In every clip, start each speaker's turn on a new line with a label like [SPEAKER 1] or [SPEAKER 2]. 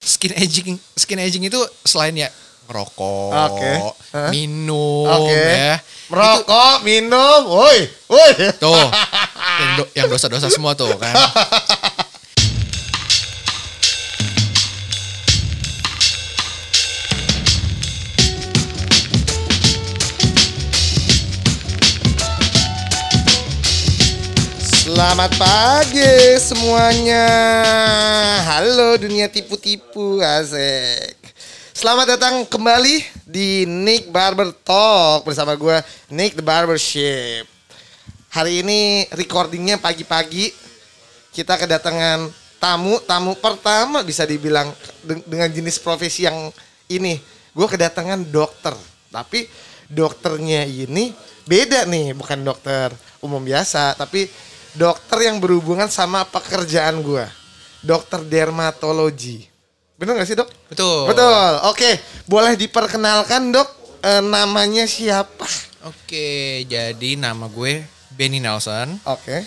[SPEAKER 1] skin aging skin aging itu selain ya merokok,
[SPEAKER 2] Oke. Hah?
[SPEAKER 1] minum
[SPEAKER 2] Oke.
[SPEAKER 1] ya.
[SPEAKER 2] Merokok, minum, woi, woi.
[SPEAKER 1] Tuh. yang, do- yang dosa-dosa semua tuh kan.
[SPEAKER 2] Selamat pagi semuanya. Halo dunia tipu-tipu, asik. Selamat datang kembali di Nick Barber Talk bersama gua Nick the Barbership. Hari ini recordingnya pagi-pagi. Kita kedatangan tamu, tamu pertama bisa dibilang de- dengan jenis profesi yang ini. Gue kedatangan dokter, tapi dokternya ini beda nih, bukan dokter umum biasa, tapi dokter yang berhubungan sama pekerjaan gue. Dokter dermatologi. Bener gak sih dok?
[SPEAKER 1] Betul.
[SPEAKER 2] Betul. Oke, boleh diperkenalkan dok eh, namanya siapa?
[SPEAKER 1] Oke, jadi nama gue Benny Nelson.
[SPEAKER 2] Oke.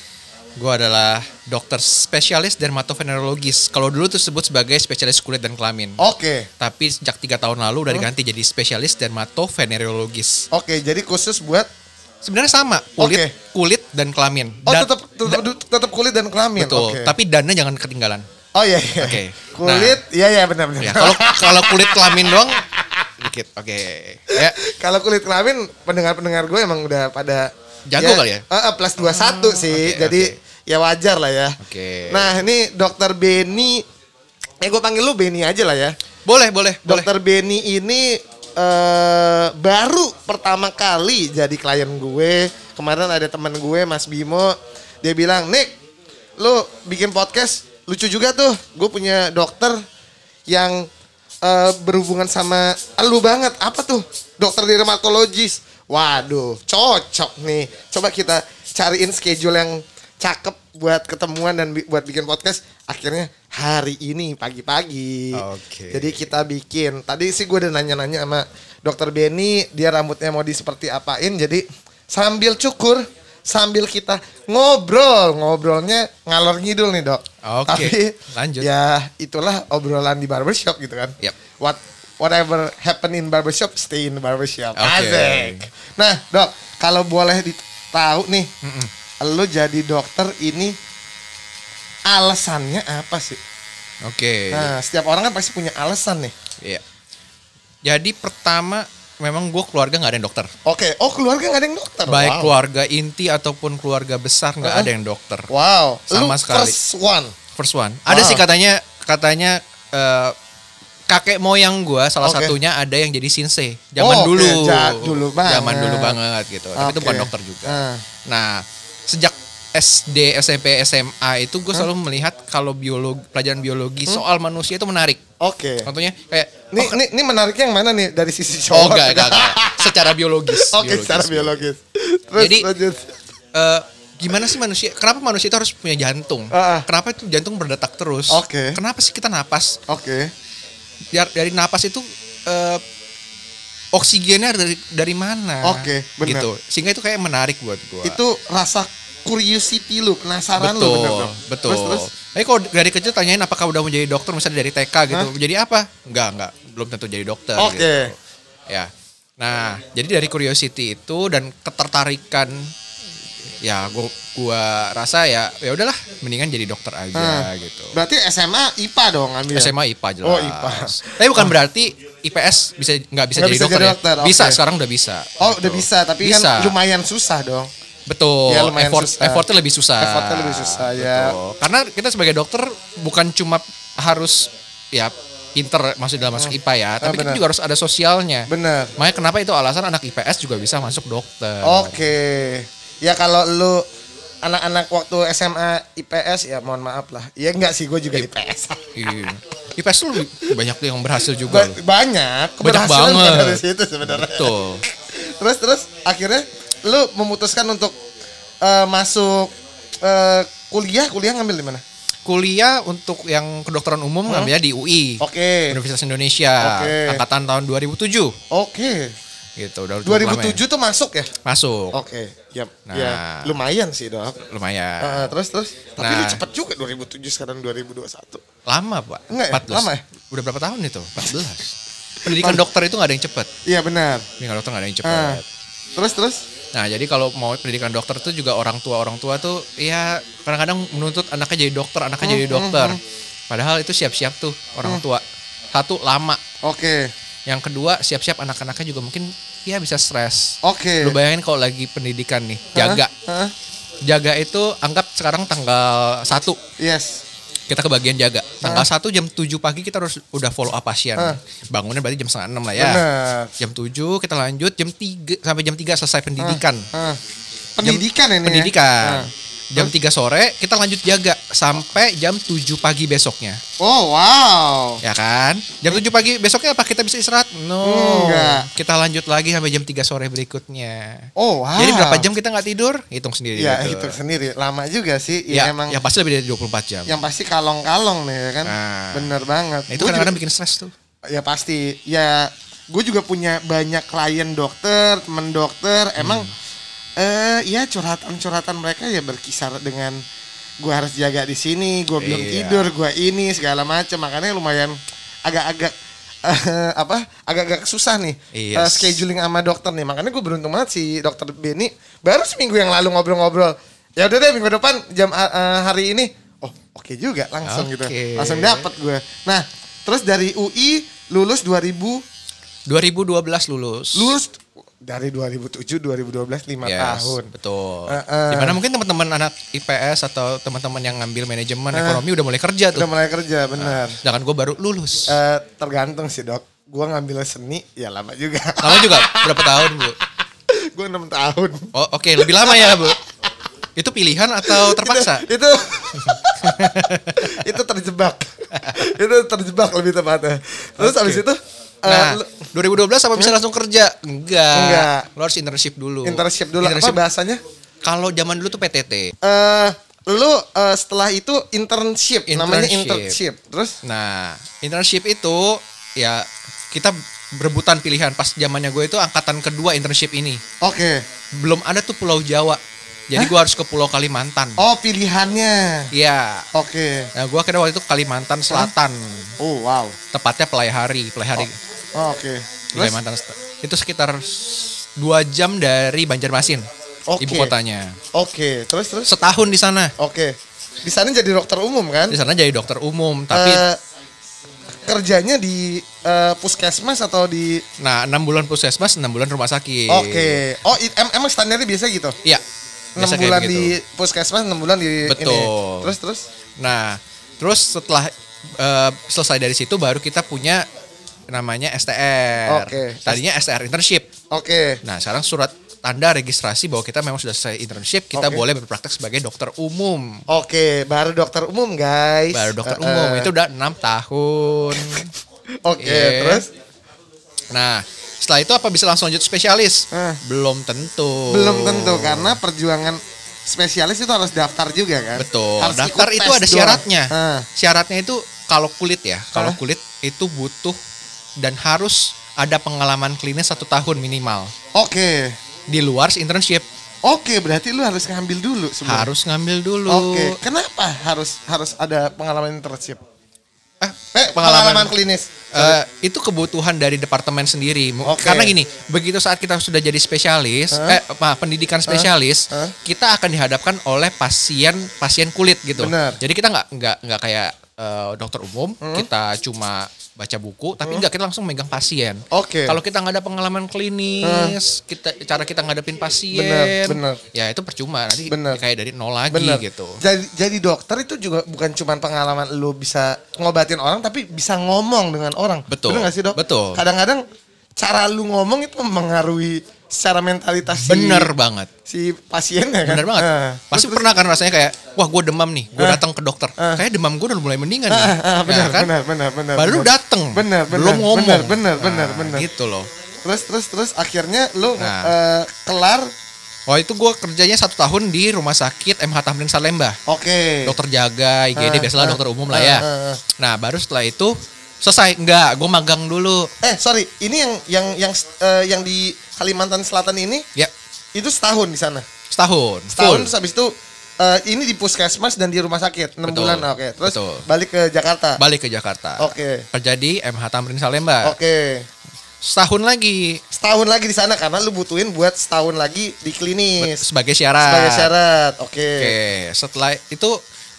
[SPEAKER 1] Gue adalah dokter spesialis dermatovenerologis. Kalau dulu tuh disebut sebagai spesialis kulit dan kelamin.
[SPEAKER 2] Oke.
[SPEAKER 1] Tapi sejak tiga tahun lalu udah diganti jadi spesialis dermatovenerologis.
[SPEAKER 2] Oke, jadi khusus buat
[SPEAKER 1] Sebenarnya sama, kulit,
[SPEAKER 2] Oke.
[SPEAKER 1] kulit dan kelamin.
[SPEAKER 2] Oh,
[SPEAKER 1] Dan-
[SPEAKER 2] tetap tetap tetap kulit dan kelamin.
[SPEAKER 1] betul.
[SPEAKER 2] Oke.
[SPEAKER 1] Tapi dana jangan ketinggalan.
[SPEAKER 2] Oh iya iya.
[SPEAKER 1] Oke.
[SPEAKER 2] Kulit, iya iya benar benar.
[SPEAKER 1] Ya, kalau kalau kulit kelamin doang dikit. Oke. Ya.
[SPEAKER 2] Kalau kulit kelamin pendengar-pendengar gue emang udah pada
[SPEAKER 1] Jago kali ya? Hmm,
[SPEAKER 2] Eh, eh, plus 21 sih.
[SPEAKER 1] oke,
[SPEAKER 2] jadi
[SPEAKER 1] oke.
[SPEAKER 2] ya wajar lah ya.
[SPEAKER 1] Oke.
[SPEAKER 2] Nah, ini dokter Beni Eh gue panggil lu Beni aja lah ya.
[SPEAKER 1] Boleh, boleh, boleh.
[SPEAKER 2] Dokter Beni ini eh baru pertama kali jadi klien gue. Kemarin ada teman gue Mas Bimo, dia bilang, "Nick, lu bikin podcast lucu juga tuh. Gue punya dokter yang eh, berhubungan sama lu banget. Apa tuh? Dokter dermatologis. Waduh, cocok nih. Coba kita cariin schedule yang cakep buat ketemuan dan bi- buat bikin podcast. Akhirnya hari ini pagi-pagi.
[SPEAKER 1] Oke.
[SPEAKER 2] Jadi kita bikin. Tadi sih gue udah nanya-nanya sama dokter Benny, dia rambutnya mau di seperti apain. Jadi sambil cukur, sambil kita ngobrol, ngobrolnya ngalor ngidul nih dok.
[SPEAKER 1] Oke,
[SPEAKER 2] Tapi
[SPEAKER 1] lanjut.
[SPEAKER 2] ya itulah obrolan di barbershop gitu kan.
[SPEAKER 1] Yap.
[SPEAKER 2] What whatever happen in barbershop, stay in the barbershop.
[SPEAKER 1] Oke.
[SPEAKER 2] Asik. Nah dok, kalau boleh ditahu nih, lo jadi dokter ini alasannya apa sih?
[SPEAKER 1] Oke.
[SPEAKER 2] Nah, setiap orang kan pasti punya alasan nih.
[SPEAKER 1] Iya. Jadi pertama memang gue keluarga nggak ada yang dokter.
[SPEAKER 2] Oke, oh keluarga nggak ada yang dokter.
[SPEAKER 1] Baik
[SPEAKER 2] wow.
[SPEAKER 1] keluarga inti ataupun keluarga besar nggak
[SPEAKER 2] Heeh.
[SPEAKER 1] ada yang dokter.
[SPEAKER 2] Wow,
[SPEAKER 1] Sama
[SPEAKER 2] lu
[SPEAKER 1] sekali.
[SPEAKER 2] First one.
[SPEAKER 1] First one. Ada
[SPEAKER 2] Wow.
[SPEAKER 1] sih katanya katanya eh, kakek moyang gua salah
[SPEAKER 2] Oke.
[SPEAKER 1] satunya ada yang jadi sinse zaman
[SPEAKER 2] Oh, oke.
[SPEAKER 1] dulu.
[SPEAKER 2] Ja- dulu banget.
[SPEAKER 1] Zaman dulu banget gitu. Tapi itu
[SPEAKER 2] Oke.
[SPEAKER 1] bukan dokter juga.
[SPEAKER 2] Ah.
[SPEAKER 1] Nah, sejak SD, SMP, SMA itu gue selalu melihat kalau biologi, pelajaran biologi soal manusia itu menarik.
[SPEAKER 2] Oke.
[SPEAKER 1] Contohnya kayak
[SPEAKER 2] Nih, nih, nih menariknya yang mana nih dari sisi
[SPEAKER 1] oh,
[SPEAKER 2] cowok?
[SPEAKER 1] enggak, enggak, enggak. secara biologis.
[SPEAKER 2] Oke, secara biologis. Terus
[SPEAKER 1] Jadi-
[SPEAKER 2] lanjut.
[SPEAKER 1] Eh, gimana sih manusia? Kenapa manusia itu harus punya jantung?
[SPEAKER 2] Ah, ah.
[SPEAKER 1] Kenapa itu jantung berdetak terus?
[SPEAKER 2] Oke.
[SPEAKER 1] Kenapa sih kita napas?
[SPEAKER 2] Oke.
[SPEAKER 1] Biar- dari napas itu eh, oksigennya dari dari mana?
[SPEAKER 2] Oke, benar.
[SPEAKER 1] Gitu. Sehingga itu kayak menarik buat gua.
[SPEAKER 2] Itu rasa curiosity lu, penasaran lu
[SPEAKER 1] betul,
[SPEAKER 2] bener dong.
[SPEAKER 1] betul.
[SPEAKER 2] Terus, terus.
[SPEAKER 1] Tapi kalau dari kecil tanyain apakah udah mau jadi dokter misalnya dari TK gitu. Jadi apa? Enggak, enggak. Belum tentu jadi dokter
[SPEAKER 2] Oke.
[SPEAKER 1] gitu. Ya. Nah, jadi dari curiosity itu dan ketertarikan ya gua gua rasa ya ya udahlah mendingan jadi dokter aja
[SPEAKER 2] Ah.
[SPEAKER 1] gitu.
[SPEAKER 2] Berarti SMA IPA dong ambil.
[SPEAKER 1] SMA IPA jelas.
[SPEAKER 2] Oh, IPA.
[SPEAKER 1] Tapi bukan berarti IPS bisa nggak bisa
[SPEAKER 2] Nggak
[SPEAKER 1] jadi
[SPEAKER 2] bisa
[SPEAKER 1] dokter,
[SPEAKER 2] jadi
[SPEAKER 1] ya.
[SPEAKER 2] dokter,
[SPEAKER 1] Bisa
[SPEAKER 2] oke.
[SPEAKER 1] sekarang udah bisa.
[SPEAKER 2] Oh,
[SPEAKER 1] gitu.
[SPEAKER 2] udah bisa, tapi
[SPEAKER 1] Bisa.
[SPEAKER 2] kan lumayan susah dong.
[SPEAKER 1] Betul.
[SPEAKER 2] Ya, lumayan
[SPEAKER 1] effort,
[SPEAKER 2] susah.
[SPEAKER 1] Effortnya lebih susah.
[SPEAKER 2] Effortnya lebih susah, ya.
[SPEAKER 1] Betul. Karena kita sebagai dokter bukan cuma harus ya pinter masuk dalam masuk IPA ya, tapi kita
[SPEAKER 2] benar.
[SPEAKER 1] juga harus ada sosialnya.
[SPEAKER 2] Bener.
[SPEAKER 1] Makanya kenapa itu alasan anak IPS juga bisa masuk dokter.
[SPEAKER 2] Oke. Ya kalau lu anak-anak waktu SMA IPS ya mohon maaf lah. Ya enggak sih gue juga IPS.
[SPEAKER 1] Iya. IPS tuh lebih- banyak tuh yang berhasil juga.
[SPEAKER 2] Ba-
[SPEAKER 1] loh.
[SPEAKER 2] banyak keberhasilan
[SPEAKER 1] banget.
[SPEAKER 2] bukan dari situ sebenarnya.
[SPEAKER 1] Betul.
[SPEAKER 2] Terus terus akhirnya lu memutuskan untuk eh, masuk eh, kuliah, kuliah ngambil di mana?
[SPEAKER 1] Kuliah untuk yang kedokteran umum ngambilnya di UI.
[SPEAKER 2] Hmm. Oke.
[SPEAKER 1] Universitas Indonesia.
[SPEAKER 2] Oke.
[SPEAKER 1] Angkatan tahun 2007.
[SPEAKER 2] Oke.
[SPEAKER 1] gitu. Udah cukup lama ya.
[SPEAKER 2] 2007 tuh masuk ya?
[SPEAKER 1] masuk.
[SPEAKER 2] Oke, yap.
[SPEAKER 1] Nah.
[SPEAKER 2] ya lumayan sih dok.
[SPEAKER 1] Lumayan.
[SPEAKER 2] Ah, terus terus. Tapi
[SPEAKER 1] Nah.
[SPEAKER 2] lu cepet juga 2007 sekarang 2021.
[SPEAKER 1] Lama, Pak.
[SPEAKER 2] Enggak ya?
[SPEAKER 1] 14.
[SPEAKER 2] Lama ya?
[SPEAKER 1] Udah berapa tahun itu? 14. Pendidikan dokter itu nggak ada yang cepat.
[SPEAKER 2] Iya benar.
[SPEAKER 1] Pendidikan dokter nggak ada yang cepat.
[SPEAKER 2] Ah. Terus terus.
[SPEAKER 1] Nah, jadi kalau mau pendidikan dokter tuh juga orang tua orang tua tuh ya kadang-kadang menuntut anaknya jadi dokter, anaknya
[SPEAKER 2] Hmm,
[SPEAKER 1] jadi dokter. Padahal itu siap-siap tuh orang tua. Satu lama,
[SPEAKER 2] Oke,
[SPEAKER 1] yang kedua siap-siap anak-anaknya juga mungkin ya bisa stres.
[SPEAKER 2] oke.
[SPEAKER 1] Lu bayangin kalau lagi pendidikan nih, jaga.
[SPEAKER 2] Ah, ah.
[SPEAKER 1] Jaga itu anggap sekarang tanggal 1
[SPEAKER 2] Yes.
[SPEAKER 1] kita ke bagian jaga.
[SPEAKER 2] Iya.
[SPEAKER 1] Tanggal 1 jam 7 pagi kita harus udah follow up pasien.
[SPEAKER 2] Ah.
[SPEAKER 1] Bangunnya berarti jam setengah 6 lah ya.
[SPEAKER 2] Benar.
[SPEAKER 1] Jam 7 kita lanjut jam 3 sampai jam 3 selesai pendidikan.
[SPEAKER 2] Ah. Pendidikan ini. ya?
[SPEAKER 1] Pendidikan.
[SPEAKER 2] Ah.
[SPEAKER 1] Jam 3 sore kita lanjut jaga sampai jam 7 pagi besoknya.
[SPEAKER 2] Oh wow.
[SPEAKER 1] Ya kan? Jam 7 pagi besoknya apa kita bisa istirahat? No.
[SPEAKER 2] Enggak.
[SPEAKER 1] Kita lanjut lagi sampai jam 3 sore berikutnya.
[SPEAKER 2] Oh wow.
[SPEAKER 1] Jadi berapa jam kita nggak tidur? Hitung sendiri.
[SPEAKER 2] Ya
[SPEAKER 1] gitu.
[SPEAKER 2] hitung sendiri. Lama juga sih.
[SPEAKER 1] Ya,
[SPEAKER 2] Iya emang.
[SPEAKER 1] ya pasti lebih dari 24 jam.
[SPEAKER 2] Yang pasti kalong-kalong nih ya kan.
[SPEAKER 1] Nah.
[SPEAKER 2] Bener banget.
[SPEAKER 1] Nah, itu
[SPEAKER 2] Gua juga-
[SPEAKER 1] kadang-kadang bikin stres tuh.
[SPEAKER 2] Ya pasti. Ya, gue juga punya banyak klien dokter, temen dokter. Emang, eh, ya curhatan-curhatan mereka ya berkisar dengan gue harus jaga di sini, gue belum
[SPEAKER 1] Iya.
[SPEAKER 2] tidur, gue ini segala macam. Makanya lumayan agak-agak eh, apa? Agak-agak susah nih
[SPEAKER 1] Yes.
[SPEAKER 2] eh, scheduling sama dokter nih. Makanya gue beruntung banget si dokter Beni baru seminggu yang lalu ngobrol-ngobrol. Ya udah deh minggu depan jam eh, hari ini. Oh, oke juga langsung gitu.
[SPEAKER 1] Oke.
[SPEAKER 2] Langsung dapat gue. Nah, terus dari UI lulus 2000,
[SPEAKER 1] 2012 lulus.
[SPEAKER 2] lulus dari 2007 2012 5
[SPEAKER 1] Yes,
[SPEAKER 2] tahun.
[SPEAKER 1] Betul.
[SPEAKER 2] Heeh.
[SPEAKER 1] Dimana mungkin teman-teman anak IPS atau teman-teman yang ngambil manajemen ekonomi udah mulai kerja tuh.
[SPEAKER 2] Udah mulai kerja bener.
[SPEAKER 1] Sedangkan gue baru lulus.
[SPEAKER 2] Eh, tergantung sih, Dok. Gue ngambil seni ya lama juga.
[SPEAKER 1] Lama juga berapa tahun bu?
[SPEAKER 2] gue 6 tahun.
[SPEAKER 1] Oh oke lebih lama ya bu. Itu pilihan atau terpaksa?
[SPEAKER 2] Itu itu terjebak. itu terjebak lebih tepatnya. Terus habis itu eh,
[SPEAKER 1] Nah,
[SPEAKER 2] lu-
[SPEAKER 1] 2012 apa bisa langsung kerja? Enggak.
[SPEAKER 2] Enggak.
[SPEAKER 1] Lo harus internship dulu.
[SPEAKER 2] internship dulu
[SPEAKER 1] Internship-
[SPEAKER 2] apa bahasanya?
[SPEAKER 1] Kalau zaman dulu tuh PTT.
[SPEAKER 2] Eh lu eh, setelah itu internship, namanya
[SPEAKER 1] Internship.
[SPEAKER 2] internship. Terus
[SPEAKER 1] Nah, internship itu ya kita berebutan pilihan. Pas zamannya gue itu angkatan kedua internship ini.
[SPEAKER 2] oke.
[SPEAKER 1] belum ada tuh Pulau Jawa. Jadi gua harus ke Pulau Kalimantan.
[SPEAKER 2] Oh, pilihannya.
[SPEAKER 1] Iya.
[SPEAKER 2] Oke.
[SPEAKER 1] Nah, gua kira waktu itu Kalimantan Selatan,
[SPEAKER 2] Oh, wow.
[SPEAKER 1] tepatnya Pelaihari, Pelaihari
[SPEAKER 2] Oh, oke.
[SPEAKER 1] di
[SPEAKER 2] Terus
[SPEAKER 1] Kalimantan. Sel- Itu sekitar s- dua jam dari Banjarmasin,
[SPEAKER 2] Oke.
[SPEAKER 1] ibu kotanya.
[SPEAKER 2] oke, terus terus.
[SPEAKER 1] Setahun di sana.
[SPEAKER 2] Oke. Di sana jadi dokter umum kan?
[SPEAKER 1] Di sana jadi dokter umum, Iya, tapi
[SPEAKER 2] Eh, kerjanya di eh, puskesmas atau di
[SPEAKER 1] nah enam bulan puskesmas, enam bulan rumah sakit.
[SPEAKER 2] Oke. Oh, i- em- emang standarnya biasa gitu.
[SPEAKER 1] Iya.
[SPEAKER 2] 6
[SPEAKER 1] biasa kayak gitu.
[SPEAKER 2] bulan
[SPEAKER 1] begitu.
[SPEAKER 2] di puskesmas, 6 bulan di ini.
[SPEAKER 1] Betul.
[SPEAKER 2] Terus terus.
[SPEAKER 1] Nah, terus setelah eh, selesai dari situ baru kita punya namanya STR.
[SPEAKER 2] Oke.
[SPEAKER 1] Tadinya STR internship.
[SPEAKER 2] Oke.
[SPEAKER 1] Nah, sekarang surat tanda registrasi bahwa kita memang sudah selesai internship, kita
[SPEAKER 2] Oke.
[SPEAKER 1] boleh berpraktek sebagai dokter umum.
[SPEAKER 2] Oke, baru dokter umum, guys.
[SPEAKER 1] Baru dokter
[SPEAKER 2] Eh,
[SPEAKER 1] umum
[SPEAKER 2] eh.
[SPEAKER 1] itu udah enam tahun.
[SPEAKER 2] Oke,
[SPEAKER 1] Iya.
[SPEAKER 2] terus
[SPEAKER 1] Nah, setelah itu apa bisa langsung lanjut spesialis?
[SPEAKER 2] Eh.
[SPEAKER 1] Belum tentu.
[SPEAKER 2] belum tentu karena perjuangan spesialis itu harus daftar juga kan.
[SPEAKER 1] Betul.
[SPEAKER 2] Harus
[SPEAKER 1] Daftar
[SPEAKER 2] ikut
[SPEAKER 1] itu
[SPEAKER 2] tes
[SPEAKER 1] ada
[SPEAKER 2] doang.
[SPEAKER 1] syaratnya.
[SPEAKER 2] Ah,
[SPEAKER 1] Syaratnya itu kalau kulit ya, kalau
[SPEAKER 2] Hah?
[SPEAKER 1] kulit itu butuh dan harus ada pengalaman klinis satu tahun minimal
[SPEAKER 2] Oke.
[SPEAKER 1] di luar internship
[SPEAKER 2] Iya. Oke, berarti lu harus ngambil dulu sebelum.
[SPEAKER 1] harus ngambil dulu.
[SPEAKER 2] Oke, kenapa harus harus ada pengalaman internship?
[SPEAKER 1] Eh,
[SPEAKER 2] Eh, pengalaman, klinis.
[SPEAKER 1] Eh, itu kebutuhan dari departemen sendiri. Mu-
[SPEAKER 2] Oke.
[SPEAKER 1] Karena gini, begitu saat kita sudah jadi spesialis, eh apa, pendidikan spesialis,
[SPEAKER 2] Hah?
[SPEAKER 1] kita akan dihadapkan oleh pasien pasien kulit gitu.
[SPEAKER 2] Benar.
[SPEAKER 1] Jadi kita nggak nggak nggak kayak eh, dokter umum, kita cuma baca buku, tapi nggak kita langsung megang pasien. Oh,
[SPEAKER 2] Oke.
[SPEAKER 1] Kalau kita nggak ada pengalaman klinis, kita cara kita ngadepin pasien,
[SPEAKER 2] Benar, benar.
[SPEAKER 1] ya itu percuma. Nanti
[SPEAKER 2] Benar.
[SPEAKER 1] kayak dari nol lagi
[SPEAKER 2] Bener.
[SPEAKER 1] gitu.
[SPEAKER 2] Jadi, jadi dokter itu juga bukan cuma pengalaman lu bisa ngobatin orang tapi bisa ngomong dengan orang.
[SPEAKER 1] Betul.
[SPEAKER 2] Bener gak sih, Dok?
[SPEAKER 1] Betul.
[SPEAKER 2] Kadang-kadang cara lu ngomong itu mempengaruhi secara mentalitas si-
[SPEAKER 1] Bener banget.
[SPEAKER 2] si, pasiennya kan.
[SPEAKER 1] Bener banget.
[SPEAKER 2] Ah.
[SPEAKER 1] Pasti pernah kan rasanya kayak, wah gue demam nih, gue datang ke dokter.
[SPEAKER 2] Ah.
[SPEAKER 1] Kayak demam gue udah mulai mendingan nih.
[SPEAKER 2] Ah, ah,
[SPEAKER 1] Ya
[SPEAKER 2] benar,
[SPEAKER 1] kan?
[SPEAKER 2] benar, benar, benar.
[SPEAKER 1] Baru
[SPEAKER 2] benar.
[SPEAKER 1] dateng,
[SPEAKER 2] Benar, benar.
[SPEAKER 1] belum ngomong.
[SPEAKER 2] Benar, benar,
[SPEAKER 1] Nah,
[SPEAKER 2] benar, benar.
[SPEAKER 1] Gitu loh.
[SPEAKER 2] Terus, terus, terus akhirnya lu
[SPEAKER 1] Nah.
[SPEAKER 2] eh, kelar.
[SPEAKER 1] Oh itu gue kerjanya satu tahun di rumah sakit MH Tamrin Salemba.
[SPEAKER 2] Oke.
[SPEAKER 1] Dokter jaga, IGD,
[SPEAKER 2] Ah,
[SPEAKER 1] biasalah
[SPEAKER 2] ah,
[SPEAKER 1] dokter umum lah ya.
[SPEAKER 2] ah, ah, ah.
[SPEAKER 1] Nah baru setelah itu selesai enggak gue magang dulu
[SPEAKER 2] Eh sorry, ini yang yang yang eh, yang di Kalimantan Selatan ini
[SPEAKER 1] ya
[SPEAKER 2] itu setahun di sana.
[SPEAKER 1] setahun full.
[SPEAKER 2] Setahun terus habis itu eh, ini di puskesmas dan di rumah sakit 6
[SPEAKER 1] Betul.
[SPEAKER 2] bulan. Oke, terus
[SPEAKER 1] Betul.
[SPEAKER 2] balik ke Jakarta.
[SPEAKER 1] balik ke Jakarta
[SPEAKER 2] Oke. Oh.
[SPEAKER 1] kerja di MH Tamrin Salemba
[SPEAKER 2] Oke.
[SPEAKER 1] setahun lagi
[SPEAKER 2] Setahun lagi di sana karena lu butuhin buat setahun lagi di klinis
[SPEAKER 1] sebagai syarat
[SPEAKER 2] sebagai syarat. Oke.
[SPEAKER 1] Ah. oke setelah itu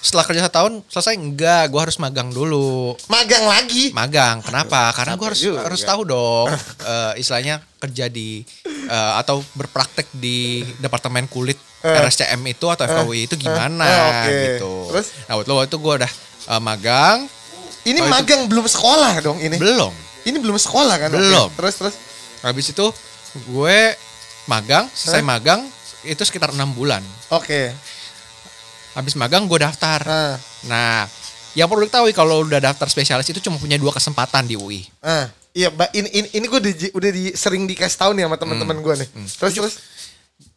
[SPEAKER 1] setelah kerja setahun selesai enggak gue harus magang dulu
[SPEAKER 2] Magang lagi.
[SPEAKER 1] magang. Kenapa? Karena gue harus
[SPEAKER 2] juga. kan?
[SPEAKER 1] harus tahu dong eh, istilahnya kerja di eh, atau berpraktek di departemen kulit RSCM itu atau FKUI itu gimana
[SPEAKER 2] eh, oke.
[SPEAKER 1] gitu.
[SPEAKER 2] Terus?
[SPEAKER 1] Nah, waktu lo- waktu itu gue udah eh, magang Oh,
[SPEAKER 2] ini
[SPEAKER 1] itu-
[SPEAKER 2] magang belum sekolah dong ini.
[SPEAKER 1] belum.
[SPEAKER 2] ini belum sekolah kan? Oke.
[SPEAKER 1] Belum.
[SPEAKER 2] Terus terus
[SPEAKER 1] Habis itu gue magang, selesai
[SPEAKER 2] Eh?
[SPEAKER 1] magang itu sekitar enam bulan.
[SPEAKER 2] Oke.
[SPEAKER 1] Habis magang gue daftar.
[SPEAKER 2] Ah,
[SPEAKER 1] Nah, yang perlu diketahui kalau udah daftar spesialis itu cuma punya dua kesempatan di UI.
[SPEAKER 2] ah. Iya, Mbak, ini ini, ini gue udah di, sering dikasih tahu nih sama teman-teman
[SPEAKER 1] Hmm.
[SPEAKER 2] gue nih. Terus terus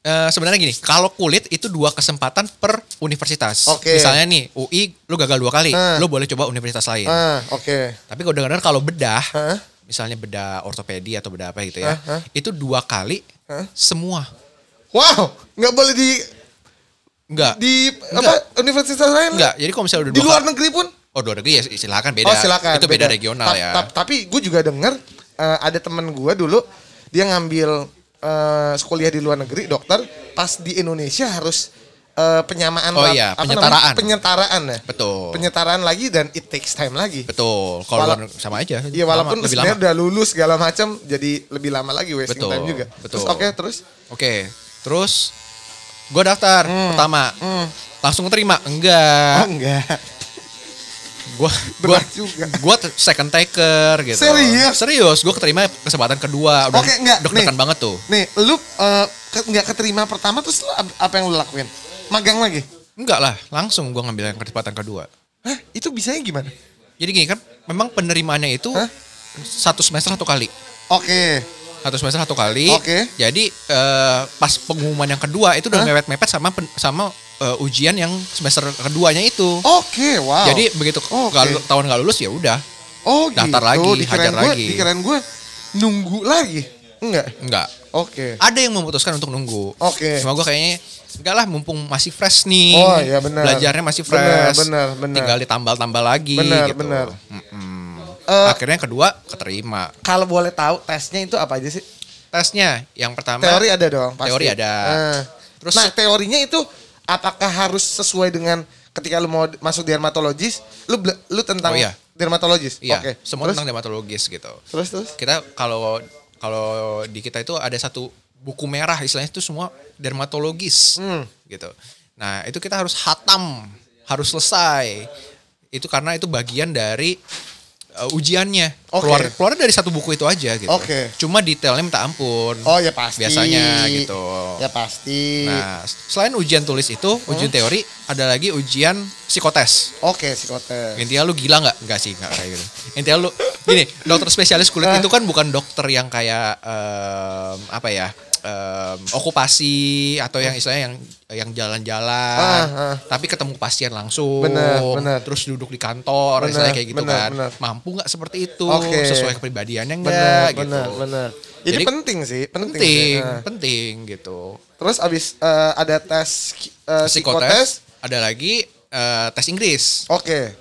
[SPEAKER 1] Eh, sebenarnya gini, kalau kulit itu dua kesempatan per universitas.
[SPEAKER 2] Oke.
[SPEAKER 1] Misalnya nih, UI lu gagal dua kali,
[SPEAKER 2] Ah.
[SPEAKER 1] lu boleh coba universitas lain.
[SPEAKER 2] Ah, oke.
[SPEAKER 1] Tapi gue dengar kalau bedah,
[SPEAKER 2] Hah?
[SPEAKER 1] misalnya bedah ortopedi atau bedah apa gitu ya,
[SPEAKER 2] Ah, ah.
[SPEAKER 1] itu dua kali
[SPEAKER 2] Ah.
[SPEAKER 1] semua.
[SPEAKER 2] Wow, nggak boleh di
[SPEAKER 1] Enggak.
[SPEAKER 2] di
[SPEAKER 1] Enggak.
[SPEAKER 2] apa universitas lain?
[SPEAKER 1] enggak. Jadi kalau misalnya udah
[SPEAKER 2] Di
[SPEAKER 1] dua
[SPEAKER 2] luar
[SPEAKER 1] kali-
[SPEAKER 2] negeri pun?
[SPEAKER 1] Oh, luar negeri ya silakan beda.
[SPEAKER 2] oh silakan.
[SPEAKER 1] Itu beda, regional
[SPEAKER 2] Ta-
[SPEAKER 1] ya.
[SPEAKER 2] ta- tapi gue juga denger eh, ada temen gue dulu dia ngambil eh kuliah di luar negeri dokter pas di Indonesia harus eh, penyamaan
[SPEAKER 1] Oh
[SPEAKER 2] lat-
[SPEAKER 1] iya,
[SPEAKER 2] apa namanya?
[SPEAKER 1] penyetaraan.
[SPEAKER 2] penyetaraan ya
[SPEAKER 1] Betul.
[SPEAKER 2] penyetaraan lagi dan it takes time lagi
[SPEAKER 1] Betul. Kalau
[SPEAKER 2] Wala-
[SPEAKER 1] luar negeri sama aja.
[SPEAKER 2] Iya
[SPEAKER 1] Lama,
[SPEAKER 2] walaupun
[SPEAKER 1] lebih
[SPEAKER 2] sebenarnya
[SPEAKER 1] lama.
[SPEAKER 2] udah lulus segala macam jadi lebih lama lagi wasting
[SPEAKER 1] Betul,
[SPEAKER 2] time juga. Terus
[SPEAKER 1] betul.
[SPEAKER 2] oke terus
[SPEAKER 1] Oke, terus gue daftar pertama. Langsung terima? Enggak.
[SPEAKER 2] Hmm. oh, enggak.
[SPEAKER 1] gua gua
[SPEAKER 2] Berat juga.
[SPEAKER 1] gua ter- second taker gitu
[SPEAKER 2] Serius?
[SPEAKER 1] serius gua keterima kesempatan kedua udah
[SPEAKER 2] Oke enggak.
[SPEAKER 1] deg-degan
[SPEAKER 2] Nih.
[SPEAKER 1] banget tuh
[SPEAKER 2] Nih lu eh, ke- enggak keterima pertama terus lu ab- apa yang lu lakuin? Magang lagi.
[SPEAKER 1] enggak lah langsung gua ngambil yang kesempatan kedua
[SPEAKER 2] Hah, itu bisanya gimana?
[SPEAKER 1] jadi gini kan memang penerimaannya itu
[SPEAKER 2] Hah?
[SPEAKER 1] satu semester satu kali
[SPEAKER 2] Oke.
[SPEAKER 1] satu semester satu kali
[SPEAKER 2] Oke.
[SPEAKER 1] jadi eh, pas pengumuman yang kedua itu udah
[SPEAKER 2] Hah?
[SPEAKER 1] mepet-mepet sama pen- sama eh, ujian yang semester keduanya itu
[SPEAKER 2] Oke, Oh, wow. Oh,
[SPEAKER 1] jadi begitu
[SPEAKER 2] Oke.
[SPEAKER 1] kalau tahun nggak lulus ya udah
[SPEAKER 2] oh,
[SPEAKER 1] daftar
[SPEAKER 2] gitu.
[SPEAKER 1] lagi,
[SPEAKER 2] Dikirain
[SPEAKER 1] hajar
[SPEAKER 2] gua,
[SPEAKER 1] lagi.
[SPEAKER 2] Dikirain gue nunggu lagi. Enggak.
[SPEAKER 1] enggak
[SPEAKER 2] Oke.
[SPEAKER 1] ada yang memutuskan untuk nunggu.
[SPEAKER 2] Oke.
[SPEAKER 1] Cuma gue kayaknya enggak lah mumpung masih fresh nih.
[SPEAKER 2] Oh, iya, benar.
[SPEAKER 1] Belajarnya masih
[SPEAKER 2] Benar,
[SPEAKER 1] fresh.
[SPEAKER 2] benar, benar.
[SPEAKER 1] Tinggal ditambal-tambal lagi
[SPEAKER 2] Benar,
[SPEAKER 1] gitu.
[SPEAKER 2] benar.
[SPEAKER 1] Mm-mm.
[SPEAKER 2] Eh,
[SPEAKER 1] Akhirnya yang kedua keterima.
[SPEAKER 2] Kalau boleh tahu tesnya itu apa aja sih?
[SPEAKER 1] Tesnya yang pertama
[SPEAKER 2] Teori ada dong pasti.
[SPEAKER 1] Teori ada.
[SPEAKER 2] Nah,
[SPEAKER 1] Terus-
[SPEAKER 2] nah, teorinya itu apakah harus sesuai dengan ketika lu mau d- masuk dermatologis, lu bela- lu tentang
[SPEAKER 1] Oh, iya.
[SPEAKER 2] dermatologis.
[SPEAKER 1] iya,
[SPEAKER 2] Oke.
[SPEAKER 1] semua
[SPEAKER 2] terus,
[SPEAKER 1] tentang dermatologis gitu.
[SPEAKER 2] terus terus.
[SPEAKER 1] Kita kalau kalau di kita itu ada satu buku merah istilahnya itu semua dermatologis
[SPEAKER 2] Hmm.
[SPEAKER 1] gitu. Nah, itu kita harus hatam, harus selesai. Itu karena itu bagian dari uh, ujiannya.
[SPEAKER 2] Oke.
[SPEAKER 1] Keluar keluar dari satu buku itu aja gitu.
[SPEAKER 2] Oke.
[SPEAKER 1] Cuma detailnya minta ampun.
[SPEAKER 2] Oh, ya pasti.
[SPEAKER 1] Biasanya gitu.
[SPEAKER 2] Ya pasti. Hmm?
[SPEAKER 1] Nah, selain ujian tulis itu, ujian teori, ada lagi ujian psikotes.
[SPEAKER 2] Oke, psikotes.
[SPEAKER 1] Intinya lu gila nggak? Nggak sih, nggak kayak gitu. Intinya lu gini, dokter spesialis kulit
[SPEAKER 2] Ah.
[SPEAKER 1] itu kan bukan dokter yang kayak em, apa ya? em, okupasi atau yang istilahnya yang yang jalan-jalan,
[SPEAKER 2] Ah, ah.
[SPEAKER 1] tapi ketemu pasien langsung,
[SPEAKER 2] Bener, bener.
[SPEAKER 1] terus duduk di kantor,
[SPEAKER 2] Bener,
[SPEAKER 1] misalnya kayak gitu
[SPEAKER 2] bener,
[SPEAKER 1] kan,
[SPEAKER 2] bener.
[SPEAKER 1] mampu nggak seperti itu,
[SPEAKER 2] Oke.
[SPEAKER 1] sesuai kepribadiannya
[SPEAKER 2] Benar,
[SPEAKER 1] nggak, gitu,
[SPEAKER 2] benar, benar. Jadi,
[SPEAKER 1] Jadi-
[SPEAKER 2] penting sih, penting.
[SPEAKER 1] penting,
[SPEAKER 2] sih. Nah.
[SPEAKER 1] penting gitu.
[SPEAKER 2] Terus abis eh, ada tes eh, psikotes.
[SPEAKER 1] Psikotes, ada lagi eh, tes Inggris,
[SPEAKER 2] Oke.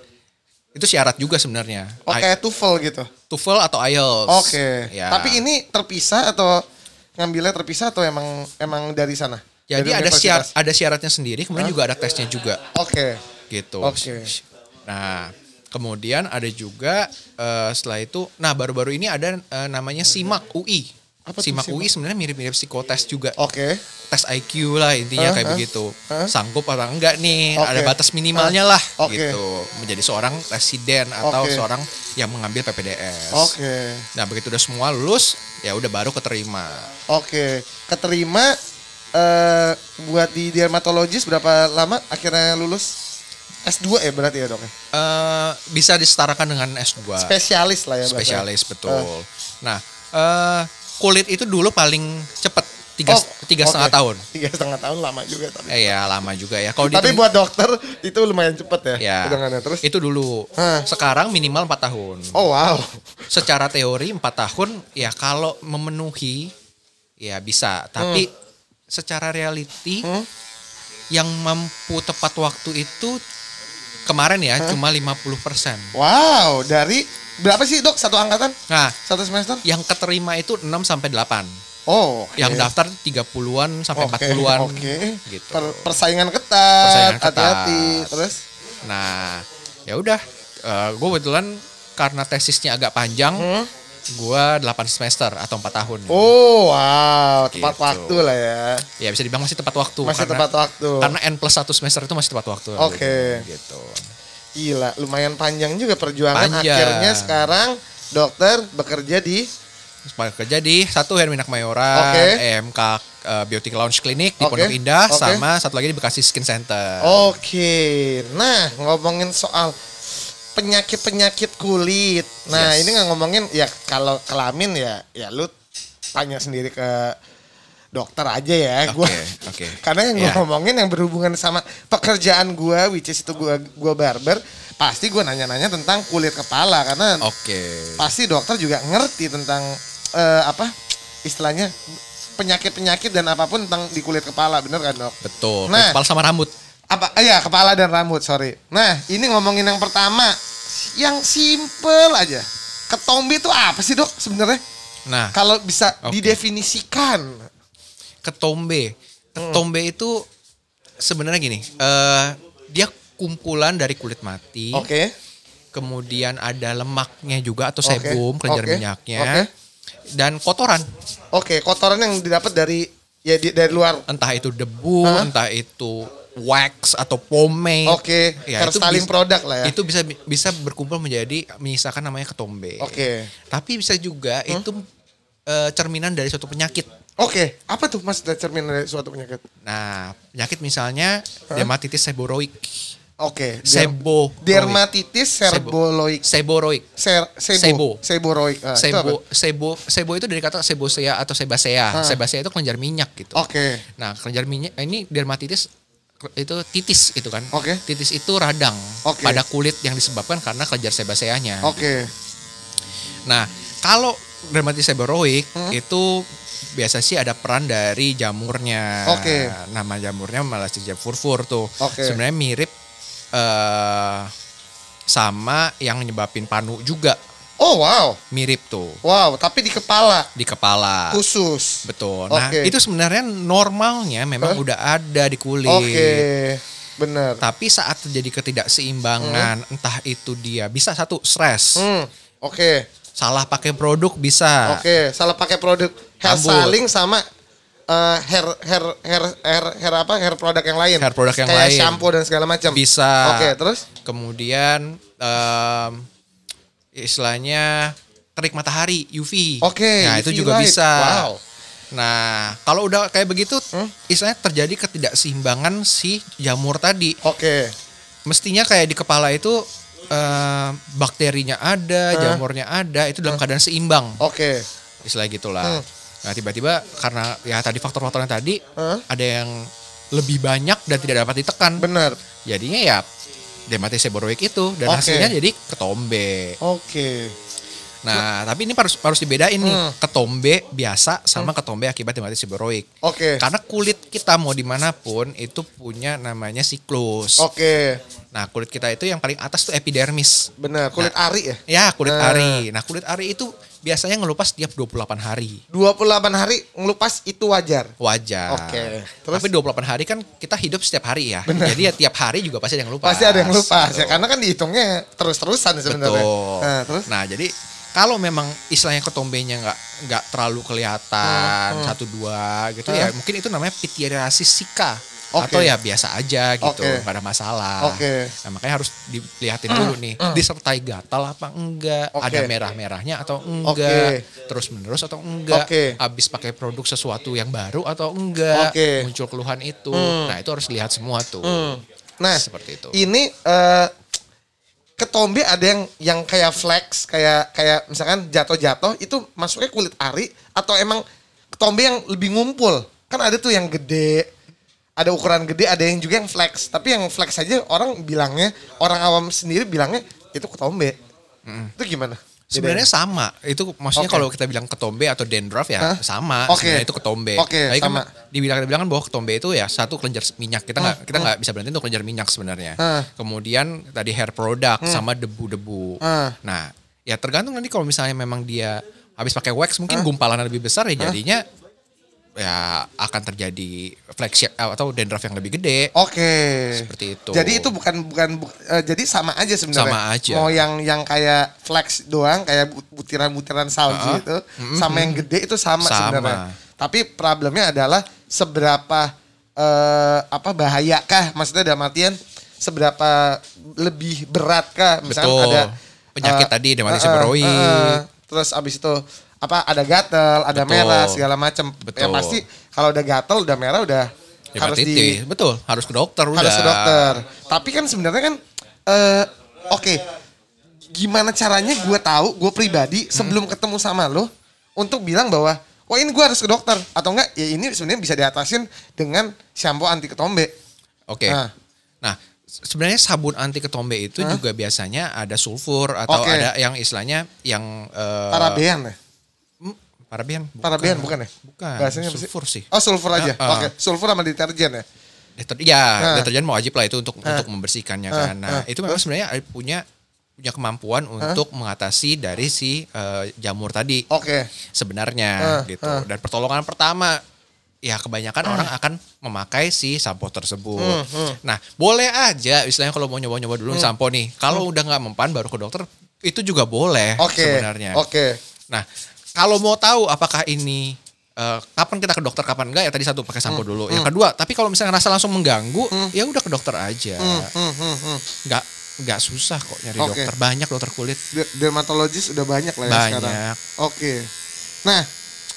[SPEAKER 1] itu syarat juga sebenarnya.
[SPEAKER 2] Oke,
[SPEAKER 1] I-
[SPEAKER 2] TOEFL gitu.
[SPEAKER 1] TOEFL atau IELTS.
[SPEAKER 2] Oke.
[SPEAKER 1] Ya.
[SPEAKER 2] Tapi ini terpisah atau ngambilnya terpisah atau emang emang dari sana?
[SPEAKER 1] Jadi
[SPEAKER 2] Dari
[SPEAKER 1] ada syarat
[SPEAKER 2] universitas?
[SPEAKER 1] ada syaratnya sendiri, kemudian juga ada tesnya juga
[SPEAKER 2] Oke.
[SPEAKER 1] gitu.
[SPEAKER 2] Oke.
[SPEAKER 1] Nah, kemudian ada juga eh, setelah itu nah baru-baru ini ada eh, namanya SIMAK UI.
[SPEAKER 2] Apa tuh
[SPEAKER 1] SIMAK,
[SPEAKER 2] SIMAK?
[SPEAKER 1] UI sebenarnya mirip-mirip psikotes juga.
[SPEAKER 2] Oke.
[SPEAKER 1] Tes IQ lah intinya
[SPEAKER 2] Hah,
[SPEAKER 1] kayak
[SPEAKER 2] hah,
[SPEAKER 1] begitu.
[SPEAKER 2] hah.
[SPEAKER 1] Sanggup atau enggak nih,
[SPEAKER 2] Oke.
[SPEAKER 1] ada batas minimalnya lah
[SPEAKER 2] Hah, oke.
[SPEAKER 1] gitu. Menjadi seorang residen atau
[SPEAKER 2] Oke.
[SPEAKER 1] seorang yang mengambil PPDS.
[SPEAKER 2] Oke.
[SPEAKER 1] Nah, begitu udah semua lulus, ya udah baru keterima.
[SPEAKER 2] Oke. Keterima eh buat di dermatologis berapa lama akhirnya lulus? S2 ya berarti ya, Dok? ya?
[SPEAKER 1] eh bisa disetarakan dengan S2.
[SPEAKER 2] Spesialis lah ya, bahasanya.
[SPEAKER 1] eh, Spesialis betul. Nah, eh kulit itu dulu paling cepet tiga,
[SPEAKER 2] Oh,
[SPEAKER 1] tiga
[SPEAKER 2] oke.
[SPEAKER 1] setengah tahun.
[SPEAKER 2] Tiga setengah tahun lama juga tapi.
[SPEAKER 1] Eh, ya lama juga ya. Kalau
[SPEAKER 2] Tapi
[SPEAKER 1] dihitung-
[SPEAKER 2] buat dokter itu lumayan cepet ya.
[SPEAKER 1] ya
[SPEAKER 2] hitungannya. terus.
[SPEAKER 1] itu dulu.
[SPEAKER 2] Hah.
[SPEAKER 1] Sekarang minimal 4 tahun.
[SPEAKER 2] Oh wow.
[SPEAKER 1] Secara teori 4 tahun ya kalau memenuhi ya bisa, tapi
[SPEAKER 2] Hmm.
[SPEAKER 1] secara reality yang mampu tepat waktu itu kemarin ya cuma 50%.
[SPEAKER 2] Wow dari berapa sih dok satu angkatan
[SPEAKER 1] Nah,
[SPEAKER 2] satu semester?
[SPEAKER 1] yang keterima itu 6 sampai 8.
[SPEAKER 2] Oh. oke.
[SPEAKER 1] Yang daftar 30-an sampai
[SPEAKER 2] Oke,
[SPEAKER 1] 40-an.
[SPEAKER 2] Oke.
[SPEAKER 1] Gitu.
[SPEAKER 2] Per-
[SPEAKER 1] Persaingan
[SPEAKER 2] persaingan ketat.
[SPEAKER 1] ketat.
[SPEAKER 2] Hati-hati. Terus.
[SPEAKER 1] Nah, ya udah. gue kebetulan karena tesisnya agak panjang, gua gue 8 semester atau 4 tahun.
[SPEAKER 2] Hmm. Oh wow tepat
[SPEAKER 1] Gitu.
[SPEAKER 2] waktu lah ya.
[SPEAKER 1] Ya bisa dibilang masih tepat waktu.
[SPEAKER 2] Masih tepat waktu.
[SPEAKER 1] Karena kan N plus 1 semester itu masih tepat waktu.
[SPEAKER 2] Oke.
[SPEAKER 1] Gitu.
[SPEAKER 2] Gila lumayan panjang juga perjuangan.
[SPEAKER 1] Panjang.
[SPEAKER 2] Akhirnya sekarang dokter bekerja di
[SPEAKER 1] Sebagai kerja di satu Herminak Mayoran,
[SPEAKER 2] Oke.
[SPEAKER 1] EMK eh, Beauty Lounge Clinic di
[SPEAKER 2] Oke.
[SPEAKER 1] Pondok Indah,
[SPEAKER 2] Oke. Oh.
[SPEAKER 1] sama satu lagi di Bekasi Skin Center.
[SPEAKER 2] Oke, nah ngomongin soal penyakit-penyakit kulit. Nah
[SPEAKER 1] Yes.
[SPEAKER 2] ini nggak ngomongin ya kalau kelamin ya, ya lu tanya sendiri ke dokter aja ya.
[SPEAKER 1] Oke,
[SPEAKER 2] Gua,
[SPEAKER 1] oke.
[SPEAKER 2] Karena yang gue
[SPEAKER 1] Ya.
[SPEAKER 2] ngomongin yang berhubungan sama pekerjaan gue, which is itu gue gua barber, pasti gue nanya-nanya tentang kulit kepala karena
[SPEAKER 1] Oke.
[SPEAKER 2] pasti dokter juga ngerti tentang eh, apa istilahnya penyakit-penyakit dan apapun tentang di kulit kepala, bener kan dok?
[SPEAKER 1] Betul.
[SPEAKER 2] Nah.
[SPEAKER 1] Kepala sama rambut.
[SPEAKER 2] apa eh, ya kepala dan rambut sorry nah ini ngomongin yang pertama yang simple aja ketombe itu apa sih dok sebenarnya
[SPEAKER 1] Nah,
[SPEAKER 2] kalau bisa
[SPEAKER 1] Oke.
[SPEAKER 2] didefinisikan
[SPEAKER 1] ketombe.
[SPEAKER 2] Hmm.
[SPEAKER 1] Ketombe itu sebenarnya gini, eh dia kumpulan dari kulit mati,
[SPEAKER 2] oke
[SPEAKER 1] kemudian ada lemaknya juga atau
[SPEAKER 2] Oke,
[SPEAKER 1] sebum, kelenjar
[SPEAKER 2] oke,
[SPEAKER 1] minyaknya,
[SPEAKER 2] oke.
[SPEAKER 1] dan kotoran.
[SPEAKER 2] oke kotoran yang didapat dari ya di- dari luar
[SPEAKER 1] Entah itu debu, entah itu wax atau pomade.
[SPEAKER 2] Oke, hairstyling
[SPEAKER 1] bis-
[SPEAKER 2] product lah ya.
[SPEAKER 1] Itu bisa bisa berkumpul menjadi menyisakan namanya ketombe.
[SPEAKER 2] Oke. Hmm?
[SPEAKER 1] Tapi bisa juga itu eh, cerminan dari suatu penyakit.
[SPEAKER 2] oke apa tuh mas cermin dari suatu penyakit
[SPEAKER 1] Nah, penyakit misalnya dermatitis seboroik.
[SPEAKER 2] oke
[SPEAKER 1] Sebo-
[SPEAKER 2] dermatitis serboloik
[SPEAKER 1] Seboroik.
[SPEAKER 2] ser sebo
[SPEAKER 1] Sebo.
[SPEAKER 2] seboroik Ah, itu apa? Ah.
[SPEAKER 1] Sebo, sebo, sebo itu dari kata sebosea atau sebasea. Sebasea itu kelenjar minyak gitu.
[SPEAKER 2] oke
[SPEAKER 1] Nah, kelenjar minyak ini dermatitis itu titis itu kan.
[SPEAKER 2] Oke.
[SPEAKER 1] Titis itu radang
[SPEAKER 2] Oke.
[SPEAKER 1] pada kulit yang disebabkan karena kelenjar sebaseanya.
[SPEAKER 2] oke
[SPEAKER 1] Nah, kalau dermatitis seboroik
[SPEAKER 2] Hmm?
[SPEAKER 1] itu biasa sih ada peran dari jamurnya.
[SPEAKER 2] Oke.
[SPEAKER 1] Nama jamurnya Malassezia furfur tuh.
[SPEAKER 2] Oke.
[SPEAKER 1] Sebenarnya mirip eh sama yang nyebabin panu juga
[SPEAKER 2] oh wow
[SPEAKER 1] mirip tuh
[SPEAKER 2] wow tapi di kepala
[SPEAKER 1] di kepala.
[SPEAKER 2] khusus
[SPEAKER 1] Betul. Nah,
[SPEAKER 2] Oke.
[SPEAKER 1] itu sebenarnya normalnya memang udah ada di kulit.
[SPEAKER 2] Oke, benar.
[SPEAKER 1] Tapi saat terjadi ketidakseimbangan, entah itu dia bisa satu stres,
[SPEAKER 2] Hmm, oke,
[SPEAKER 1] salah pakai produk bisa.
[SPEAKER 2] oke. Salah pakai produk hair
[SPEAKER 1] Ah. Rambut.
[SPEAKER 2] styling sama eh, hair, hair hair hair hair apa hair produk yang lain.
[SPEAKER 1] Hair product yang
[SPEAKER 2] Kayak
[SPEAKER 1] lain.
[SPEAKER 2] shampoo dan segala macam.
[SPEAKER 1] Bisa.
[SPEAKER 2] Oke, terus?
[SPEAKER 1] Kemudian em, istilahnya terik matahari UV.
[SPEAKER 2] Oke,
[SPEAKER 1] Nah,
[SPEAKER 2] UV
[SPEAKER 1] itu juga
[SPEAKER 2] light.
[SPEAKER 1] bisa.
[SPEAKER 2] Wow. Hmm?
[SPEAKER 1] Nah, kalau udah kayak begitu, istilahnya terjadi ketidakseimbangan si jamur tadi.
[SPEAKER 2] Oke.
[SPEAKER 1] mestinya kayak di kepala itu eh, bakterinya ada, jamurnya ada, itu dalam keadaan seimbang,
[SPEAKER 2] Oke.
[SPEAKER 1] istilah gitulah. Nah tiba-tiba karena ya tadi faktor-faktornya tadi
[SPEAKER 2] Hah?
[SPEAKER 1] ada yang lebih banyak dan tidak dapat ditekan,
[SPEAKER 2] Benar.
[SPEAKER 1] jadinya ya dermatitis seboroik itu dan
[SPEAKER 2] Oke.
[SPEAKER 1] hasilnya jadi ketombe.
[SPEAKER 2] Oke.
[SPEAKER 1] Nah tapi ini harus harus dibedain nih
[SPEAKER 2] Hmm.
[SPEAKER 1] ketombe biasa sama ketombe akibat dermatitis seboroik.
[SPEAKER 2] Oke.
[SPEAKER 1] Karena kulit kita mau dimanapun itu punya namanya siklus.
[SPEAKER 2] Oke.
[SPEAKER 1] Nah kulit kita itu yang paling atas tuh epidermis.
[SPEAKER 2] Benar. Kulit ari ya?
[SPEAKER 1] Ya, kulit
[SPEAKER 2] Nah.
[SPEAKER 1] ari. Nah, kulit ari itu biasanya ngelupas tiap 28 hari.
[SPEAKER 2] 28 hari ngelupas itu wajar.
[SPEAKER 1] Wajar.
[SPEAKER 2] Oke, terus?
[SPEAKER 1] Terus? Tapi 28 hari kan kita hidup setiap hari ya. Jadi ya tiap hari juga pasti ada yang lupas.
[SPEAKER 2] Pasti ada yang lupas ya
[SPEAKER 1] Betul.
[SPEAKER 2] karena kan dihitungnya terus-terusan sebenarnya.
[SPEAKER 1] Betul.
[SPEAKER 2] Nah,
[SPEAKER 1] Nah,
[SPEAKER 2] terus?
[SPEAKER 1] jadi kalau memang istilahnya ketombenya nggak nggak terlalu kelihatan
[SPEAKER 2] Hmm,
[SPEAKER 1] satu dua gitu ya mungkin itu namanya pityriasis sika
[SPEAKER 2] Oke.
[SPEAKER 1] atau ya biasa aja gitu
[SPEAKER 2] Oke.
[SPEAKER 1] nggak ada masalah
[SPEAKER 2] Oke. Hmm,
[SPEAKER 1] nah, makanya harus dilihatin dulu nih disertai gatal apa enggak
[SPEAKER 2] Oke.
[SPEAKER 1] ada merah merahnya atau enggak terus menerus atau enggak
[SPEAKER 2] Oke.
[SPEAKER 1] habis pakai produk sesuatu yang baru atau enggak
[SPEAKER 2] Oke. Hmm.
[SPEAKER 1] muncul keluhan itu nah itu harus dilihat semua tuh
[SPEAKER 2] Nah,
[SPEAKER 1] seperti itu
[SPEAKER 2] Ini eh ketombe ada yang yang kayak flex, kayak kayak misalkan jatuh-jatuh itu masuknya kulit ari atau emang ketombe yang lebih ngumpul? kan ada tuh yang gede ada ukuran gede ada yang juga yang flex tapi yang flex aja orang bilangnya orang awam sendiri bilangnya itu ketombe
[SPEAKER 1] Hmm.
[SPEAKER 2] itu gimana
[SPEAKER 1] Sebenarnya sama. Itu maksudnya
[SPEAKER 2] Oke.
[SPEAKER 1] kalau kita bilang ketombe atau dandruff ya
[SPEAKER 2] Hah?
[SPEAKER 1] sama.
[SPEAKER 2] Oke.
[SPEAKER 1] Sebenarnya itu ketombe.
[SPEAKER 2] Oke,
[SPEAKER 1] Tapi kan
[SPEAKER 2] sama.
[SPEAKER 1] dibilang dibilang kan bahwa ketombe itu ya satu kelenjar minyak. Kita nggak kita nggak bisa berhenti untuk kelenjar minyak sebenarnya.
[SPEAKER 2] Hah.
[SPEAKER 1] Kemudian tadi hair product sama debu-debu.
[SPEAKER 2] Hah.
[SPEAKER 1] Nah, ya tergantung nanti kalau misalnya memang dia habis pakai wax mungkin gumpalan lebih besar ya jadinya ya akan terjadi flagship eh, atau dandruff yang lebih gede.
[SPEAKER 2] Oke.
[SPEAKER 1] Seperti itu.
[SPEAKER 2] Jadi itu bukan bukan bu- eh, jadi sama aja sebenarnya.
[SPEAKER 1] Sama aja.
[SPEAKER 2] Mau yang yang kayak flex doang kayak bu- butiran-butiran
[SPEAKER 1] Heeh.
[SPEAKER 2] salju itu sama yang gede itu
[SPEAKER 1] Sama.
[SPEAKER 2] sama, sebenarnya. Tapi problemnya adalah seberapa eh, apa bahayakah maksudnya dalam artian seberapa lebih beratkah misalnya
[SPEAKER 1] Betul.
[SPEAKER 2] ada
[SPEAKER 1] Penyakit
[SPEAKER 2] eh,
[SPEAKER 1] tadi, dermatitis
[SPEAKER 2] eh, eh,
[SPEAKER 1] seborrheic.
[SPEAKER 2] eh, terus abis itu apa ada gatel, ada
[SPEAKER 1] Betul.
[SPEAKER 2] merah segala macam. Yang
[SPEAKER 1] Betul. Ya
[SPEAKER 2] pasti kalau udah gatel, udah merah udah harus di
[SPEAKER 1] Hepatitis. Betul, harus ke dokter
[SPEAKER 2] harus
[SPEAKER 1] udah.
[SPEAKER 2] ke dokter. Tapi kan sebenarnya kan eh oke. Gimana caranya gue tahu gue
[SPEAKER 1] Hmm.
[SPEAKER 2] pribadi sebelum ketemu sama lo untuk bilang bahwa wah ini gue harus ke dokter atau enggak ya ini sebenarnya bisa diatasin dengan shampoo anti
[SPEAKER 1] Eh.
[SPEAKER 2] ketombe.
[SPEAKER 1] Oke.
[SPEAKER 2] Nah.
[SPEAKER 1] Nah, se- sebenarnya sabun anti ketombe itu juga biasanya ada sulfur atau
[SPEAKER 2] Ah. Oke.
[SPEAKER 1] ada yang istilahnya yang eh,
[SPEAKER 2] Paraben ya?
[SPEAKER 1] Hmm, paraben. bukan.
[SPEAKER 2] Paraben bukan ya?
[SPEAKER 1] Bukan.
[SPEAKER 2] Bahasanya apa
[SPEAKER 1] sulfur sih.
[SPEAKER 2] Oh sulfur
[SPEAKER 1] Nah,
[SPEAKER 2] aja.
[SPEAKER 1] eh.
[SPEAKER 2] Oke, sulfur sama deterjen ya.
[SPEAKER 1] Deter- ya,
[SPEAKER 2] Ah.
[SPEAKER 1] deterjen mau wajib lah itu untuk untuk membersihkannya
[SPEAKER 2] Ah,
[SPEAKER 1] kan. Nah,
[SPEAKER 2] ah.
[SPEAKER 1] itu memang sebenarnya ada- punya punya kemampuan untuk mengatasi dari si eh, jamur tadi.
[SPEAKER 2] Oke.
[SPEAKER 1] Sebenarnya
[SPEAKER 2] Ah,
[SPEAKER 1] gitu. Dan pertolongan pertama ya kebanyakan orang akan memakai si sampo tersebut.
[SPEAKER 2] Hmm,
[SPEAKER 1] Nah, boleh aja istilahnya kalau mau nyoba-nyoba dulu sampo nih. Kalau udah nggak mempan baru ke dokter itu juga boleh
[SPEAKER 2] Hmm. Oke.
[SPEAKER 1] sebenarnya.
[SPEAKER 2] Oke.
[SPEAKER 1] Nah, kalau mau tahu apakah ini eh, kapan kita ke dokter kapan enggak ya tadi satu pakai
[SPEAKER 2] Hmm,
[SPEAKER 1] sampo dulu. Yang kedua, tapi kalau misalnya ngerasa langsung mengganggu, ya udah ke dokter aja.
[SPEAKER 2] Hmm, hmm, hmm.
[SPEAKER 1] Enggak enggak susah kok nyari
[SPEAKER 2] Oke.
[SPEAKER 1] dokter. Banyak dokter kulit.
[SPEAKER 2] De- dermatologis udah banyak lah ya
[SPEAKER 1] Banyak.
[SPEAKER 2] sekarang. Oke. Nah,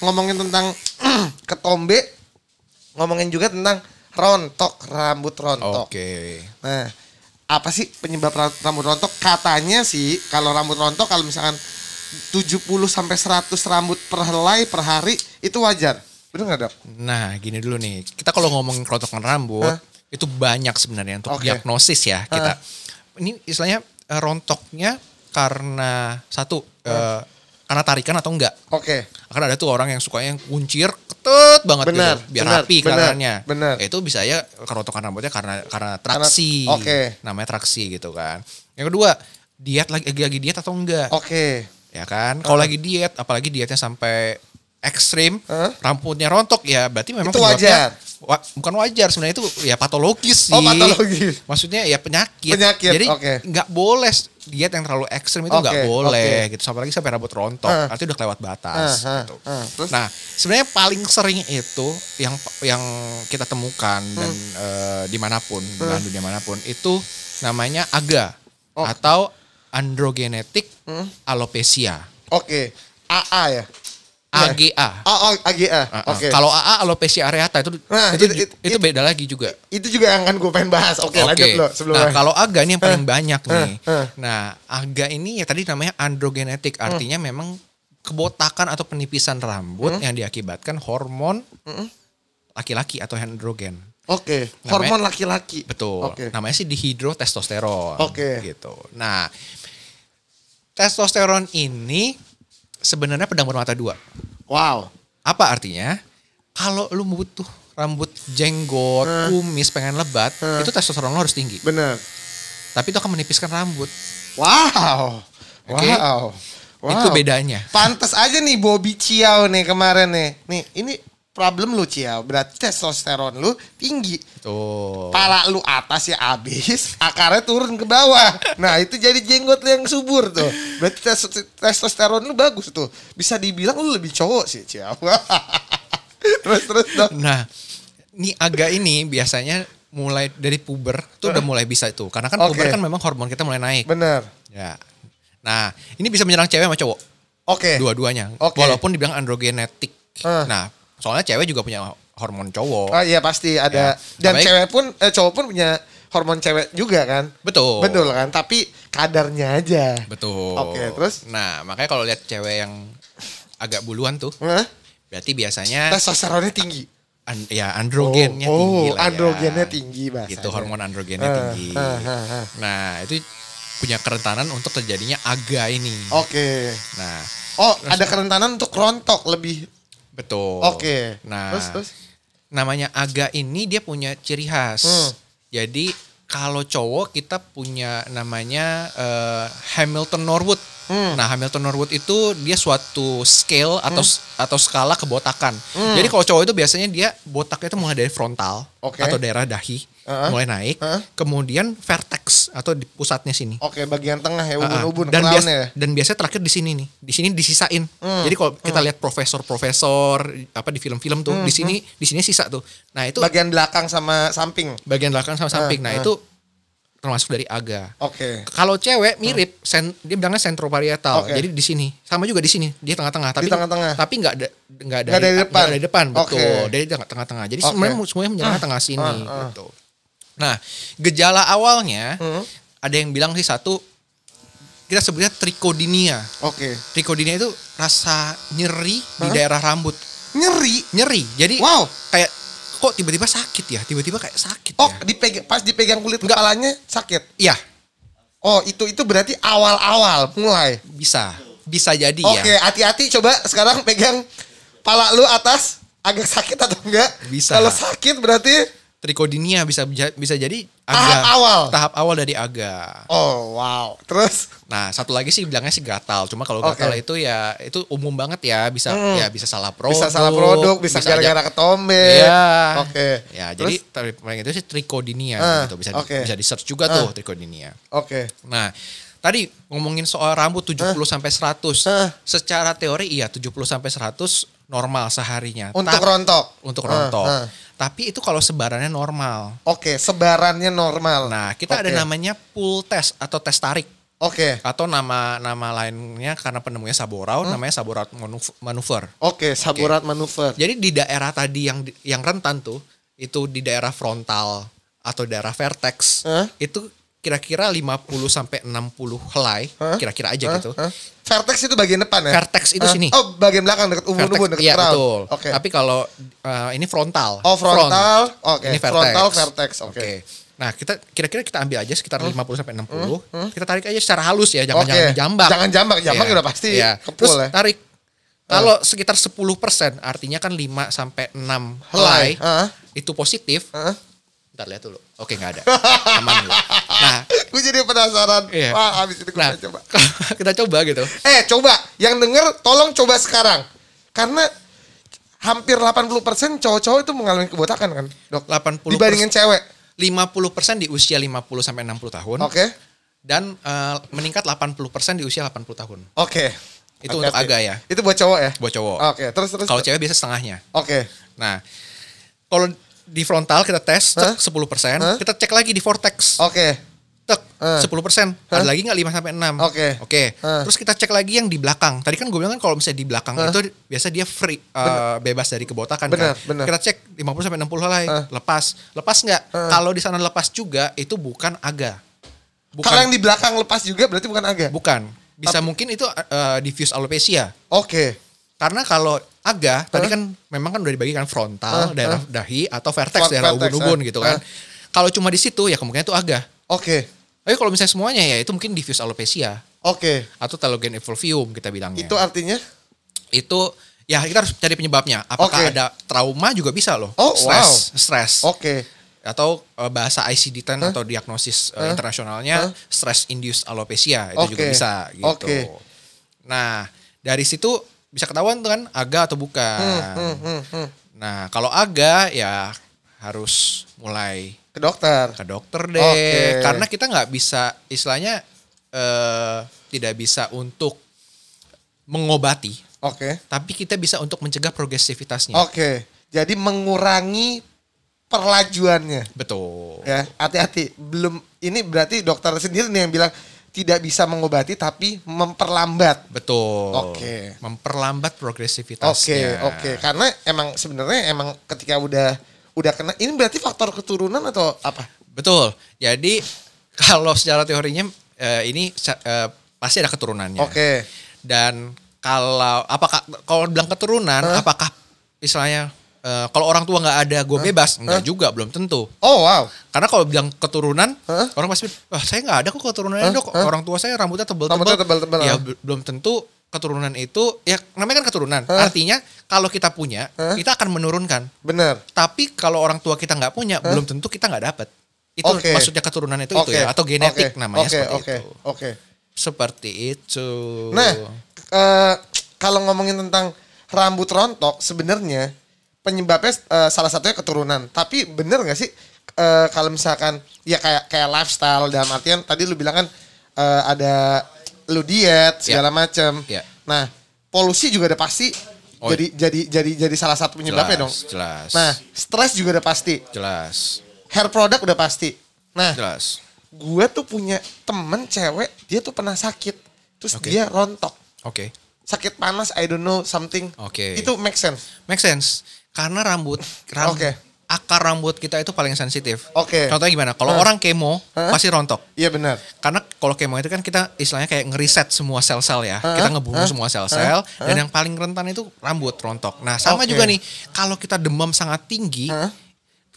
[SPEAKER 2] ngomongin tentang ketombe, ngomongin juga tentang rontok, rambut rontok.
[SPEAKER 1] Oke.
[SPEAKER 2] Nah, apa sih penyebab ra- rambut rontok? Katanya sih kalau rambut rontok kalau misalkan 70 sampai 100 rambut per helai per hari itu wajar. Benar nggak, Dok?
[SPEAKER 1] Nah, gini dulu nih. Kita kalau ngomongin kerontokan rambut,
[SPEAKER 2] Hah?
[SPEAKER 1] itu banyak sebenarnya untuk
[SPEAKER 2] Oke.
[SPEAKER 1] diagnosis ya kita. Ini istilahnya eh, rontoknya karena satu eh, karena tarikan atau enggak.
[SPEAKER 2] Oke.
[SPEAKER 1] Karena ada tuh orang yang sukanya yang kuncir ketut banget
[SPEAKER 2] Benar,
[SPEAKER 1] gitu, biar
[SPEAKER 2] benar,
[SPEAKER 1] rapi
[SPEAKER 2] benar,
[SPEAKER 1] kelihatannya.
[SPEAKER 2] benar.
[SPEAKER 1] Itu bisa ya kerontokan rambutnya karena karena traksi.
[SPEAKER 2] Karena- oke.
[SPEAKER 1] Namanya traksi gitu kan. Yang kedua, diet lagi lagi- lagi diet atau enggak?
[SPEAKER 2] Oke.
[SPEAKER 1] Ya kan? Kalau lagi diet, apalagi dietnya sampai ekstrim,
[SPEAKER 2] Hah?
[SPEAKER 1] rambutnya rontok ya berarti memang
[SPEAKER 2] Itu
[SPEAKER 1] penyebabnya- wa- bukan wajar sebenarnya itu ya patologis sih.
[SPEAKER 2] Oh, patologis.
[SPEAKER 1] Maksudnya ya penyakit.
[SPEAKER 2] Penyakit,
[SPEAKER 1] Jadi
[SPEAKER 2] oke.
[SPEAKER 1] nggak boleh diet yang terlalu ekstrim itu nggak
[SPEAKER 2] Oke,
[SPEAKER 1] boleh gitu. Sampai lagi sampai rambut rontok,
[SPEAKER 2] Hah.
[SPEAKER 1] artinya udah kelewat batas
[SPEAKER 2] Hah, hah,
[SPEAKER 1] gitu.
[SPEAKER 2] hah. Terus?
[SPEAKER 1] Nah, sebenarnya paling sering itu yang yang kita temukan
[SPEAKER 2] Hmm.
[SPEAKER 1] dan eh, dimanapun, di belahan dunia manapun itu namanya AGA
[SPEAKER 2] Oh. Hmm.
[SPEAKER 1] atau androgenetic alopecia.
[SPEAKER 2] Oke. AA ya.
[SPEAKER 1] AGA.
[SPEAKER 2] Oh, oh, AGA.
[SPEAKER 1] Ah, ah.
[SPEAKER 2] Oke.
[SPEAKER 1] Kalau AA alopecia areata itu
[SPEAKER 2] Nah,
[SPEAKER 1] itu,
[SPEAKER 2] itu-
[SPEAKER 1] ju-
[SPEAKER 2] itu-
[SPEAKER 1] itu beda lagi juga.
[SPEAKER 2] itu juga yang akan gue pengen bahas. Oke, lanjut lo sebelumnya.
[SPEAKER 1] Nah, kalau AGA ini yang paling banyak nih.
[SPEAKER 2] eh, Hmm. eh.
[SPEAKER 1] Nah, AGA ini ya tadi namanya androgenetik, artinya memang kebotakan atau penipisan rambut
[SPEAKER 2] Hmm.
[SPEAKER 1] yang diakibatkan hormon laki-laki atau androgen.
[SPEAKER 2] Oke,
[SPEAKER 1] Namanya-
[SPEAKER 2] hormon laki-laki.
[SPEAKER 1] Betul.
[SPEAKER 2] Oke.
[SPEAKER 1] Namanya sih dihidrotestosteron.
[SPEAKER 2] Oke.
[SPEAKER 1] Gitu. Nah, testosteron ini sebenarnya pedang bermata dua.
[SPEAKER 2] Wow.
[SPEAKER 1] Apa artinya? Kalau lu butuh rambut jenggot, kumis, pengen lebat,
[SPEAKER 2] Eh.
[SPEAKER 1] itu testosteron lo harus tinggi.
[SPEAKER 2] Bener.
[SPEAKER 1] Tapi itu akan menipiskan rambut.
[SPEAKER 2] Wow.
[SPEAKER 1] Oke.
[SPEAKER 2] Wow. Wow.
[SPEAKER 1] Itu bedanya.
[SPEAKER 2] Pantes aja nih Bobby Ciao nih kemarin nih. Nih, ini problem lu Ciao. Berarti testosteron lu tinggi.
[SPEAKER 1] Tuh.
[SPEAKER 2] Pala lu atas ya abis, akarnya turun ke bawah. Nah itu jadi jenggot lu yang subur tuh. Berarti tes- testosteron lu bagus tuh. Bisa dibilang lu lebih cowok sih Ciao. terus terus dong.
[SPEAKER 1] Nah, ini agak ini biasanya mulai dari puber tuh udah mulai bisa itu. Karena kan
[SPEAKER 2] Oke.
[SPEAKER 1] puber kan memang hormon kita mulai naik.
[SPEAKER 2] Bener.
[SPEAKER 1] Ya. Nah, ini bisa menyerang cewek sama cowok.
[SPEAKER 2] Oke.
[SPEAKER 1] Dua-duanya.
[SPEAKER 2] Eh. Oke.
[SPEAKER 1] Walaupun dibilang androgenetik.
[SPEAKER 2] Eh.
[SPEAKER 1] Nah, soalnya cewek juga punya hormon cowok.
[SPEAKER 2] Oh iya pasti
[SPEAKER 1] Ya.
[SPEAKER 2] ada. Dan
[SPEAKER 1] Baik.
[SPEAKER 2] cewek pun eh, cowok pun punya hormon cewek juga kan?
[SPEAKER 1] Betul.
[SPEAKER 2] Betul kan? Tapi kadarnya aja.
[SPEAKER 1] Betul.
[SPEAKER 2] Oke, terus?
[SPEAKER 1] Nah, makanya kalau lihat cewek yang agak buluan tuh,
[SPEAKER 2] Hah?
[SPEAKER 1] berarti biasanya
[SPEAKER 2] Testosteronnya tinggi.
[SPEAKER 1] an- ya Eh. androgennya tinggi
[SPEAKER 2] oh,
[SPEAKER 1] lah ya.
[SPEAKER 2] androgennya tinggi bahasanya.
[SPEAKER 1] Gitu hormon androgennya
[SPEAKER 2] Ah,
[SPEAKER 1] tinggi.
[SPEAKER 2] ah, ah, ah.
[SPEAKER 1] Nah, itu punya kerentanan untuk terjadinya aga ini.
[SPEAKER 2] Oh. Oke.
[SPEAKER 1] Nah,
[SPEAKER 2] Oh, ada kerentanan untuk rontok lebih.
[SPEAKER 1] betul.
[SPEAKER 2] Oke.
[SPEAKER 1] Nah,
[SPEAKER 2] Terus, terus?
[SPEAKER 1] namanya aga ini dia punya ciri khas.
[SPEAKER 2] Hmm.
[SPEAKER 1] Jadi kalau cowok kita punya namanya eh, Hamilton Norwood.
[SPEAKER 2] Hmm.
[SPEAKER 1] Nah, Hamilton Norwood itu dia suatu scale atau atau skala kebotakan.
[SPEAKER 2] Hmm.
[SPEAKER 1] Jadi kalau cowok itu biasanya dia botaknya itu mulai dari frontal
[SPEAKER 2] Oke.
[SPEAKER 1] atau daerah dahi
[SPEAKER 2] Uh-uh.
[SPEAKER 1] mulai naik,
[SPEAKER 2] Uh-uh.
[SPEAKER 1] kemudian vertex atau di pusatnya sini.
[SPEAKER 2] Oke, bagian tengah ya
[SPEAKER 1] Ah, ah.
[SPEAKER 2] ubun-ubun
[SPEAKER 1] dan biasa
[SPEAKER 2] crown-nya ya. Hmm.
[SPEAKER 1] dan biasanya terakhir di sini nih di sini disisain jadi kalau kita lihat profesor-profesor apa di film-film tuh
[SPEAKER 2] Hmm,
[SPEAKER 1] di sini di sini sisa tuh nah itu
[SPEAKER 2] Bagian belakang sama samping.
[SPEAKER 1] bagian belakang sama samping nah itu termasuk dari aga
[SPEAKER 2] Oke.
[SPEAKER 1] kalau cewek mirip sen- dia bilangnya sentroparietal
[SPEAKER 2] Hmm. Oke.
[SPEAKER 1] jadi di sini sama juga di sini dia tengah-tengah tapi
[SPEAKER 2] tengah-tengah.
[SPEAKER 1] tapi nggak ada nggak dari,
[SPEAKER 2] Nggak dari depan.
[SPEAKER 1] nggak dari depan betul
[SPEAKER 2] Oke.
[SPEAKER 1] dari tengah- tengah-tengah jadi
[SPEAKER 2] Oke.
[SPEAKER 1] sebenarnya semuanya menjelang tengah sini
[SPEAKER 2] ah, ah.
[SPEAKER 1] gitu nah gejala awalnya
[SPEAKER 2] Hmm.
[SPEAKER 1] ada yang bilang sih satu kita sebutnya trikodinia
[SPEAKER 2] Oke.
[SPEAKER 1] trikodinia itu rasa nyeri di daerah rambut
[SPEAKER 2] Nyeri.
[SPEAKER 1] nyeri jadi
[SPEAKER 2] Wow.
[SPEAKER 1] kayak kok tiba-tiba sakit ya tiba-tiba kayak sakit
[SPEAKER 2] Oh,
[SPEAKER 1] ya
[SPEAKER 2] dipegang pas dipegang kulit kepalanya sakit.
[SPEAKER 1] iya
[SPEAKER 2] Oh, itu itu berarti awal-awal mulai.
[SPEAKER 1] bisa bisa jadi ya
[SPEAKER 2] Oke, hati-hati coba sekarang pegang pala lu atas agak sakit atau enggak?
[SPEAKER 1] Bisa.
[SPEAKER 2] Kalau sakit berarti
[SPEAKER 1] trikodinia bisa bisa jadi
[SPEAKER 2] Tahap awal.
[SPEAKER 1] tahap awal dari aga
[SPEAKER 2] oh wow. Terus
[SPEAKER 1] nah satu lagi sih bilangnya sih gatal cuma kalau
[SPEAKER 2] Oke.
[SPEAKER 1] gatal itu ya itu umum banget ya bisa ya bisa salah produk
[SPEAKER 2] bisa salah produk, bisa gara-gara
[SPEAKER 1] aja-
[SPEAKER 2] ketombe.
[SPEAKER 1] Iya.
[SPEAKER 2] Oke.
[SPEAKER 1] ya
[SPEAKER 2] Terus?
[SPEAKER 1] jadi tapi paling itu sih trikodinia
[SPEAKER 2] Ah,
[SPEAKER 1] gitu bisa
[SPEAKER 2] oke.
[SPEAKER 1] bisa di search juga
[SPEAKER 2] Ah.
[SPEAKER 1] tuh trikodinia
[SPEAKER 2] Oke.
[SPEAKER 1] Nah, tadi ngomongin soal
[SPEAKER 2] Ah.
[SPEAKER 1] rambut 70 sampai 100.
[SPEAKER 2] Hah?
[SPEAKER 1] Secara teori iya 70 sampai 100 normal seharinya.
[SPEAKER 2] Untuk
[SPEAKER 1] Tapi-
[SPEAKER 2] rontok. Ah,
[SPEAKER 1] Untuk
[SPEAKER 2] Hah,
[SPEAKER 1] rontok.
[SPEAKER 2] hah.
[SPEAKER 1] Tapi itu kalau sebarannya normal.
[SPEAKER 2] Oke, sebarannya normal.
[SPEAKER 1] Nah, kita ada
[SPEAKER 2] Oke.
[SPEAKER 1] namanya pull test atau tes tarik
[SPEAKER 2] Oke.
[SPEAKER 1] atau nama nama lainnya karena penemunya Saborau
[SPEAKER 2] Hmm?
[SPEAKER 1] namanya Saborau manuf- manuver.
[SPEAKER 2] Oke, saburat manuver.
[SPEAKER 1] Jadi di daerah tadi yang yang rentan tuh itu di daerah frontal atau daerah vertex
[SPEAKER 2] Hah?
[SPEAKER 1] itu kira-kira 50 sampai 60 helai
[SPEAKER 2] Hah?
[SPEAKER 1] kira-kira aja gitu.
[SPEAKER 2] Hah? Vertex itu bagian depan ya?
[SPEAKER 1] Vertex itu
[SPEAKER 2] Hah?
[SPEAKER 1] sini.
[SPEAKER 2] Oh, bagian belakang dekat ubun-ubun dekat
[SPEAKER 1] iya
[SPEAKER 2] crown.
[SPEAKER 1] betul.
[SPEAKER 2] Oke.
[SPEAKER 1] Tapi kalau eh, ini frontal.
[SPEAKER 2] Oh, frontal. Oke,
[SPEAKER 1] Ini vertex.
[SPEAKER 2] frontal, vertex, oke. Hmm.
[SPEAKER 1] Nah, kita kira-kira kita ambil aja sekitar 50 sampai 60. Kita tarik aja secara halus ya, jangan jangan
[SPEAKER 2] Oke.
[SPEAKER 1] jambak.
[SPEAKER 2] Jangan jambak, jambak
[SPEAKER 1] Iya,
[SPEAKER 2] udah pasti
[SPEAKER 1] iya.
[SPEAKER 2] kepul
[SPEAKER 1] Terus
[SPEAKER 2] ya.
[SPEAKER 1] tarik. Kalau sekitar 10% artinya kan 5 sampai 6 helai.
[SPEAKER 2] Helai, heeh.
[SPEAKER 1] Itu positif.
[SPEAKER 2] Heeh.
[SPEAKER 1] Ntar lihat dulu. Oke, nggak ada. Aman dulu. Nah,
[SPEAKER 2] Gue jadi penasaran.
[SPEAKER 1] Iya.
[SPEAKER 2] Wah, abis itu gue
[SPEAKER 1] nah,
[SPEAKER 2] coba.
[SPEAKER 1] kita coba gitu.
[SPEAKER 2] Eh, coba. Yang denger, tolong coba sekarang. Karena hampir 80% cowok-cowok itu mengalami kebotakan kan, dok?
[SPEAKER 1] 80%
[SPEAKER 2] Dibandingin cewek.
[SPEAKER 1] 50% di usia 50 sampai 60 tahun.
[SPEAKER 2] Oke.
[SPEAKER 1] dan eh, meningkat 80% di usia 80 tahun.
[SPEAKER 2] Oke.
[SPEAKER 1] Itu untuk
[SPEAKER 2] Hati-hati.
[SPEAKER 1] aga ya?
[SPEAKER 2] Itu buat cowok ya?
[SPEAKER 1] Buat cowok.
[SPEAKER 2] Oke, terus terus.
[SPEAKER 1] Kalau cewek biasa setengahnya.
[SPEAKER 2] Oke.
[SPEAKER 1] Nah, kalau di frontal kita tes
[SPEAKER 2] Hah?
[SPEAKER 1] cek 10%,
[SPEAKER 2] Hah?
[SPEAKER 1] kita cek lagi di vortex.
[SPEAKER 2] Oke.
[SPEAKER 1] Tek,
[SPEAKER 2] Hah?
[SPEAKER 1] 10%. Ada lagi nggak 5 sampai 6?
[SPEAKER 2] Oke.
[SPEAKER 1] Oke.
[SPEAKER 2] Hah.
[SPEAKER 1] Terus kita cek lagi yang di belakang. Tadi kan gue bilang kan kalau misalnya di belakang
[SPEAKER 2] Hah?
[SPEAKER 1] itu biasa dia free eh, bebas dari kebotakan
[SPEAKER 2] Benar,
[SPEAKER 1] kan.
[SPEAKER 2] benar.
[SPEAKER 1] Kita cek 50 sampai 60 helai,
[SPEAKER 2] Hah?
[SPEAKER 1] lepas. Lepas nggak? Kalau di sana lepas juga itu bukan aga. Bukan
[SPEAKER 2] Kalau yang di belakang lepas juga berarti bukan aga.
[SPEAKER 1] bukan. Bisa mungkin itu eh, diffuse alopecia.
[SPEAKER 2] Oke.
[SPEAKER 1] Karena kalau aga tadi kan memang kan udah dibagikan frontal
[SPEAKER 2] Hah?
[SPEAKER 1] daerah dahi atau vertex
[SPEAKER 2] Front-
[SPEAKER 1] daerah
[SPEAKER 2] vertex,
[SPEAKER 1] ubun-ubun
[SPEAKER 2] ah.
[SPEAKER 1] gitu kan.
[SPEAKER 2] Ah.
[SPEAKER 1] Kalau cuma di situ ya kemungkinan itu aga.
[SPEAKER 2] Oke.
[SPEAKER 1] Tapi kalau misalnya semuanya ya itu mungkin diffuse alopecia
[SPEAKER 2] Oke.
[SPEAKER 1] atau telogen effluvium kita bilangnya.
[SPEAKER 2] Itu artinya
[SPEAKER 1] Itu ya kita harus cari penyebabnya. Apakah
[SPEAKER 2] Oke.
[SPEAKER 1] ada trauma juga bisa loh.
[SPEAKER 2] Oh,
[SPEAKER 1] stress, stress.
[SPEAKER 2] oke.
[SPEAKER 1] Atau eh, bahasa ICD-10 atau diagnosis eh, internasionalnya stress induced alopecia itu juga
[SPEAKER 2] Oke.
[SPEAKER 1] bisa gitu.
[SPEAKER 2] Oke.
[SPEAKER 1] Nah, dari situ bisa ketahuan tuh kan aga atau bukan.
[SPEAKER 2] Hmm, hmm.
[SPEAKER 1] Nah, kalau agak ya harus mulai
[SPEAKER 2] Ke dokter.
[SPEAKER 1] ke dokter deh,
[SPEAKER 2] Oke.
[SPEAKER 1] karena kita nggak bisa, istilahnya eh, tidak bisa untuk mengobati,
[SPEAKER 2] Oke.
[SPEAKER 1] tapi kita bisa untuk mencegah progresivitasnya.
[SPEAKER 2] Oke. Jadi mengurangi perlajuannya.
[SPEAKER 1] Betul.
[SPEAKER 2] Ya, hati-hati. Belum ini berarti dokter sendiri nih yang bilang tidak bisa mengobati tapi memperlambat.
[SPEAKER 1] Betul.
[SPEAKER 2] Oke.
[SPEAKER 1] Memperlambat progresivitasnya.
[SPEAKER 2] Oke, oke. Karena emang sebenarnya emang ketika udah udah kena ini berarti faktor keturunan atau apa?
[SPEAKER 1] Betul. Jadi kalau secara teorinya eh, ini eh, pasti ada keturunannya.
[SPEAKER 2] Oke.
[SPEAKER 1] Dan kalau apakah kalau bilang keturunan, apakah istilahnya eh, kalau orang tua nggak ada gue bebas nggak juga belum tentu
[SPEAKER 2] Oh wow.
[SPEAKER 1] karena kalau bilang keturunan
[SPEAKER 2] Hah?
[SPEAKER 1] orang pasti "Wah, saya nggak ada kok keturunannya
[SPEAKER 2] Hah?
[SPEAKER 1] dok
[SPEAKER 2] Hah?
[SPEAKER 1] orang tua saya rambutnya
[SPEAKER 2] Rambutnya
[SPEAKER 1] tebel-tebel
[SPEAKER 2] tebel-tebel,
[SPEAKER 1] ya
[SPEAKER 2] ah.
[SPEAKER 1] bel- belum tentu keturunan itu ya namanya kan keturunan artinya kalau kita punya
[SPEAKER 2] Hah?
[SPEAKER 1] kita akan menurunkan
[SPEAKER 2] Bener.
[SPEAKER 1] tapi kalau orang tua kita nggak punya belum tentu kita nggak dapat itu
[SPEAKER 2] Oke.
[SPEAKER 1] maksudnya keturunan itu
[SPEAKER 2] Oke.
[SPEAKER 1] itu ya atau genetik
[SPEAKER 2] Oke,
[SPEAKER 1] namanya
[SPEAKER 2] oke,
[SPEAKER 1] seperti
[SPEAKER 2] oke,
[SPEAKER 1] itu
[SPEAKER 2] Oke.
[SPEAKER 1] seperti itu
[SPEAKER 2] Nah, eh, kalau ngomongin tentang rambut rontok, sebenarnya penyebabnya eh, salah satunya keturunan. Tapi bener nggak sih eh, kalau misalkan ya kayak kayak lifestyle dalam artian tadi lu bilang kan eh, ada lu diet segala macem.
[SPEAKER 1] Ya.
[SPEAKER 2] Nah, polusi juga ada pasti.
[SPEAKER 1] Oh,
[SPEAKER 2] jadi jadi jadi jadi salah satu
[SPEAKER 1] Jelas,
[SPEAKER 2] penyebabnya dong.
[SPEAKER 1] jelas.
[SPEAKER 2] Nah, stres juga udah pasti.
[SPEAKER 1] jelas
[SPEAKER 2] Hair product udah pasti. Nah,
[SPEAKER 1] jelas
[SPEAKER 2] gue tuh punya temen cewek, dia tuh pernah sakit. Terus
[SPEAKER 1] Oke.
[SPEAKER 2] dia rontok
[SPEAKER 1] oke
[SPEAKER 2] sakit panas I don't know something.
[SPEAKER 1] Oke.
[SPEAKER 2] Itu make sense.
[SPEAKER 1] make sense karena rambut ram-
[SPEAKER 2] Oke.
[SPEAKER 1] akar rambut kita itu paling sensitif
[SPEAKER 2] Oke.
[SPEAKER 1] contohnya gimana kalau
[SPEAKER 2] Hah?
[SPEAKER 1] orang kemo
[SPEAKER 2] Hah?
[SPEAKER 1] pasti rontok
[SPEAKER 2] Iya benar.
[SPEAKER 1] karena kalau kemo itu kan kita istilahnya kayak ngeriset semua sel-sel ya.
[SPEAKER 2] Hah?
[SPEAKER 1] Kita ngebunuh
[SPEAKER 2] Hah?
[SPEAKER 1] semua sel-sel dan yang paling rentan itu rambut rontok. Nah, sama
[SPEAKER 2] Oke.
[SPEAKER 1] juga nih kalau kita demam sangat tinggi
[SPEAKER 2] Hah?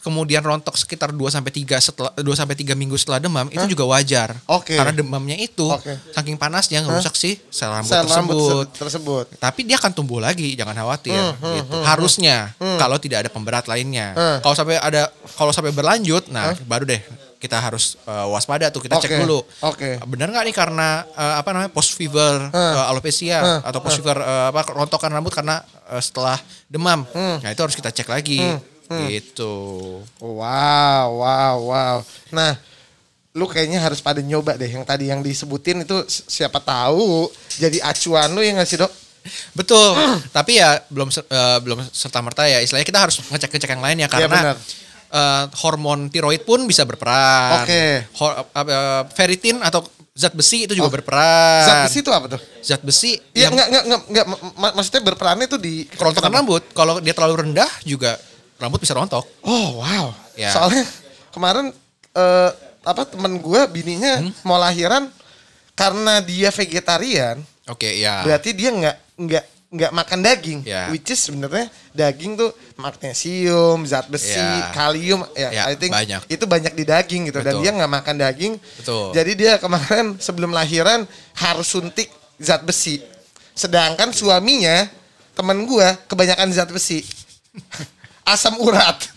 [SPEAKER 1] kemudian rontok sekitar 2 sampai 3 setelah 2 sampai 3 minggu setelah demam itu juga wajar.
[SPEAKER 2] Oke.
[SPEAKER 1] Karena demamnya itu
[SPEAKER 2] Oke.
[SPEAKER 1] saking panasnya ngerusak sih sel rambut
[SPEAKER 2] Sel
[SPEAKER 1] tersebut.
[SPEAKER 2] rambut ter- tersebut.
[SPEAKER 1] Tapi dia akan tumbuh lagi, jangan khawatir. gitu. Harusnya kalau tidak ada pemberat lainnya.
[SPEAKER 2] Hmm.
[SPEAKER 1] Kalau sampai ada kalau sampai berlanjut, nah baru deh kita harus eh, waspada tuh kita
[SPEAKER 2] Oke.
[SPEAKER 1] cek dulu.
[SPEAKER 2] Oke.
[SPEAKER 1] Benar nggak nih karena eh, apa namanya post fever eh, alopecia
[SPEAKER 2] Hmm.
[SPEAKER 1] atau post fever eh, apa rontokan rambut karena eh, setelah demam.
[SPEAKER 2] Hmm.
[SPEAKER 1] Nah itu harus kita cek lagi. Gitu.
[SPEAKER 2] Wow, wow, wow. Nah, lu kayaknya harus pada nyoba deh yang tadi yang disebutin itu si- siapa tahu jadi acuan lu ya nggak sih dok?
[SPEAKER 1] Betul.
[SPEAKER 2] Ah.
[SPEAKER 1] Tapi ya belum ser- eh, belum serta merta ya. Istilahnya kita harus ngecek-ngecek yang lainnya
[SPEAKER 2] Iya, benar.
[SPEAKER 1] karena eh, hormon tiroid pun bisa berperan.
[SPEAKER 2] Oke.
[SPEAKER 1] Hor- apa, eh, Ferritin atau zat besi itu juga
[SPEAKER 2] Oh.
[SPEAKER 1] berperan.
[SPEAKER 2] Zat besi itu apa tuh?
[SPEAKER 1] Zat besi
[SPEAKER 2] Iya
[SPEAKER 1] yang
[SPEAKER 2] nggak nggak nggak nggak ma- ma- maksudnya berperannya tuh di
[SPEAKER 1] kerontokan rambut. Kalau dia terlalu rendah juga rambut bisa rontok.
[SPEAKER 2] Oh wow.
[SPEAKER 1] Ya.
[SPEAKER 2] Soalnya kemarin eh, apa temen gue bininya
[SPEAKER 1] Hmm?
[SPEAKER 2] mau lahiran karena dia vegetarian.
[SPEAKER 1] Oke, ya.
[SPEAKER 2] berarti dia nggak nggak nggak makan daging
[SPEAKER 1] Ya.
[SPEAKER 2] which is sebenarnya daging tuh magnesium zat besi
[SPEAKER 1] Ya.
[SPEAKER 2] kalium ya
[SPEAKER 1] Ya,
[SPEAKER 2] I think
[SPEAKER 1] banyak.
[SPEAKER 2] itu banyak di daging gitu dan
[SPEAKER 1] Betul.
[SPEAKER 2] dia nggak makan daging
[SPEAKER 1] Betul.
[SPEAKER 2] jadi dia kemarin sebelum lahiran harus suntik zat besi sedangkan suaminya temen gua kebanyakan zat besi asam urat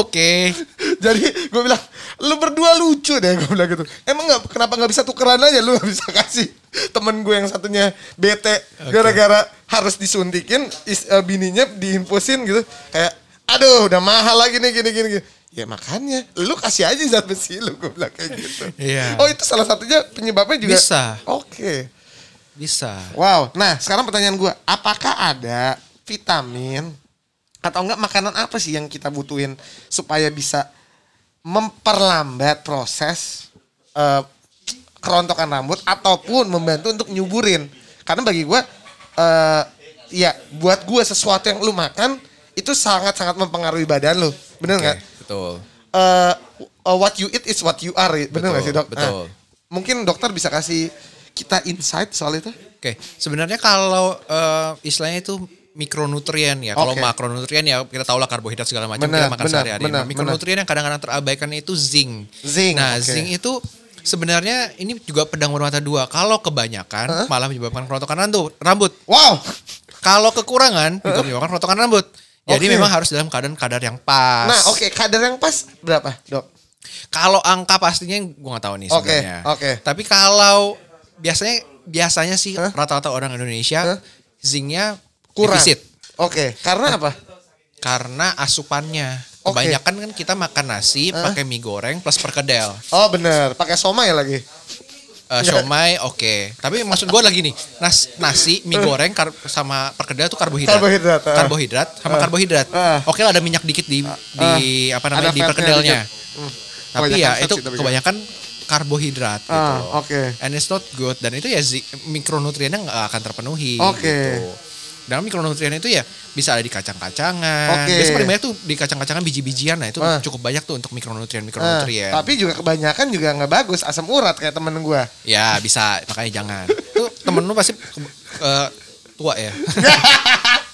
[SPEAKER 1] Oke.
[SPEAKER 2] jadi gue bilang lu berdua lucu deh gue bilang gitu. Emang nggak kenapa nggak bisa tukeran aja lu nggak bisa kasih temen gue yang satunya bete gara-gara harus disuntikin is, eh, bininya diinfusin gitu kayak aduh udah mahal lagi nih gini gini. gini." Ya makanya lu kasih aja zat besi lu gue bilang kayak gitu.
[SPEAKER 1] Iya.
[SPEAKER 2] Oh itu salah satunya penyebabnya juga.
[SPEAKER 1] Bisa.
[SPEAKER 2] Oke.
[SPEAKER 1] Bisa.
[SPEAKER 2] Wow. Nah, sekarang pertanyaan gue, apakah ada vitamin atau enggak makanan apa sih yang kita butuhin supaya bisa memperlambat proses eh, kerontokan rambut ataupun membantu untuk nyuburin? Karena bagi gue, eh, ya buat gue sesuatu yang lu makan itu sangat-sangat mempengaruhi badan lu,
[SPEAKER 1] Oke,
[SPEAKER 2] bener nggak?
[SPEAKER 1] betul.
[SPEAKER 2] eh uh, what you eat is what you are. Bener
[SPEAKER 1] Betul,
[SPEAKER 2] gak sih dok?
[SPEAKER 1] betul.
[SPEAKER 2] Nah, mungkin dokter bisa kasih kita insight soal itu.
[SPEAKER 1] Oke, sebenarnya kalau eh, istilahnya itu mikronutrien ya. Kalau
[SPEAKER 2] Oke.
[SPEAKER 1] makronutrien ya kita tahu lah karbohidrat segala macam kita
[SPEAKER 2] Benar,
[SPEAKER 1] makan
[SPEAKER 2] benar,
[SPEAKER 1] sehari-hari. Nah,
[SPEAKER 2] benar,
[SPEAKER 1] mikronutrien yang kadang-kadang terabaikan itu zinc.
[SPEAKER 2] Zinc,
[SPEAKER 1] Nah,
[SPEAKER 2] oke.
[SPEAKER 1] zinc itu sebenarnya ini juga pedang bermata dua. Kalau kebanyakan malah menyebabkan kerontokan randu- rambut.
[SPEAKER 2] Wow.
[SPEAKER 1] Kalau kekurangan juga menyebabkan kerontokan rambut. Jadi
[SPEAKER 2] Oke.
[SPEAKER 1] memang harus dalam keadaan kadar yang pas.
[SPEAKER 2] Nah oke kadar yang pas berapa dok?
[SPEAKER 1] Kalau angka pastinya gue nggak tahu nih
[SPEAKER 2] Oke,
[SPEAKER 1] sebenarnya.
[SPEAKER 2] oke.
[SPEAKER 1] Tapi kalau biasanya biasanya sih
[SPEAKER 2] Hah?
[SPEAKER 1] rata-rata orang Indonesia
[SPEAKER 2] Hah?
[SPEAKER 1] zincnya
[SPEAKER 2] Kurang.
[SPEAKER 1] defisit
[SPEAKER 2] Oke. Karena apa?
[SPEAKER 1] karena asupannya.
[SPEAKER 2] Oke.
[SPEAKER 1] Kebanyakan kan kita makan nasi pakai mie goreng plus perkedel.
[SPEAKER 2] Oh bener. Pakai somai lagi.
[SPEAKER 1] Eh, siomay oke. Tapi maksud gue lagi nih, nas- nasi, mie goreng kar- sama perkedel itu karbohidrat.
[SPEAKER 2] Karbohidrat, ah.
[SPEAKER 1] Karbohidrat sama
[SPEAKER 2] Ah.
[SPEAKER 1] karbohidrat.
[SPEAKER 2] Ah.
[SPEAKER 1] Oke lah ada minyak dikit di di apa namanya
[SPEAKER 2] Ada
[SPEAKER 1] di
[SPEAKER 2] fatnya
[SPEAKER 1] perkedelnya.
[SPEAKER 2] dikit. Hmm.
[SPEAKER 1] Tapi
[SPEAKER 2] Kebanyakan
[SPEAKER 1] ya
[SPEAKER 2] fat
[SPEAKER 1] itu
[SPEAKER 2] sih, tapi kan.
[SPEAKER 1] kebanyakan karbohidrat gitu.
[SPEAKER 2] Ah,
[SPEAKER 1] loh.
[SPEAKER 2] oke.
[SPEAKER 1] And it's not good dan itu ya zi- mikronutriennya nggak akan terpenuhi
[SPEAKER 2] Oke.
[SPEAKER 1] gitu. Dan mikronutrien itu ya bisa ada di kacang-kacangan.
[SPEAKER 2] Oke.
[SPEAKER 1] Biasanya paling banyak tuh di kacang-kacangan biji-bijian nah itu
[SPEAKER 2] Ah.
[SPEAKER 1] cukup banyak tuh untuk
[SPEAKER 2] Nah,
[SPEAKER 1] mikronutrien-mikronutrien.
[SPEAKER 2] tapi juga kebanyakan juga nggak bagus asam urat kayak temen gue.
[SPEAKER 1] Ya bisa, makanya jangan. Tuh temen lu pasti ke- eh, tua ya.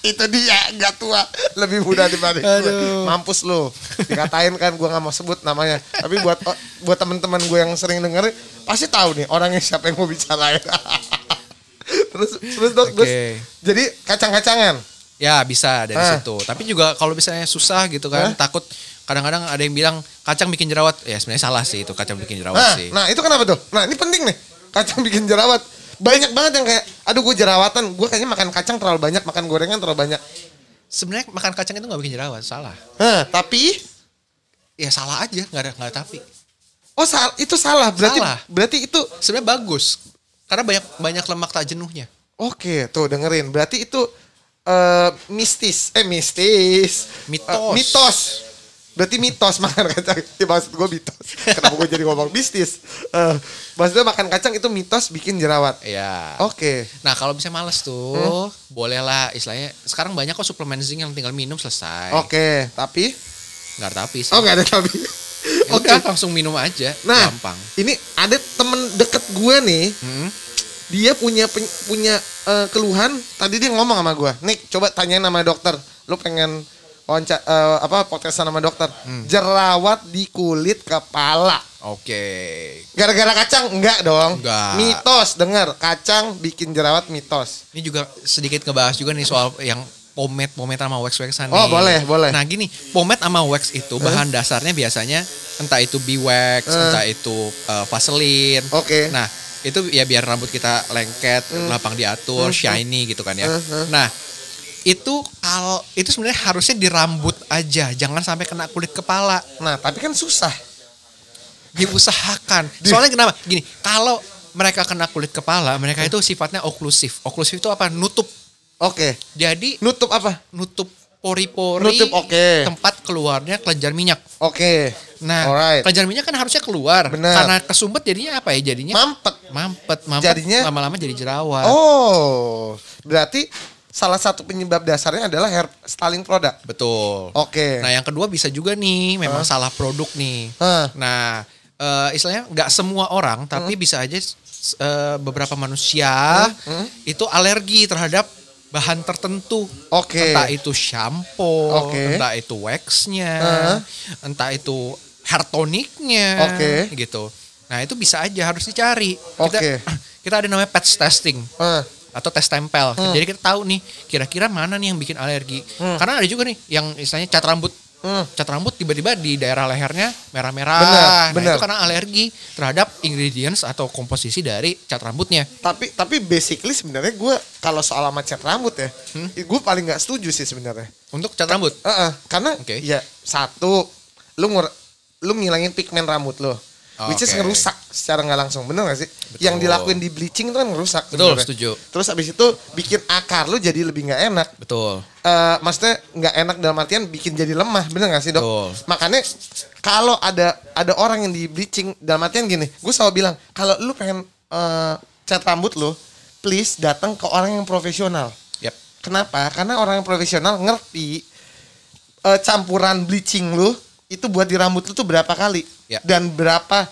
[SPEAKER 2] itu dia nggak tua lebih muda dibanding gue
[SPEAKER 1] Aduh.
[SPEAKER 2] mampus lu dikatain kan gue nggak mau sebut namanya tapi buat oh, buat teman-teman gue yang sering dengerin pasti tahu nih orangnya siapa yang mau bicarain terus terus dok terus
[SPEAKER 1] Oke.
[SPEAKER 2] jadi kacang-kacangan
[SPEAKER 1] Ya bisa dari
[SPEAKER 2] Ah.
[SPEAKER 1] situ. Tapi juga kalau misalnya susah gitu kan, takut kadang-kadang ada yang bilang kacang bikin jerawat. Ya sebenarnya salah sih itu kacang bikin jerawat Oh,
[SPEAKER 2] nah
[SPEAKER 1] sih.
[SPEAKER 2] nah itu kenapa tuh nah ini penting nih kacang bikin jerawat banyak banget yang kayak aduh gue jerawatan gue kayaknya makan kacang terlalu banyak makan gorengan terlalu banyak
[SPEAKER 1] Sebenarnya makan kacang itu nggak bikin jerawat, salah.
[SPEAKER 2] Hah, Nah, tapi
[SPEAKER 1] Ya salah aja, nggak ada nggak ada tapi.
[SPEAKER 2] oh sal- itu salah berarti
[SPEAKER 1] Salah.
[SPEAKER 2] berarti itu
[SPEAKER 1] Sebenarnya bagus karena banyak banyak lemak tak jenuhnya.
[SPEAKER 2] Oke, tuh dengerin. Berarti itu eh, mistis, eh mistis,
[SPEAKER 1] Mitos.
[SPEAKER 2] Eh, mitos. Berarti mitos makan kacang. Ya, maksud gue mitos. Kenapa gue jadi ngomong mistis? Eh, maksudnya makan kacang itu mitos bikin jerawat.
[SPEAKER 1] Ya.
[SPEAKER 2] Oke.
[SPEAKER 1] Nah kalau misalnya males tuh,
[SPEAKER 2] Hmm?
[SPEAKER 1] bolehlah istilahnya. Sekarang banyak kok suplemen zinc yang tinggal minum selesai.
[SPEAKER 2] Oke, tapi
[SPEAKER 1] Nggak ada tapi sih.
[SPEAKER 2] oh nggak ada tapi.
[SPEAKER 1] Ya
[SPEAKER 2] Oke.
[SPEAKER 1] udah, langsung minum aja.
[SPEAKER 2] Nah,
[SPEAKER 1] Gampang.
[SPEAKER 2] ini ada temen deket gue nih.
[SPEAKER 1] Hmm.
[SPEAKER 2] Dia punya pen- punya eh, keluhan. Tadi dia ngomong sama gue. Nik, coba tanyain sama dokter. Lu pengen wawancara eh, apa podcastan sama dokter?
[SPEAKER 1] Hmm.
[SPEAKER 2] Jerawat di kulit kepala.
[SPEAKER 1] Oke.
[SPEAKER 2] Gara-gara kacang enggak dong?
[SPEAKER 1] Enggak.
[SPEAKER 2] Mitos, dengar kacang bikin jerawat mitos.
[SPEAKER 1] Ini juga sedikit ngebahas juga nih soal yang pomade, pomade sama wax waxan
[SPEAKER 2] Oh, boleh, boleh. Hmm?
[SPEAKER 1] Nah gini, pomade sama wax itu bahan dasarnya biasanya entah itu beeswax,
[SPEAKER 2] Eh.
[SPEAKER 1] entah itu eh, vaseline.
[SPEAKER 2] Oke.
[SPEAKER 1] Nah itu ya biar rambut kita lengket,
[SPEAKER 2] Hmm.
[SPEAKER 1] lapang diatur, shiny gitu kan ya. Nah itu kalau itu sebenarnya harusnya di rambut aja, jangan sampai kena kulit kepala.
[SPEAKER 2] Nah, tapi kan susah.
[SPEAKER 1] diusahakan. Soalnya kenapa? Gini, kalau mereka kena kulit kepala,
[SPEAKER 2] Hmm.
[SPEAKER 1] mereka itu sifatnya oklusif. Oklusif itu apa? Nutup.
[SPEAKER 2] Oke.
[SPEAKER 1] Jadi
[SPEAKER 2] Nutup apa?
[SPEAKER 1] nutup pori-pori
[SPEAKER 2] Nutup, oke.
[SPEAKER 1] tempat keluarnya kelenjar minyak.
[SPEAKER 2] Oke.
[SPEAKER 1] Nah,
[SPEAKER 2] Alright.
[SPEAKER 1] kelenjar minyak kan harusnya keluar.
[SPEAKER 2] Benar.
[SPEAKER 1] Karena kesumpet jadinya apa ya? Jadinya
[SPEAKER 2] Mampet.
[SPEAKER 1] mampet, mampet.
[SPEAKER 2] Jadinya-
[SPEAKER 1] lama-lama jadi jerawat.
[SPEAKER 2] Oh, berarti salah satu penyebab dasarnya adalah hair styling produk.
[SPEAKER 1] Betul.
[SPEAKER 2] Oke.
[SPEAKER 1] Nah, yang kedua bisa juga nih memang salah produk nih.
[SPEAKER 2] Hah.
[SPEAKER 1] Nah, eh, istilahnya nggak semua orang tapi bisa aja s- eh, beberapa manusia itu alergi terhadap bahan tertentu.
[SPEAKER 2] Oke.
[SPEAKER 1] Entah itu shampoo,
[SPEAKER 2] Oke.
[SPEAKER 1] entah itu waxnya,
[SPEAKER 2] Hah.
[SPEAKER 1] entah itu hair tonicnya,
[SPEAKER 2] Oke.
[SPEAKER 1] gitu. Nah, itu bisa aja harus dicari. Kita
[SPEAKER 2] Oke.
[SPEAKER 1] kita ada namanya patch testing
[SPEAKER 2] Ah,
[SPEAKER 1] atau tes tempel. Jadi kita tahu nih kira-kira mana nih yang bikin alergi. Karena ada juga nih yang misalnya cat rambut.
[SPEAKER 2] Hmm.
[SPEAKER 1] Cat rambut tiba-tiba di daerah lehernya merah-merah.
[SPEAKER 2] Benar,
[SPEAKER 1] nah,
[SPEAKER 2] benar.
[SPEAKER 1] itu karena alergi terhadap ingredients atau komposisi dari cat rambutnya.
[SPEAKER 2] tapi tapi basically sebenarnya gue kalau soal sama cat rambut ya, gue paling nggak setuju sih sebenarnya.
[SPEAKER 1] Untuk cat rambut.
[SPEAKER 2] Ah, ah, karena
[SPEAKER 1] Oke.
[SPEAKER 2] ya satu, lu ngur- lu ngilangin pigmen rambut lo, which is
[SPEAKER 1] Oke.
[SPEAKER 2] ngerusak secara nggak langsung, bener gak sih?
[SPEAKER 1] Betul.
[SPEAKER 2] Yang dilakuin di bleaching itu kan ngerusak.
[SPEAKER 1] Betul,
[SPEAKER 2] sebenarnya.
[SPEAKER 1] setuju.
[SPEAKER 2] Terus abis itu bikin akar lu jadi lebih nggak enak.
[SPEAKER 1] Betul.
[SPEAKER 2] eh maksudnya nggak enak dalam artian bikin jadi lemah bener gak sih dok?
[SPEAKER 1] Betul.
[SPEAKER 2] Makanya kalau ada ada orang yang di bleaching dalam artian gini, gue selalu bilang kalau lu pengen eh, cat rambut lu, please datang ke orang yang profesional.
[SPEAKER 1] Yap.
[SPEAKER 2] Kenapa? Karena orang yang profesional ngerti eh, campuran bleaching lu itu buat di rambut lu tuh berapa kali
[SPEAKER 1] Ya.
[SPEAKER 2] dan berapa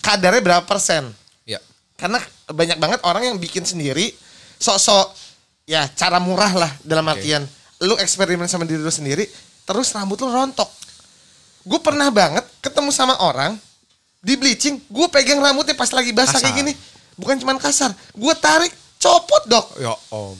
[SPEAKER 2] kadarnya berapa persen
[SPEAKER 1] Ya.
[SPEAKER 2] karena banyak banget orang yang bikin sendiri sok-sok ya cara murah lah dalam
[SPEAKER 1] Oke.
[SPEAKER 2] artian lu eksperimen sama diri lu sendiri terus rambut lu rontok gue pernah banget ketemu sama orang di bleaching gue pegang rambutnya pas lagi basah
[SPEAKER 1] Kasar.
[SPEAKER 2] kayak gini bukan cuman kasar gue tarik copot dok
[SPEAKER 1] Ya om.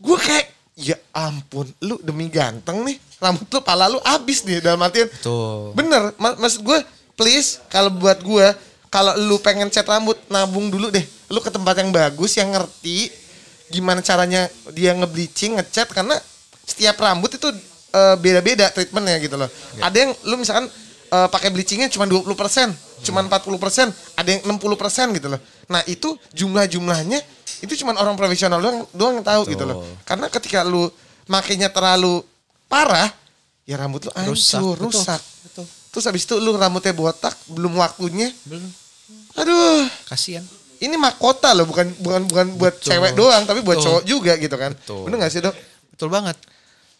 [SPEAKER 2] gue kayak ya ampun lu demi ganteng nih rambut lu pala lu abis nih dalam artian
[SPEAKER 1] Betul.
[SPEAKER 2] bener ma- maksud gue please kalau buat gue kalau lu pengen cat rambut nabung dulu deh lu ke tempat yang bagus yang ngerti gimana caranya dia ngebleaching ngecat karena setiap rambut itu eh, beda-beda treatmentnya gitu loh
[SPEAKER 1] Iya.
[SPEAKER 2] ada yang lu misalkan eh, pakai bleachingnya cuma 20% cuma
[SPEAKER 1] Hmm.
[SPEAKER 2] 40% ada yang 60% gitu loh nah itu jumlah-jumlahnya itu cuma orang profesional doang doang yang tahu gitu loh
[SPEAKER 1] Betul.
[SPEAKER 2] karena ketika lu makainya terlalu parah, ya rambut lu
[SPEAKER 1] Rusak,
[SPEAKER 2] hancur,
[SPEAKER 1] betul,
[SPEAKER 2] rusak.
[SPEAKER 1] betul.
[SPEAKER 2] Terus habis itu lu rambutnya botak, belum waktunya.
[SPEAKER 1] Belum.
[SPEAKER 2] Aduh,
[SPEAKER 1] Kasihan.
[SPEAKER 2] ini mahkota loh, bukan bukan bukan buat
[SPEAKER 1] Betul.
[SPEAKER 2] cewek doang, tapi buat
[SPEAKER 1] Betul.
[SPEAKER 2] cowok juga gitu kan.
[SPEAKER 1] Betul.
[SPEAKER 2] Bener gak sih, Dok?
[SPEAKER 1] Betul banget.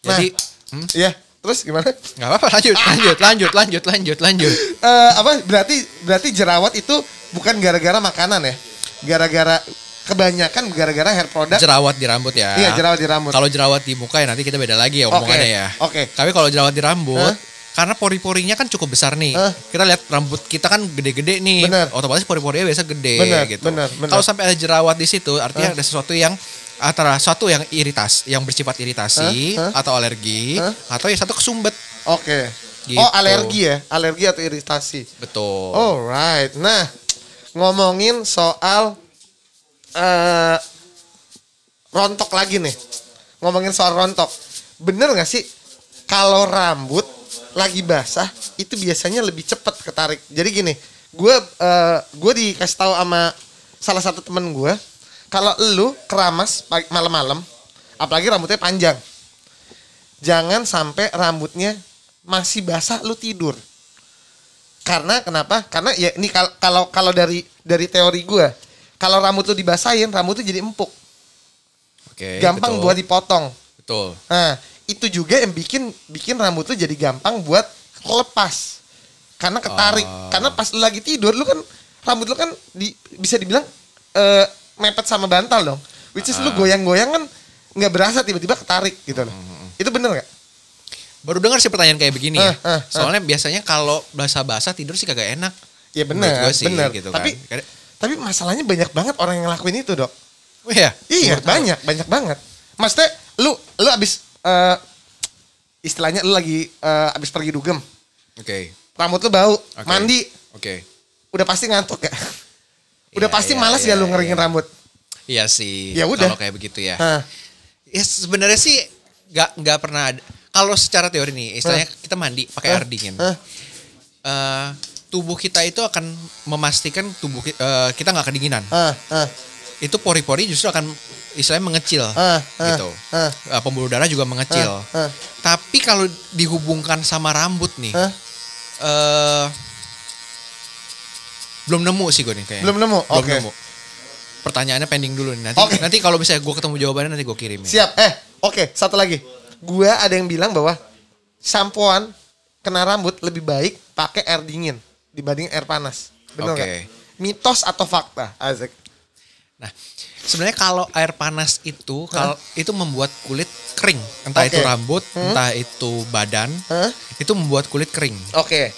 [SPEAKER 1] Jadi
[SPEAKER 2] nah,
[SPEAKER 1] hmm,
[SPEAKER 2] iya. Terus gimana?
[SPEAKER 1] nggak apa-apa lanjut lanjut lanjut lanjut lanjut lanjut.
[SPEAKER 2] Eh, apa berarti berarti jerawat itu bukan gara-gara makanan ya? Gara-gara kebanyakan gara-gara hair product.
[SPEAKER 1] Jerawat di rambut ya.
[SPEAKER 2] Nah. Iya, jerawat di rambut.
[SPEAKER 1] Kalau jerawat di muka ya nanti kita beda lagi ya
[SPEAKER 2] Oke,
[SPEAKER 1] omongannya ya.
[SPEAKER 2] oke.
[SPEAKER 1] Tapi kalau jerawat di rambut
[SPEAKER 2] Hah?
[SPEAKER 1] karena pori-porinya kan cukup besar nih.
[SPEAKER 2] Hah?
[SPEAKER 1] Kita lihat rambut kita kan gede-gede nih.
[SPEAKER 2] Bener.
[SPEAKER 1] Otomatis pori-porinya biasa gede
[SPEAKER 2] Bener,
[SPEAKER 1] gitu.
[SPEAKER 2] bener, bener.
[SPEAKER 1] Kalau sampai ada jerawat di situ artinya ada sesuatu yang antara satu yang iritas, yang bersifat iritasi
[SPEAKER 2] Hah?
[SPEAKER 1] atau alergi
[SPEAKER 2] Hah?
[SPEAKER 1] atau yang satu kesumbet.
[SPEAKER 2] Oke.
[SPEAKER 1] Gitu.
[SPEAKER 2] Oh, alergi ya? Alergi atau iritasi?
[SPEAKER 1] Betul.
[SPEAKER 2] Alright. Nah, ngomongin soal eh rontok lagi nih. Ngomongin soal rontok. Bener gak sih kalau rambut lagi basah itu biasanya lebih cepet ketarik. Jadi gini, gue eh gue dikasih tahu sama salah satu temen gue, kalau lu keramas pag- malam-malam, apalagi rambutnya panjang, jangan sampai rambutnya masih basah lu tidur karena kenapa karena ya ini kal- kalau kalau dari dari teori gua kalau rambut lu dibasahin rambut lu jadi empuk
[SPEAKER 1] Oke.
[SPEAKER 2] gampang
[SPEAKER 1] Eh, betul.
[SPEAKER 2] buat dipotong
[SPEAKER 1] Betul.
[SPEAKER 2] nah itu juga yang bikin bikin rambut lu jadi gampang buat lepas karena ketarik
[SPEAKER 1] Ah.
[SPEAKER 2] karena pas lu lagi tidur lu kan rambut lu kan di- bisa dibilang eh, mepet sama bantal dong
[SPEAKER 1] Ah.
[SPEAKER 2] which is lu goyang-goyang kan nggak berasa tiba-tiba ketarik gitu
[SPEAKER 1] Hmm,
[SPEAKER 2] loh itu bener nggak
[SPEAKER 1] Baru dengar sih pertanyaan kayak begini ya.
[SPEAKER 2] Eh, eh, eh.
[SPEAKER 1] Soalnya biasanya kalau basah-basah tidur sih kagak enak.
[SPEAKER 2] ya
[SPEAKER 1] Menurut
[SPEAKER 2] bener
[SPEAKER 1] gua sih,
[SPEAKER 2] bener
[SPEAKER 1] gitu
[SPEAKER 2] tapi
[SPEAKER 1] kan.
[SPEAKER 2] tapi masalahnya banyak banget orang yang lakuin itu dok
[SPEAKER 1] Oh iya.
[SPEAKER 2] Iya
[SPEAKER 1] Baru tahu.
[SPEAKER 2] banyak banyak banget. Maksudnya lu lu abis eh, istilahnya lu lagi eh, abis pergi dugem,
[SPEAKER 1] Oke.
[SPEAKER 2] rambut lu bau,
[SPEAKER 1] oke.
[SPEAKER 2] mandi,
[SPEAKER 1] Oke.
[SPEAKER 2] udah pasti ngantuk gak? udah
[SPEAKER 1] Iya,
[SPEAKER 2] pasti
[SPEAKER 1] iya,
[SPEAKER 2] malas
[SPEAKER 1] iya,
[SPEAKER 2] gak lu ngeringin
[SPEAKER 1] iya.
[SPEAKER 2] rambut?
[SPEAKER 1] Iya sih.
[SPEAKER 2] Ya udah.
[SPEAKER 1] Kalau kayak begitu ya.
[SPEAKER 2] Hah.
[SPEAKER 1] Ya sebenarnya sih nggak nggak pernah ada. Kalau secara teori nih, istilahnya kita mandi pakai air dingin.
[SPEAKER 2] Hah?
[SPEAKER 1] Eh, tubuh kita itu akan memastikan tubuh ki- eh, kita nggak kedinginan.
[SPEAKER 2] Hah? Hah?
[SPEAKER 1] Itu pori-pori justru akan istilahnya mengecil,
[SPEAKER 2] Hah? Hah?
[SPEAKER 1] gitu.
[SPEAKER 2] Hah?
[SPEAKER 1] Eh, pembuluh darah juga mengecil.
[SPEAKER 2] Hah?
[SPEAKER 1] Tapi kalau dihubungkan sama rambut nih,
[SPEAKER 2] Hah?
[SPEAKER 1] eh belum nemu sih gue nih kayaknya.
[SPEAKER 2] Belum nemu?
[SPEAKER 1] Belum
[SPEAKER 2] Oke.
[SPEAKER 1] nemu. Pertanyaannya pending dulu nih. Nanti
[SPEAKER 2] Oke.
[SPEAKER 1] nanti kalau misalnya gue ketemu jawabannya nanti gue kirim. ya.
[SPEAKER 2] Siap. Eh, oke satu lagi. Gua ada yang bilang bahwa sampoan kena rambut lebih baik pakai air dingin dibanding air panas. Benar
[SPEAKER 1] Oke.
[SPEAKER 2] nggak? Mitos atau fakta, Azek?
[SPEAKER 1] Nah, sebenarnya kalau air panas itu kalau itu membuat kulit kering. Entah
[SPEAKER 2] Oke. Hmm?
[SPEAKER 1] itu rambut, entah itu badan,
[SPEAKER 2] Hah?
[SPEAKER 1] itu membuat kulit kering.
[SPEAKER 2] Oke.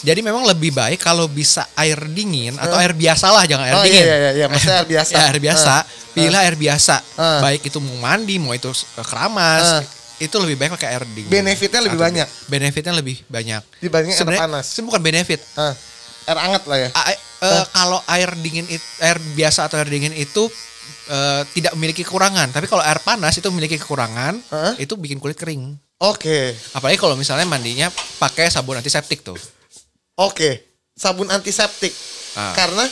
[SPEAKER 1] Jadi memang lebih baik kalau bisa air dingin atau air biasa lah, jangan air
[SPEAKER 2] Oh, iya,
[SPEAKER 1] dingin.
[SPEAKER 2] iya, iya, iya. Maksudnya air biasa.
[SPEAKER 1] Ya, air biasa. Pilih air biasa.
[SPEAKER 2] Hah.
[SPEAKER 1] Baik itu mau mandi, mau itu eh, keramas,
[SPEAKER 2] Hah.
[SPEAKER 1] itu lebih baik pakai air dingin.
[SPEAKER 2] Benefitnya lebih
[SPEAKER 1] Atau-
[SPEAKER 2] banyak.
[SPEAKER 1] Benefitnya lebih banyak.
[SPEAKER 2] Dibanding air
[SPEAKER 1] Sebenarnya-
[SPEAKER 2] panas.
[SPEAKER 1] sebenarnya bukan benefit.
[SPEAKER 2] Hah. Eh, air anget lah ya.
[SPEAKER 1] A- eh, kalau air dingin it- air biasa atau air dingin itu eh, tidak memiliki kekurangan tapi kalau air panas itu memiliki kekurangan
[SPEAKER 2] Hah?
[SPEAKER 1] itu bikin kulit kering
[SPEAKER 2] Oke,
[SPEAKER 1] apalagi kalau misalnya mandinya pakai sabun antiseptik tuh
[SPEAKER 2] oke. Sabun antiseptik.
[SPEAKER 1] Ah.
[SPEAKER 2] Karena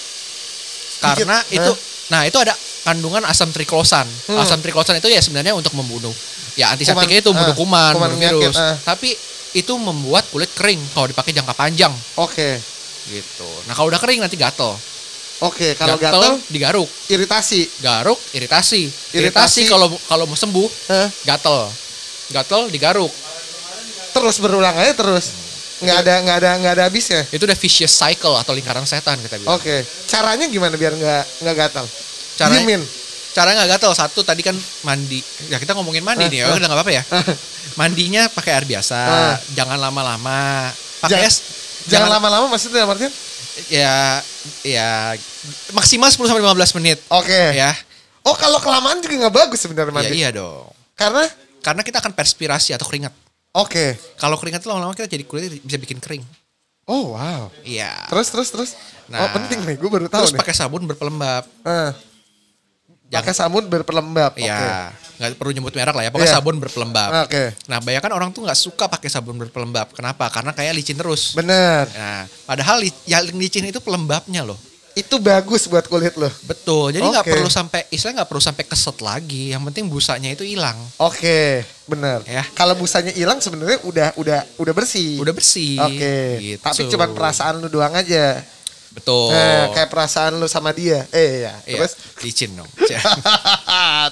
[SPEAKER 1] karena
[SPEAKER 2] Dikit.
[SPEAKER 1] itu nah itu ada kandungan asam triklosan asam triklosan itu ya sebenarnya untuk membunuh ya antiseptiknya itu
[SPEAKER 2] Hmm.
[SPEAKER 1] membunuh
[SPEAKER 2] Kuman, ah,
[SPEAKER 1] kuman,
[SPEAKER 2] kuman
[SPEAKER 1] membunuh
[SPEAKER 2] penyakit,
[SPEAKER 1] virus
[SPEAKER 2] ah.
[SPEAKER 1] tapi itu membuat kulit kering kalau dipakai jangka panjang
[SPEAKER 2] oke,
[SPEAKER 1] gitu nah kalau udah kering nanti gatel
[SPEAKER 2] oke. Kalau gatal
[SPEAKER 1] digaruk
[SPEAKER 2] iritasi.
[SPEAKER 1] garuk iritasi
[SPEAKER 2] Iritasi.
[SPEAKER 1] iritasi kalau kalau mau sembuh
[SPEAKER 2] Hah?
[SPEAKER 1] gatel gatel digaruk
[SPEAKER 2] Terus berulang aja terus. Nggak ada nggak ada nggak ada habisnya.
[SPEAKER 1] itu udah vicious cycle atau lingkaran setan kita bilang
[SPEAKER 2] Oke. Caranya gimana biar nggak nggak gatal?
[SPEAKER 1] Caranya-
[SPEAKER 2] Diemin.
[SPEAKER 1] cara nggak gatel satu tadi kan mandi ya kita ngomongin mandi
[SPEAKER 2] Ah,
[SPEAKER 1] nih ya
[SPEAKER 2] ah.
[SPEAKER 1] udah nggak apa-apa ya mandinya pakai air biasa
[SPEAKER 2] Ah.
[SPEAKER 1] jangan lama-lama pakai
[SPEAKER 2] Jangan-
[SPEAKER 1] es
[SPEAKER 2] Jangan lama-lama maksudnya dalam artian?
[SPEAKER 1] ya ya maksimal 10 sampai 15 menit
[SPEAKER 2] Oke.
[SPEAKER 1] ya
[SPEAKER 2] Oh kalau kelamaan juga nggak bagus sebenarnya
[SPEAKER 1] ya
[SPEAKER 2] mandi.
[SPEAKER 1] iya dong
[SPEAKER 2] Karena
[SPEAKER 1] karena kita akan perspirasi atau keringat
[SPEAKER 2] oke.
[SPEAKER 1] kalau keringat itu lama-lama kita jadi kulitnya bisa bikin kering
[SPEAKER 2] Oh wow.
[SPEAKER 1] iya
[SPEAKER 2] Terus terus terus. oh
[SPEAKER 1] Nah,
[SPEAKER 2] penting nih, gue baru tahu
[SPEAKER 1] terus
[SPEAKER 2] nih.
[SPEAKER 1] pakai sabun berpelembab
[SPEAKER 2] Ah. Pakai sabun berpelembab. Oke.
[SPEAKER 1] Ya, nggak perlu nyebut merek lah ya. Pakai
[SPEAKER 2] Iya.
[SPEAKER 1] sabun berpelembab.
[SPEAKER 2] Oke.
[SPEAKER 1] Nah, bayangkan orang tuh nggak suka pakai sabun berpelembab. Kenapa? Karena kayak licin terus.
[SPEAKER 2] Bener.
[SPEAKER 1] Nah, padahal li-
[SPEAKER 2] ya,
[SPEAKER 1] yang licin itu pelembabnya loh.
[SPEAKER 2] Itu bagus buat kulit lo.
[SPEAKER 1] Betul. Jadi nggak
[SPEAKER 2] Oke.
[SPEAKER 1] perlu sampai istilah nggak perlu sampai keset lagi. Yang penting busanya itu hilang.
[SPEAKER 2] Oke, bener.
[SPEAKER 1] Ya.
[SPEAKER 2] Kalau busanya hilang sebenarnya udah udah udah bersih.
[SPEAKER 1] Udah bersih.
[SPEAKER 2] Oke.
[SPEAKER 1] Gitu.
[SPEAKER 2] Tapi cuma perasaan lu doang aja.
[SPEAKER 1] Betul.
[SPEAKER 2] Nah, kayak perasaan lu sama dia. Eh ya.
[SPEAKER 1] Oh. Iya,
[SPEAKER 2] Terus Ya.
[SPEAKER 1] licin dong.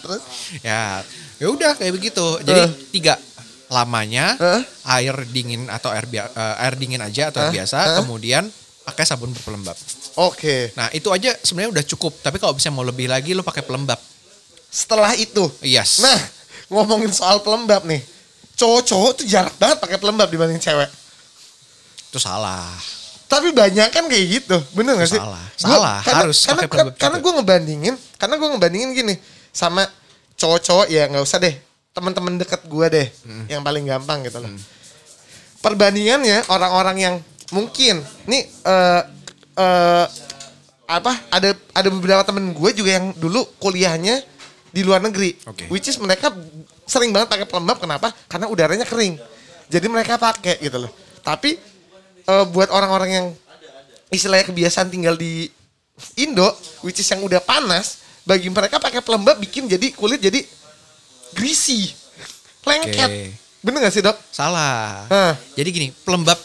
[SPEAKER 2] terus
[SPEAKER 1] ya. Ya udah kayak begitu. Jadi
[SPEAKER 2] Eh.
[SPEAKER 1] tiga lamanya
[SPEAKER 2] Eh.
[SPEAKER 1] air dingin atau air bia- eh, air dingin aja atau air
[SPEAKER 2] Eh,
[SPEAKER 1] biasa
[SPEAKER 2] eh.
[SPEAKER 1] kemudian pakai sabun berpelembab.
[SPEAKER 2] Oke.
[SPEAKER 1] Nah itu aja sebenarnya udah cukup. Tapi kalau bisa mau lebih lagi lo pakai pelembab.
[SPEAKER 2] Setelah itu.
[SPEAKER 1] Yes.
[SPEAKER 2] Nah, ngomongin soal pelembab nih. Cowok-cowok tuh jarak banget pakai pelembab dibanding cewek.
[SPEAKER 1] Itu salah.
[SPEAKER 2] Tapi banyak kan kayak gitu, bener gak sih?
[SPEAKER 1] Salah.
[SPEAKER 2] Gua-
[SPEAKER 1] Salah,
[SPEAKER 2] karena,
[SPEAKER 1] harus
[SPEAKER 2] karena,
[SPEAKER 1] pakai gitu. pelembab
[SPEAKER 2] Karena
[SPEAKER 1] juga.
[SPEAKER 2] gue ngebandingin, karena gue ngebandingin gini sama cowok-cowok ya nggak usah deh teman-teman dekat gue deh,
[SPEAKER 1] Hmm.
[SPEAKER 2] yang paling gampang gitu loh. Perbandingannya orang-orang yang mungkin nih eh eh, apa ada ada beberapa temen gue juga yang dulu kuliahnya di luar negeri,
[SPEAKER 1] Oke.
[SPEAKER 2] which is mereka sering banget pakai pelembab kenapa? Karena udaranya kering, jadi mereka pakai gitu loh. Tapi eh, buat orang-orang yang istilahnya kebiasaan tinggal di Indo, which is yang udah panas, bagi mereka pakai pelembab bikin jadi kulit jadi greasy, lengket.
[SPEAKER 1] Oke.
[SPEAKER 2] Bener gak sih dok?
[SPEAKER 1] Salah.
[SPEAKER 2] Hah.
[SPEAKER 1] Jadi gini, pelembab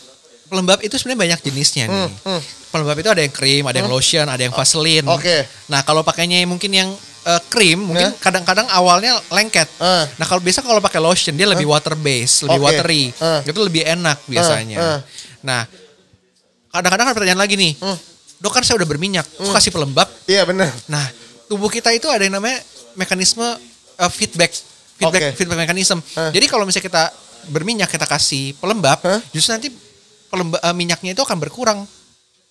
[SPEAKER 1] pelembab itu sebenarnya banyak jenisnya nih.
[SPEAKER 2] Hmm, hmm.
[SPEAKER 1] Pelembab itu ada yang krim, ada yang lotion, ada yang vaseline.
[SPEAKER 2] Oke.
[SPEAKER 1] Nah, kalau pakainya yang mungkin yang eh, krim, mungkin
[SPEAKER 2] Nah.
[SPEAKER 1] kadang-kadang awalnya lengket.
[SPEAKER 2] Ah.
[SPEAKER 1] Nah, kalau biasa kalau pakai lotion dia lebih water based, lebih
[SPEAKER 2] Oke.
[SPEAKER 1] watery.
[SPEAKER 2] Ah.
[SPEAKER 1] Itu lebih enak biasanya.
[SPEAKER 2] ah.
[SPEAKER 1] Nah, kadang-kadang ada pertanyaan lagi
[SPEAKER 2] Hmm.
[SPEAKER 1] nih. Dok kan saya udah berminyak, kok kasih pelembab?
[SPEAKER 2] Iya bener.
[SPEAKER 1] Nah, tubuh kita itu ada yang namanya mekanisme uh, feedback, feedback,
[SPEAKER 2] Oke.
[SPEAKER 1] feedback mekanisme.
[SPEAKER 2] Hah.
[SPEAKER 1] Jadi kalau misalnya kita berminyak kita kasih pelembab,
[SPEAKER 2] Hah?
[SPEAKER 1] justru nanti pelemba- uh, minyaknya itu akan berkurang.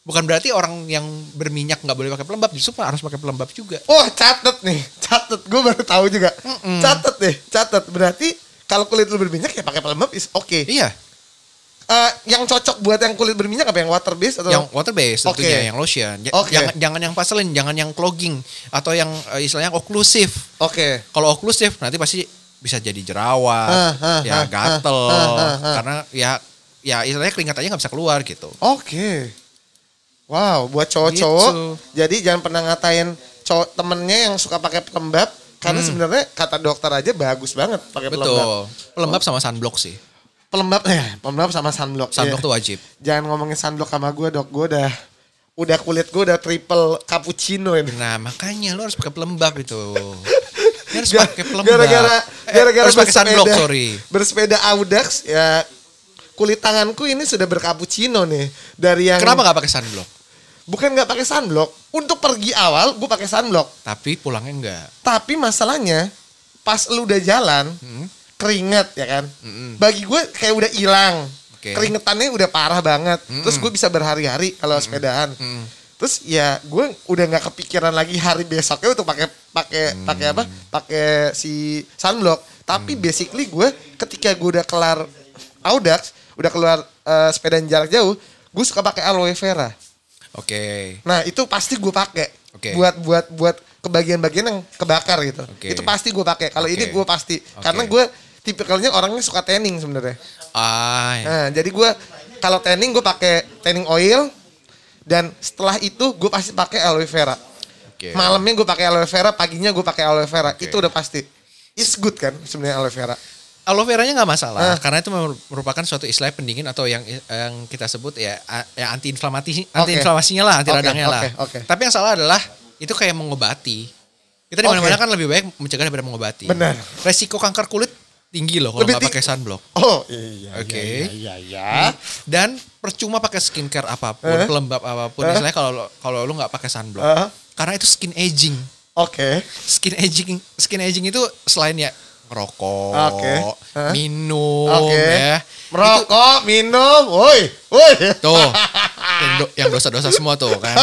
[SPEAKER 1] Bukan berarti orang yang berminyak nggak boleh pakai pelembab, justru harus pakai pelembab juga.
[SPEAKER 2] Oh catet nih, catet. Gue baru tahu juga. Catet deh, catet. Berarti kalau kulit lu berminyak ya pakai pelembab is oke.
[SPEAKER 1] Iya,
[SPEAKER 2] Eh, yang cocok buat yang kulit berminyak apa yang water based atau
[SPEAKER 1] yang water based
[SPEAKER 2] Oke.
[SPEAKER 1] tentunya, yang lotion. J-
[SPEAKER 2] Oke.
[SPEAKER 1] Jangan jangan yang vaseline, jangan yang clogging atau yang uh, istilahnya oklusif.
[SPEAKER 2] Oke.
[SPEAKER 1] kalau oklusif nanti pasti bisa jadi jerawat,
[SPEAKER 2] Ah, ah,
[SPEAKER 1] ya
[SPEAKER 2] ah,
[SPEAKER 1] gatel,
[SPEAKER 2] ah, ah, ah.
[SPEAKER 1] karena ya ya istilahnya keringatannya nggak bisa keluar gitu.
[SPEAKER 2] Oke. Wow, buat cowok-cowok.
[SPEAKER 1] Gitu.
[SPEAKER 2] Jadi jangan pernah ngatain cowok temennya yang suka pakai pelembab karena sebenarnya kata dokter aja bagus banget pakai pelembab.
[SPEAKER 1] Hmm. Betul. Pelembab sama sunblock sih.
[SPEAKER 2] Pelembab eh pelembab sama sunblock.
[SPEAKER 1] Sunblock
[SPEAKER 2] Iya.
[SPEAKER 1] tuh wajib.
[SPEAKER 2] Jangan ngomongin sunblock sama gue, Dok. Gue udah udah kulit gue udah triple cappuccino ini.
[SPEAKER 1] Nah makanya lo harus pakai pelembab itu. Lo harus
[SPEAKER 2] Ga-
[SPEAKER 1] pakai pelembab.
[SPEAKER 2] Gara-gara
[SPEAKER 1] Eh,
[SPEAKER 2] gara-gara
[SPEAKER 1] harus pakai sunblock sorry.
[SPEAKER 2] Bersepeda Audax ya kulit tanganku ini sudah berkapucino nih dari yang
[SPEAKER 1] Kenapa nggak pakai sunblock?
[SPEAKER 2] bukan nggak pakai sunblock untuk pergi awal gue pakai sunblock
[SPEAKER 1] Tapi pulangnya enggak.
[SPEAKER 2] Tapi masalahnya pas lu udah jalan keringet ya kan. Bagi gue kayak udah hilang.
[SPEAKER 1] Oke.
[SPEAKER 2] Keringetannya udah parah banget. Terus gue bisa berhari-hari kalau sepedaan. Terus ya gue udah nggak kepikiran lagi hari besoknya untuk pakai pakai pakai apa? Pakai si sunblock. Tapi basically gue ketika gue udah kelar Audax, udah keluar eh, sepedaan jarak jauh, gue suka pakai aloe vera.
[SPEAKER 1] Oke.
[SPEAKER 2] Nah itu pasti gue pakai.
[SPEAKER 1] Oke.
[SPEAKER 2] Buat buat buat ke bagian-bagian yang kebakar gitu.
[SPEAKER 1] Oke.
[SPEAKER 2] Itu pasti gue pakai. Kalau ini
[SPEAKER 1] Oke.
[SPEAKER 2] gue pasti. Karena gue tipikalnya orangnya suka tanning sebenarnya.
[SPEAKER 1] Ah, ya.
[SPEAKER 2] Nah jadi gue kalau tanning gue pakai tanning oil dan setelah itu gue pasti pakai aloe vera.
[SPEAKER 1] Oke.
[SPEAKER 2] Malamnya gue pakai aloe vera, paginya gue pakai aloe vera.
[SPEAKER 1] Oke.
[SPEAKER 2] Itu udah pasti. It's good kan sebenarnya aloe vera.
[SPEAKER 1] aloe veranya nggak masalah
[SPEAKER 2] Ah.
[SPEAKER 1] karena itu memang merupakan suatu istilah pendingin atau yang yang kita sebut ya, a- ya antiinflamasi
[SPEAKER 2] Oke.
[SPEAKER 1] antiinflamasinya lah anti
[SPEAKER 2] Oke,
[SPEAKER 1] radangnya
[SPEAKER 2] oke,
[SPEAKER 1] lah
[SPEAKER 2] oke.
[SPEAKER 1] tapi yang salah adalah itu kayak mengobati kita di
[SPEAKER 2] Oke.
[SPEAKER 1] mana mana kan lebih baik mencegah daripada mengobati
[SPEAKER 2] Benar.
[SPEAKER 1] resiko kanker kulit tinggi loh kalau
[SPEAKER 2] Lebih
[SPEAKER 1] nggak
[SPEAKER 2] ting-
[SPEAKER 1] pakai sunblock
[SPEAKER 2] Oh iya.
[SPEAKER 1] Oke.
[SPEAKER 2] iya, Iya iya.
[SPEAKER 1] dan percuma pakai skincare apapun
[SPEAKER 2] Eh?
[SPEAKER 1] pelembab apapun
[SPEAKER 2] Eh?
[SPEAKER 1] istilahnya kalau lo- kalau lu nggak pakai sunblock
[SPEAKER 2] Eh?
[SPEAKER 1] karena itu skin aging
[SPEAKER 2] Oke.
[SPEAKER 1] skin aging skin aging itu selain ya merokok,
[SPEAKER 2] Oke. Hah?
[SPEAKER 1] minum,
[SPEAKER 2] Oke.
[SPEAKER 1] ya, Itu-
[SPEAKER 2] Merokok, minum, woi, woi.
[SPEAKER 1] Tuh, yang, do- yang dosa-dosa semua tuh kan.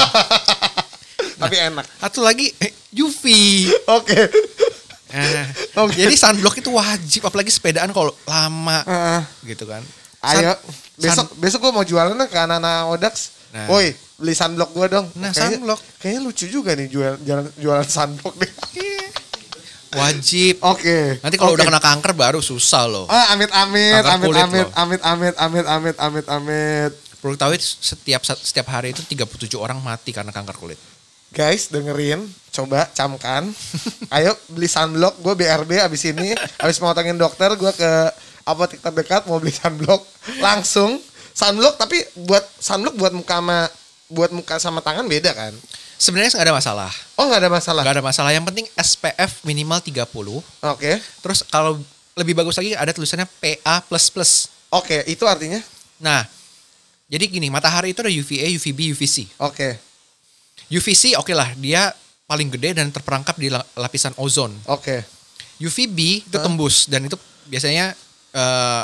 [SPEAKER 2] Tapi enak.
[SPEAKER 1] Satu lagi eh, UV.
[SPEAKER 2] Oke.
[SPEAKER 1] Eh,
[SPEAKER 2] Oke.
[SPEAKER 1] Jadi sunblock itu wajib, apalagi sepedaan kalau lama
[SPEAKER 2] Heeh.
[SPEAKER 1] gitu kan. Sun-
[SPEAKER 2] Ayo,
[SPEAKER 1] sun-
[SPEAKER 2] besok besok gua mau jualan nih ke anak-anak Odax.
[SPEAKER 1] Nah.
[SPEAKER 2] Woi, beli sunblock gua dong.
[SPEAKER 1] Nah,
[SPEAKER 2] Kayaknya-
[SPEAKER 1] sunblock.
[SPEAKER 2] Kayaknya lucu juga nih jualan jualan, jualan sunblock nih.
[SPEAKER 1] wajib.
[SPEAKER 2] Oke.
[SPEAKER 1] Nanti kalau
[SPEAKER 2] Oke.
[SPEAKER 1] udah kena kanker baru susah loh.
[SPEAKER 2] Ah, amit amit,
[SPEAKER 1] Kanker
[SPEAKER 2] amit
[SPEAKER 1] kulit
[SPEAKER 2] amit,
[SPEAKER 1] loh.
[SPEAKER 2] amit amit, amit amit, amit amit.
[SPEAKER 1] Perlu tahu itu setiap setiap hari itu 37 orang mati karena kanker kulit.
[SPEAKER 2] Guys dengerin, coba camkan. Ayo beli sunblock, gue BRB abis ini, abis motongin dokter, gue ke apotek terdekat mau beli sunblock langsung. Sunblock tapi buat sunblock buat muka sama buat muka sama tangan beda kan?
[SPEAKER 1] Sebenarnya nggak ada masalah.
[SPEAKER 2] Oh nggak ada masalah.
[SPEAKER 1] Nggak ada masalah. Yang penting SPF minimal 30.
[SPEAKER 2] Oke,
[SPEAKER 1] Terus kalau lebih bagus lagi ada tulisannya PA++.
[SPEAKER 2] oke itu artinya
[SPEAKER 1] Nah, jadi gini, matahari itu ada UVA, UVB, UVC.
[SPEAKER 2] oke.
[SPEAKER 1] UVC oke lah, dia paling gede dan terperangkap di la- lapisan ozon.
[SPEAKER 2] Oke.
[SPEAKER 1] UVB itu tembus dan itu biasanya eh,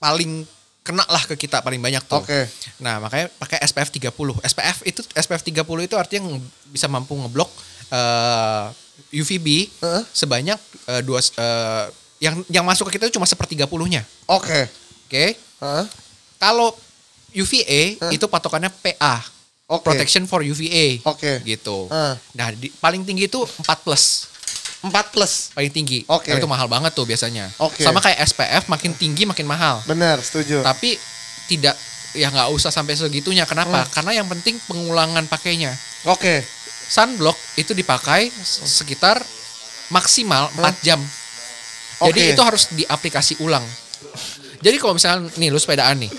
[SPEAKER 1] paling kena lah ke kita paling banyak tuh.
[SPEAKER 2] Oke.
[SPEAKER 1] Nah, makanya pakai SPF 30. SPF itu SPF 30 itu artinya nge- bisa mampu ngeblok eh, UVB
[SPEAKER 2] Heeh.
[SPEAKER 1] sebanyak eh, dua s- eh, yang yang masuk ke kita itu cuma sepertiga puluhnya.
[SPEAKER 2] Oke.
[SPEAKER 1] Oke.
[SPEAKER 2] Hah?
[SPEAKER 1] Kalau UVA
[SPEAKER 2] Hah?
[SPEAKER 1] itu patokannya PA.
[SPEAKER 2] Oke.
[SPEAKER 1] Protection for UVA.
[SPEAKER 2] Oke.
[SPEAKER 1] Gitu.
[SPEAKER 2] Hah.
[SPEAKER 1] Nah, di- paling tinggi itu 4 plus.
[SPEAKER 2] 4 plus.
[SPEAKER 1] Paling tinggi.
[SPEAKER 2] Oke.
[SPEAKER 1] Nah, itu mahal banget tuh biasanya.
[SPEAKER 2] Oke.
[SPEAKER 1] Sama kayak SPF makin tinggi makin mahal.
[SPEAKER 2] Benar, setuju.
[SPEAKER 1] Tapi tidak ya nggak usah sampai segitunya. Kenapa? Karena yang penting pengulangan pakainya.
[SPEAKER 2] Oke.
[SPEAKER 1] Sunblock itu dipakai s- sekitar maksimal 4 jam. Jadi
[SPEAKER 2] Oke.
[SPEAKER 1] itu harus diaplikasi ulang. Jadi kalau misalnya nih lu sepedaan nih.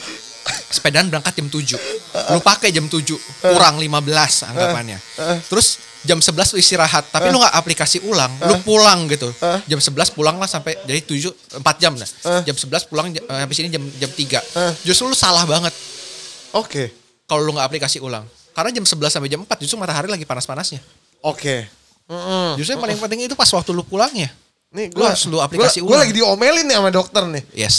[SPEAKER 1] Sepedaan berangkat jam 7. Lu pakai jam 7, kurang 15 anggapannya. Terus jam 11 lu istirahat, tapi lu nggak aplikasi ulang, lu pulang gitu. Jam 11 pulang lah sampai jadi 7 4 jam lah. Jam 11 pulang j- eh, habis ini jam jam 3. Justru lu salah banget
[SPEAKER 2] Oke.
[SPEAKER 1] kalau lu nggak aplikasi ulang. Karena jam 11 sampai jam 4 justru matahari lagi panas-panasnya.
[SPEAKER 2] Oke. Mm-mm.
[SPEAKER 1] Justru yang paling penting itu pas waktu lu ya? pulangnya.
[SPEAKER 2] Nih,
[SPEAKER 1] Lu harus lu aplikasi
[SPEAKER 2] gua, gua
[SPEAKER 1] ulang.
[SPEAKER 2] lagi diomelin nih sama dokter nih.
[SPEAKER 1] Yes.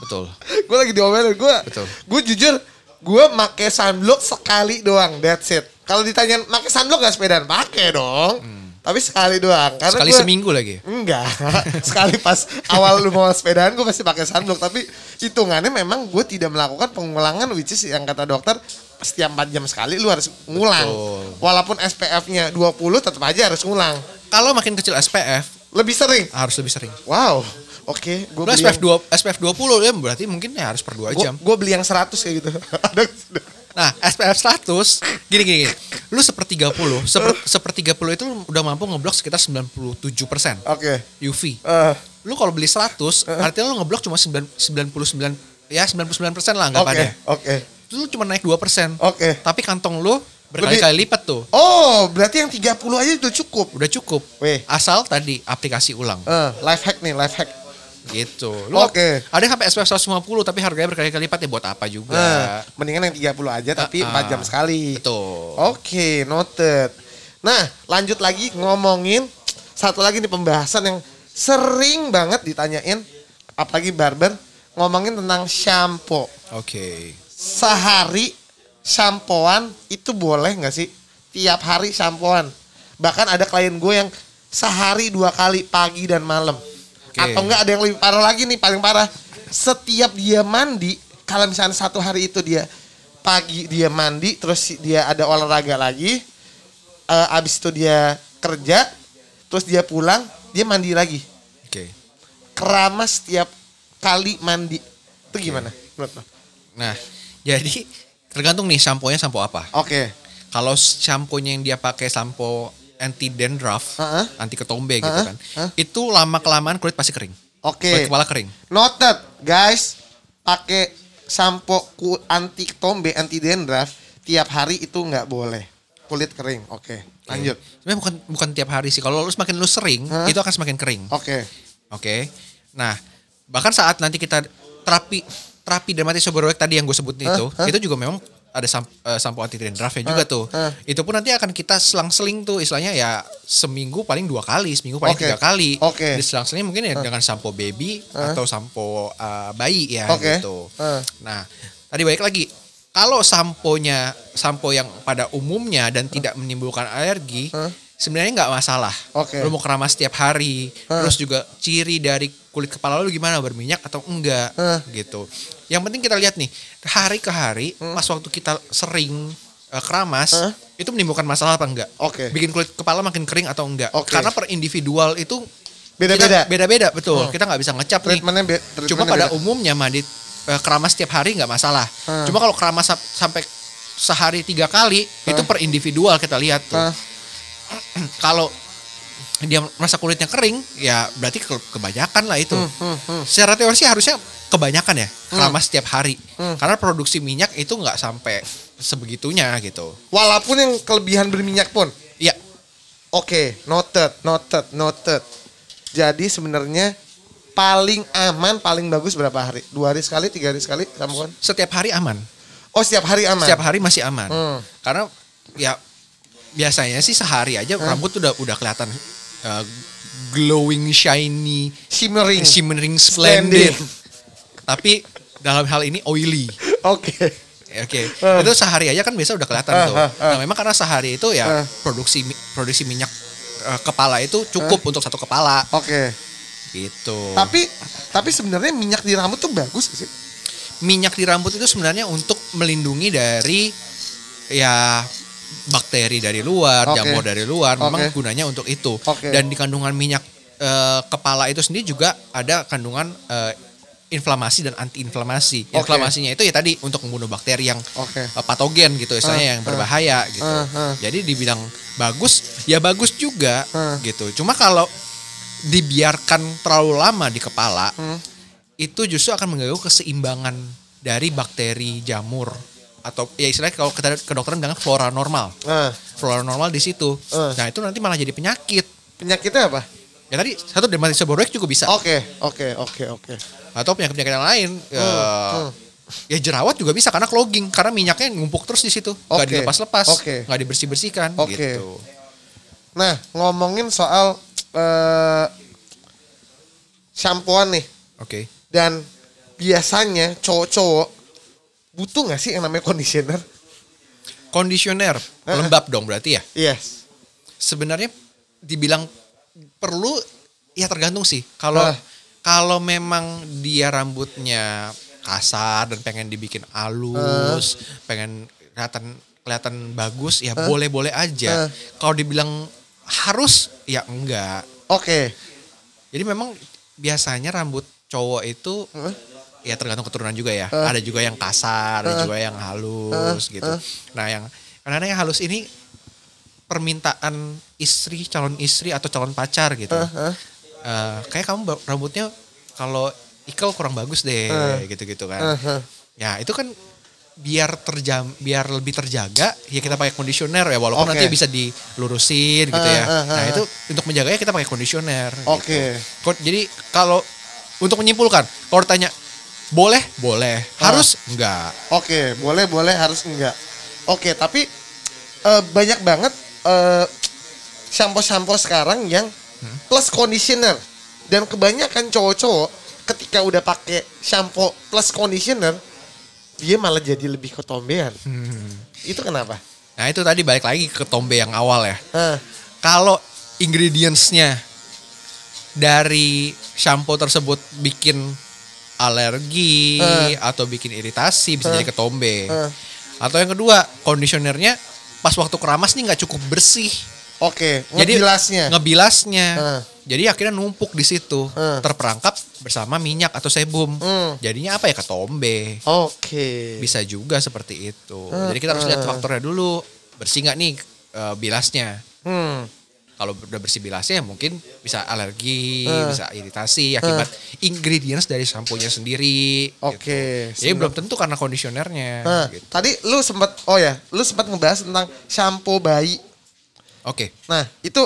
[SPEAKER 1] Betul.
[SPEAKER 2] gue lagi diomelin gue
[SPEAKER 1] Betul.
[SPEAKER 2] gue jujur gue make sunblock sekali doang that's it kalau ditanya make sunblock gak sepedaan pakai dong tapi Hmm. sekali doang karena
[SPEAKER 1] Sekali
[SPEAKER 2] gua-
[SPEAKER 1] seminggu lagi.
[SPEAKER 2] enggak sekali pas awal lu mau sepedaan gue pasti pakai sunblock tapi hitungannya memang gue tidak melakukan pengulangan which is yang kata dokter setiap 4 jam sekali lu harus ngulang
[SPEAKER 1] Betul.
[SPEAKER 2] walaupun SPF-nya 20 tetap aja harus ngulang
[SPEAKER 1] Kalau makin kecil SPF
[SPEAKER 2] lebih sering
[SPEAKER 1] harus lebih sering.
[SPEAKER 2] wow oke gue
[SPEAKER 1] Lu SPF 2 SPF 20 ya berarti mungkin ya harus per 2 jam.
[SPEAKER 2] gue beli yang 100 kayak gitu Ada-
[SPEAKER 1] Nah, SPF 100 gini gini. gini. Lu seper 30, seper, seper 30 itu lu udah mampu ngeblok sekitar 97%
[SPEAKER 2] Oke.
[SPEAKER 1] UV.
[SPEAKER 2] Eh,
[SPEAKER 1] Lu kalau beli 100, artinya lu ngeblok cuma 9 99 ya 99% lah
[SPEAKER 2] Oke,
[SPEAKER 1] anggapannya.
[SPEAKER 2] oke.
[SPEAKER 1] Lu cuma naik 2%.
[SPEAKER 2] Oke.
[SPEAKER 1] Tapi kantong lu berkali-kali lipat tuh.
[SPEAKER 2] Oh, berarti yang 30 aja udah cukup.
[SPEAKER 1] Udah cukup.
[SPEAKER 2] Weh.
[SPEAKER 1] Asal tadi aplikasi ulang.
[SPEAKER 2] Eh, life hack nih, life hack.
[SPEAKER 1] gitu.
[SPEAKER 2] Oke.
[SPEAKER 1] Ada yang sampai SPF 150 tapi harganya berkali-kali lipat ya buat apa juga.
[SPEAKER 2] Nah, mendingan yang 30 aja tapi
[SPEAKER 1] Ah, ah.
[SPEAKER 2] 4 jam sekali.
[SPEAKER 1] Betul.
[SPEAKER 2] Oke, noted. Nah, lanjut lagi ngomongin satu lagi nih pembahasan yang sering banget ditanyain apalagi barber ngomongin tentang shampoo.
[SPEAKER 1] Oke.
[SPEAKER 2] Sehari shampooan itu boleh nggak sih? Tiap hari shampooan. Bahkan ada klien gue yang sehari dua kali pagi dan malam.
[SPEAKER 1] Oke.
[SPEAKER 2] Atau enggak ada yang lebih parah lagi nih paling parah. Setiap dia mandi, kalau misalnya satu hari itu dia pagi dia mandi, terus si- dia ada olahraga lagi, eh, abis itu dia kerja, terus dia pulang, dia mandi lagi.
[SPEAKER 1] Oke.
[SPEAKER 2] Keramas setiap kali mandi. Itu gimana menurut lo?
[SPEAKER 1] Nah, jadi tergantung nih shampoo-nya shampoo apa.
[SPEAKER 2] Oke.
[SPEAKER 1] Kalau shampoo-nya yang dia pakai shampoo anti dandruff,
[SPEAKER 2] Heeh.
[SPEAKER 1] anti ketombe gitu
[SPEAKER 2] Heeh,
[SPEAKER 1] kan.
[SPEAKER 2] heeh.
[SPEAKER 1] Itu lama kelamaan kulit pasti kering. Kulit
[SPEAKER 2] Oke.
[SPEAKER 1] kepala kering.
[SPEAKER 2] Noted, guys. Pakai sampo ku- anti tombe, anti dandruff tiap hari itu nggak boleh. Kulit kering. Oke. Lanjut.
[SPEAKER 1] Sebenarnya bukan bukan tiap hari sih. Kalau lu semakin lu sering,
[SPEAKER 2] Hah?
[SPEAKER 1] itu akan semakin kering.
[SPEAKER 2] Oke.
[SPEAKER 1] Oke. Nah, bahkan saat nanti kita terapi terapi dermatitis seborrheic tadi yang gue sebutin itu, itu juga memang ada sam, eh, sampo anti draftnya juga tuh.
[SPEAKER 2] hah.
[SPEAKER 1] Itu pun nanti akan kita selang-seling tuh istilahnya ya seminggu paling dua kali, seminggu paling
[SPEAKER 2] Oke.
[SPEAKER 1] tiga kali.
[SPEAKER 2] Oke.
[SPEAKER 1] Diselang-seling mungkin ya dengan sampo baby atau sampo eh, bayi ya
[SPEAKER 2] Oke.
[SPEAKER 1] gitu.
[SPEAKER 2] Hah.
[SPEAKER 1] Nah, tadi balik lagi kalau samponya sampo yang pada umumnya dan tidak menimbulkan alergi, sebenarnya nggak masalah.
[SPEAKER 2] Oke.
[SPEAKER 1] Lu mau keramas setiap hari, terus juga ciri dari kulit kepala lu gimana berminyak atau enggak
[SPEAKER 2] Hah.
[SPEAKER 1] gitu. Yang penting kita lihat nih hari ke hari pas waktu kita sering eh, keramas
[SPEAKER 2] Hmm. Hah.
[SPEAKER 1] itu menimbulkan masalah apa enggak?
[SPEAKER 2] Oke.
[SPEAKER 1] Bikin kulit kepala makin kering atau enggak?
[SPEAKER 2] Oke.
[SPEAKER 1] Karena per individual itu
[SPEAKER 2] Beda-beda. Hmm.
[SPEAKER 1] kita- Beda-beda betul. Kita nggak bisa ngecap nih.
[SPEAKER 2] Treatmentnya be- treatmentnya
[SPEAKER 1] Cuma pada
[SPEAKER 2] beda.
[SPEAKER 1] umumnya mandi eh, keramas setiap hari nggak masalah.
[SPEAKER 2] Hmm.
[SPEAKER 1] Cuma kalau keramas sap- sampai sehari tiga kali
[SPEAKER 2] Hmm.
[SPEAKER 1] itu per individual kita lihat tuh.
[SPEAKER 2] Hah.
[SPEAKER 1] Kalau dia merasa kulitnya kering, ya berarti ke- kebanyakan lah
[SPEAKER 2] Hmm,
[SPEAKER 1] itu. Secara teori sih harusnya kebanyakan ya keramas setiap hari.
[SPEAKER 2] Hmm.
[SPEAKER 1] Karena produksi minyak itu nggak sampai sebegitunya gitu.
[SPEAKER 2] Walaupun yang kelebihan berminyak pun.
[SPEAKER 1] Iya,
[SPEAKER 2] Oke, noted, noted, noted. Jadi sebenarnya paling aman, paling bagus berapa hari? Dua hari sekali, tiga hari sekali, sampoan?
[SPEAKER 1] setiap hari aman.
[SPEAKER 2] Oh, setiap hari aman.
[SPEAKER 1] Setiap hari masih aman.
[SPEAKER 2] Hmm.
[SPEAKER 1] Karena ya biasanya sih sehari aja rambut udah udah kelihatan eh, glowing shiny
[SPEAKER 2] Shimmering.
[SPEAKER 1] shimmering splendid.
[SPEAKER 2] Splendid.
[SPEAKER 1] Tapi dalam hal ini oily.
[SPEAKER 2] Oke.
[SPEAKER 1] Ya, Oke, itu sehari aja kan biasa udah kelihatan
[SPEAKER 2] Ah,
[SPEAKER 1] tuh.
[SPEAKER 2] ah, ah.
[SPEAKER 1] Nah, memang karena sehari itu ya
[SPEAKER 2] Ah.
[SPEAKER 1] produksi mi- produksi minyak eh, kepala itu cukup untuk satu kepala
[SPEAKER 2] Oke.
[SPEAKER 1] gitu.
[SPEAKER 2] Tapi tapi sebenarnya minyak di rambut tuh bagus sih.
[SPEAKER 1] minyak di rambut itu sebenarnya untuk melindungi dari ya bakteri dari luar,
[SPEAKER 2] Oke.
[SPEAKER 1] jamur dari luar. Memang
[SPEAKER 2] Oke.
[SPEAKER 1] gunanya untuk itu.
[SPEAKER 2] Oke.
[SPEAKER 1] Dan di kandungan minyak eh, kepala itu sendiri juga ada kandungan eh, inflamasi dan antiinflamasi.
[SPEAKER 2] Oke.
[SPEAKER 1] Inflamasinya itu ya tadi untuk membunuh bakteri yang
[SPEAKER 2] Oke.
[SPEAKER 1] eh, patogen gitu,
[SPEAKER 2] Ah,
[SPEAKER 1] istilahnya yang berbahaya gitu.
[SPEAKER 2] ah, ah.
[SPEAKER 1] Jadi dibilang bagus, ya bagus juga
[SPEAKER 2] Ah.
[SPEAKER 1] gitu. Cuma kalau dibiarkan terlalu lama di kepala,
[SPEAKER 2] Hmm.
[SPEAKER 1] itu justru akan mengganggu keseimbangan dari bakteri jamur atau ya istilahnya kalau kita kedokteran bilang flora normal.
[SPEAKER 2] Nah,
[SPEAKER 1] Flora normal di situ.
[SPEAKER 2] Eh.
[SPEAKER 1] Nah, itu nanti malah jadi penyakit.
[SPEAKER 2] penyakitnya apa?
[SPEAKER 1] Ya tadi satu dermatitis seborrheic juga bisa
[SPEAKER 2] Oke, oke, oke, oke.
[SPEAKER 1] atau penyakit-penyakit yang lain. Eh,
[SPEAKER 2] hmm.
[SPEAKER 1] Ya jerawat juga bisa karena clogging, karena minyaknya ngumpuk terus di situ, nggak
[SPEAKER 2] Oke,
[SPEAKER 1] dilepas-lepas,
[SPEAKER 2] oke.
[SPEAKER 1] nggak dibersih-bersihkan
[SPEAKER 2] Oke.
[SPEAKER 1] gitu.
[SPEAKER 2] Nah, ngomongin soal eh shampooan nih
[SPEAKER 1] Oke.
[SPEAKER 2] dan biasanya cowok-cowok butuh nggak sih yang namanya conditioner?
[SPEAKER 1] Kondisioner,
[SPEAKER 2] Eh,
[SPEAKER 1] lembab dong berarti ya.
[SPEAKER 2] Yes.
[SPEAKER 1] sebenarnya dibilang perlu ya tergantung sih. Kalau
[SPEAKER 2] Ah.
[SPEAKER 1] kalau memang dia rambutnya kasar dan pengen dibikin halus,
[SPEAKER 2] Eh.
[SPEAKER 1] pengen kelihatan kelihatan bagus ya boleh-boleh aja.
[SPEAKER 2] Ah.
[SPEAKER 1] Kalau dibilang harus ya enggak.
[SPEAKER 2] Oke.
[SPEAKER 1] Jadi memang biasanya rambut cowok itu
[SPEAKER 2] Hah?
[SPEAKER 1] ya tergantung keturunan juga ya. Ada juga yang kasar, ada juga yang halus gitu. Nah, yang karena yang halus ini permintaan istri, calon istri atau calon pacar gitu.
[SPEAKER 2] Hah?
[SPEAKER 1] Eh, kayak kamu ba- rambutnya kalau ikel kurang bagus deh gitu-gitu kan.
[SPEAKER 2] Hah?
[SPEAKER 1] Ya, itu kan biar terjam biar lebih terjaga ya kita pakai kondisioner ya walaupun
[SPEAKER 2] Oke.
[SPEAKER 1] nanti bisa dilurusin gitu
[SPEAKER 2] Ah,
[SPEAKER 1] ya.
[SPEAKER 2] ah, ah,
[SPEAKER 1] nah,
[SPEAKER 2] ah.
[SPEAKER 1] itu untuk menjaganya kita pakai kondisioner. gitu.
[SPEAKER 2] Oke.
[SPEAKER 1] Ko- Jadi kalau untuk menyimpulkan, kalau tanya boleh, boleh, harus enggak.
[SPEAKER 2] Oke, boleh boleh harus enggak. Oke, tapi eh, banyak banget eh, shampoo-shampoo sekarang yang
[SPEAKER 1] Hmm?
[SPEAKER 2] plus conditioner dan kebanyakan cowok-cowok ketika udah pakai shampoo plus conditioner dia malah jadi lebih ketombean.
[SPEAKER 1] Hmm.
[SPEAKER 2] Itu kenapa?
[SPEAKER 1] Nah itu tadi balik lagi ke tombe yang awal ya.
[SPEAKER 2] Hah,
[SPEAKER 1] Kalau ingredients-nya dari shampoo tersebut bikin alergi
[SPEAKER 2] Eh.
[SPEAKER 1] atau bikin iritasi bisa
[SPEAKER 2] Eh.
[SPEAKER 1] jadi ketombe.
[SPEAKER 2] Eh.
[SPEAKER 1] Atau yang kedua, kondisionernya pas waktu keramas nih nggak cukup bersih.
[SPEAKER 2] Oke,
[SPEAKER 1] Jadi
[SPEAKER 2] ngebilasnya.
[SPEAKER 1] Ngebilasnya.
[SPEAKER 2] Heeh.
[SPEAKER 1] Jadi akhirnya numpuk di situ,
[SPEAKER 2] Heeh.
[SPEAKER 1] terperangkap bersama minyak atau sebum.
[SPEAKER 2] Hmm.
[SPEAKER 1] Jadinya apa ya ketombe.
[SPEAKER 2] Oke.
[SPEAKER 1] Bisa juga seperti itu.
[SPEAKER 2] Heeh.
[SPEAKER 1] Jadi kita harus lihat faktornya dulu. Bersih nggak nih eh, bilasnya?
[SPEAKER 2] Hmm.
[SPEAKER 1] Kalau udah bersih bilasnya ya mungkin bisa alergi,
[SPEAKER 2] Heeh.
[SPEAKER 1] bisa iritasi akibat ingredients dari sampo-nya sendiri. gitu.
[SPEAKER 2] Oke.
[SPEAKER 1] Jadi belum tentu karena kondisionernya.
[SPEAKER 2] Nah,
[SPEAKER 1] gitu.
[SPEAKER 2] tadi lu sempat oh ya, lu sempat ngebahas tentang shampoo bayi.
[SPEAKER 1] Oke.
[SPEAKER 2] Nah, itu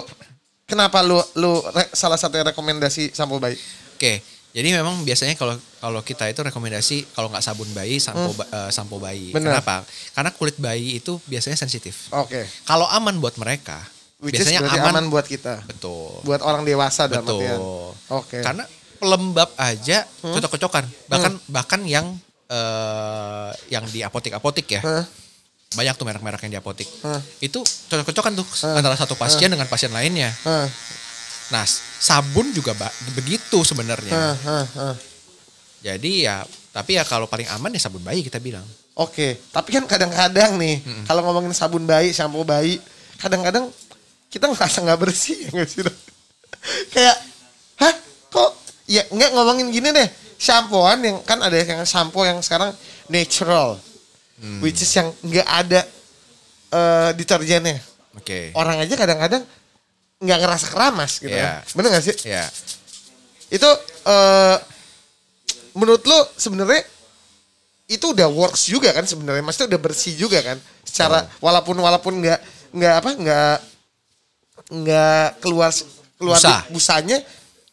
[SPEAKER 2] kenapa lu lu re- salah satu rekomendasi sampo bayi?
[SPEAKER 1] Oke, jadi memang biasanya kalau kalau kita itu rekomendasi kalau nggak sabun bayi, sampo
[SPEAKER 2] Hmm.
[SPEAKER 1] ba- eh, sampo bayi.
[SPEAKER 2] Benar.
[SPEAKER 1] Kenapa? Karena kulit bayi itu biasanya sensitif.
[SPEAKER 2] Oke.
[SPEAKER 1] Kalau aman buat mereka,
[SPEAKER 2] Which is
[SPEAKER 1] biasanya
[SPEAKER 2] berarti
[SPEAKER 1] aman,
[SPEAKER 2] aman, buat kita.
[SPEAKER 1] betul,
[SPEAKER 2] Buat orang dewasa dalam
[SPEAKER 1] betul. Kan-
[SPEAKER 2] artian. Oke. Hmm.
[SPEAKER 1] Karena pelembab aja cocok-cocokan, bahkan bahkan yang eh, yang di apotek-apotek ya.
[SPEAKER 2] Hah?
[SPEAKER 1] Banyak tuh merek-merek yang di apotek.
[SPEAKER 2] Hah?
[SPEAKER 1] Itu cocok-cocokan tuh
[SPEAKER 2] Hmm.
[SPEAKER 1] antara satu pasien dengan pasien lainnya.
[SPEAKER 2] Hah,
[SPEAKER 1] Nah, sabun juga ba- begitu sebenarnya.
[SPEAKER 2] hah, hah, hah.
[SPEAKER 1] Jadi ya, tapi ya kalau paling aman ya sabun bayi kita bilang.
[SPEAKER 2] Oke, tapi kan kadang-kadang nih kalau ngomongin sabun bayi, shampoo bayi, kadang-kadang kita ngerasa nggak bersih ya nggak sih? Dok? Kayak, hah kok? Ya nggak ngomongin gini deh, shampooan yang kan ada yang shampoo yang sekarang natural, which is yang nggak ada eh, deterjennya.
[SPEAKER 1] Oke.
[SPEAKER 2] Orang aja kadang-kadang nggak ngerasa keramas gitu.
[SPEAKER 1] Iya.
[SPEAKER 2] kan. Bener nggak sih?
[SPEAKER 1] Ya,
[SPEAKER 2] itu eh menurut lo sebenarnya itu udah works juga kan sebenarnya maksudnya udah bersih juga kan secara walaupun walaupun nggak nggak apa nggak nggak keluar keluar
[SPEAKER 1] Busa.
[SPEAKER 2] di- busanya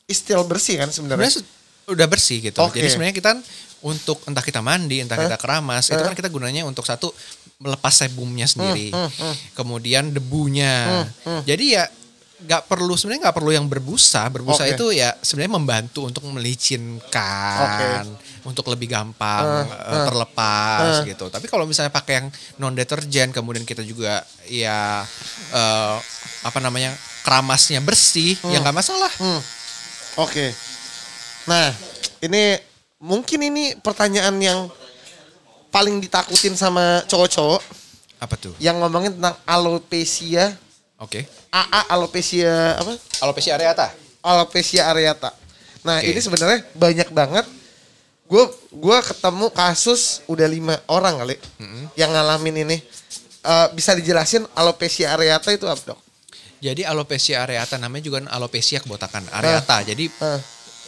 [SPEAKER 2] is still bersih kan sebenarnya
[SPEAKER 1] sebenarnya se- udah bersih gitu.
[SPEAKER 2] Oke.
[SPEAKER 1] Jadi sebenarnya kita kan untuk entah kita mandi, entah kita keramas, itu kan kita gunanya untuk satu melepas sebumnya sendiri,
[SPEAKER 2] Hmm,
[SPEAKER 1] kemudian debunya. Jadi ya nggak perlu sebenarnya nggak perlu yang berbusa, berbusa
[SPEAKER 2] Oke.
[SPEAKER 1] itu ya sebenarnya membantu untuk melicinkan, untuk lebih gampang eh, terlepas gitu. Tapi kalau misalnya pakai yang non deterjen, kemudian kita juga ya eh, apa namanya keramasnya bersih, ya
[SPEAKER 2] Hmm.
[SPEAKER 1] nggak masalah.
[SPEAKER 2] Oke. Nah, ini mungkin ini pertanyaan yang paling ditakutin sama cowok-cowok
[SPEAKER 1] Apa tuh?
[SPEAKER 2] yang ngomongin tentang alopecia,
[SPEAKER 1] Oke.
[SPEAKER 2] AA alopecia apa?
[SPEAKER 1] Alopecia areata.
[SPEAKER 2] Alopecia areata. Nah,
[SPEAKER 1] Oke.
[SPEAKER 2] ini sebenarnya banyak banget gue gua ketemu kasus udah lima orang kali yang ngalamin ini. Eh, bisa dijelasin alopecia areata itu apa, Dok?
[SPEAKER 1] Jadi alopecia areata namanya juga alopecia kebotakan areata. Jadi
[SPEAKER 2] Eh,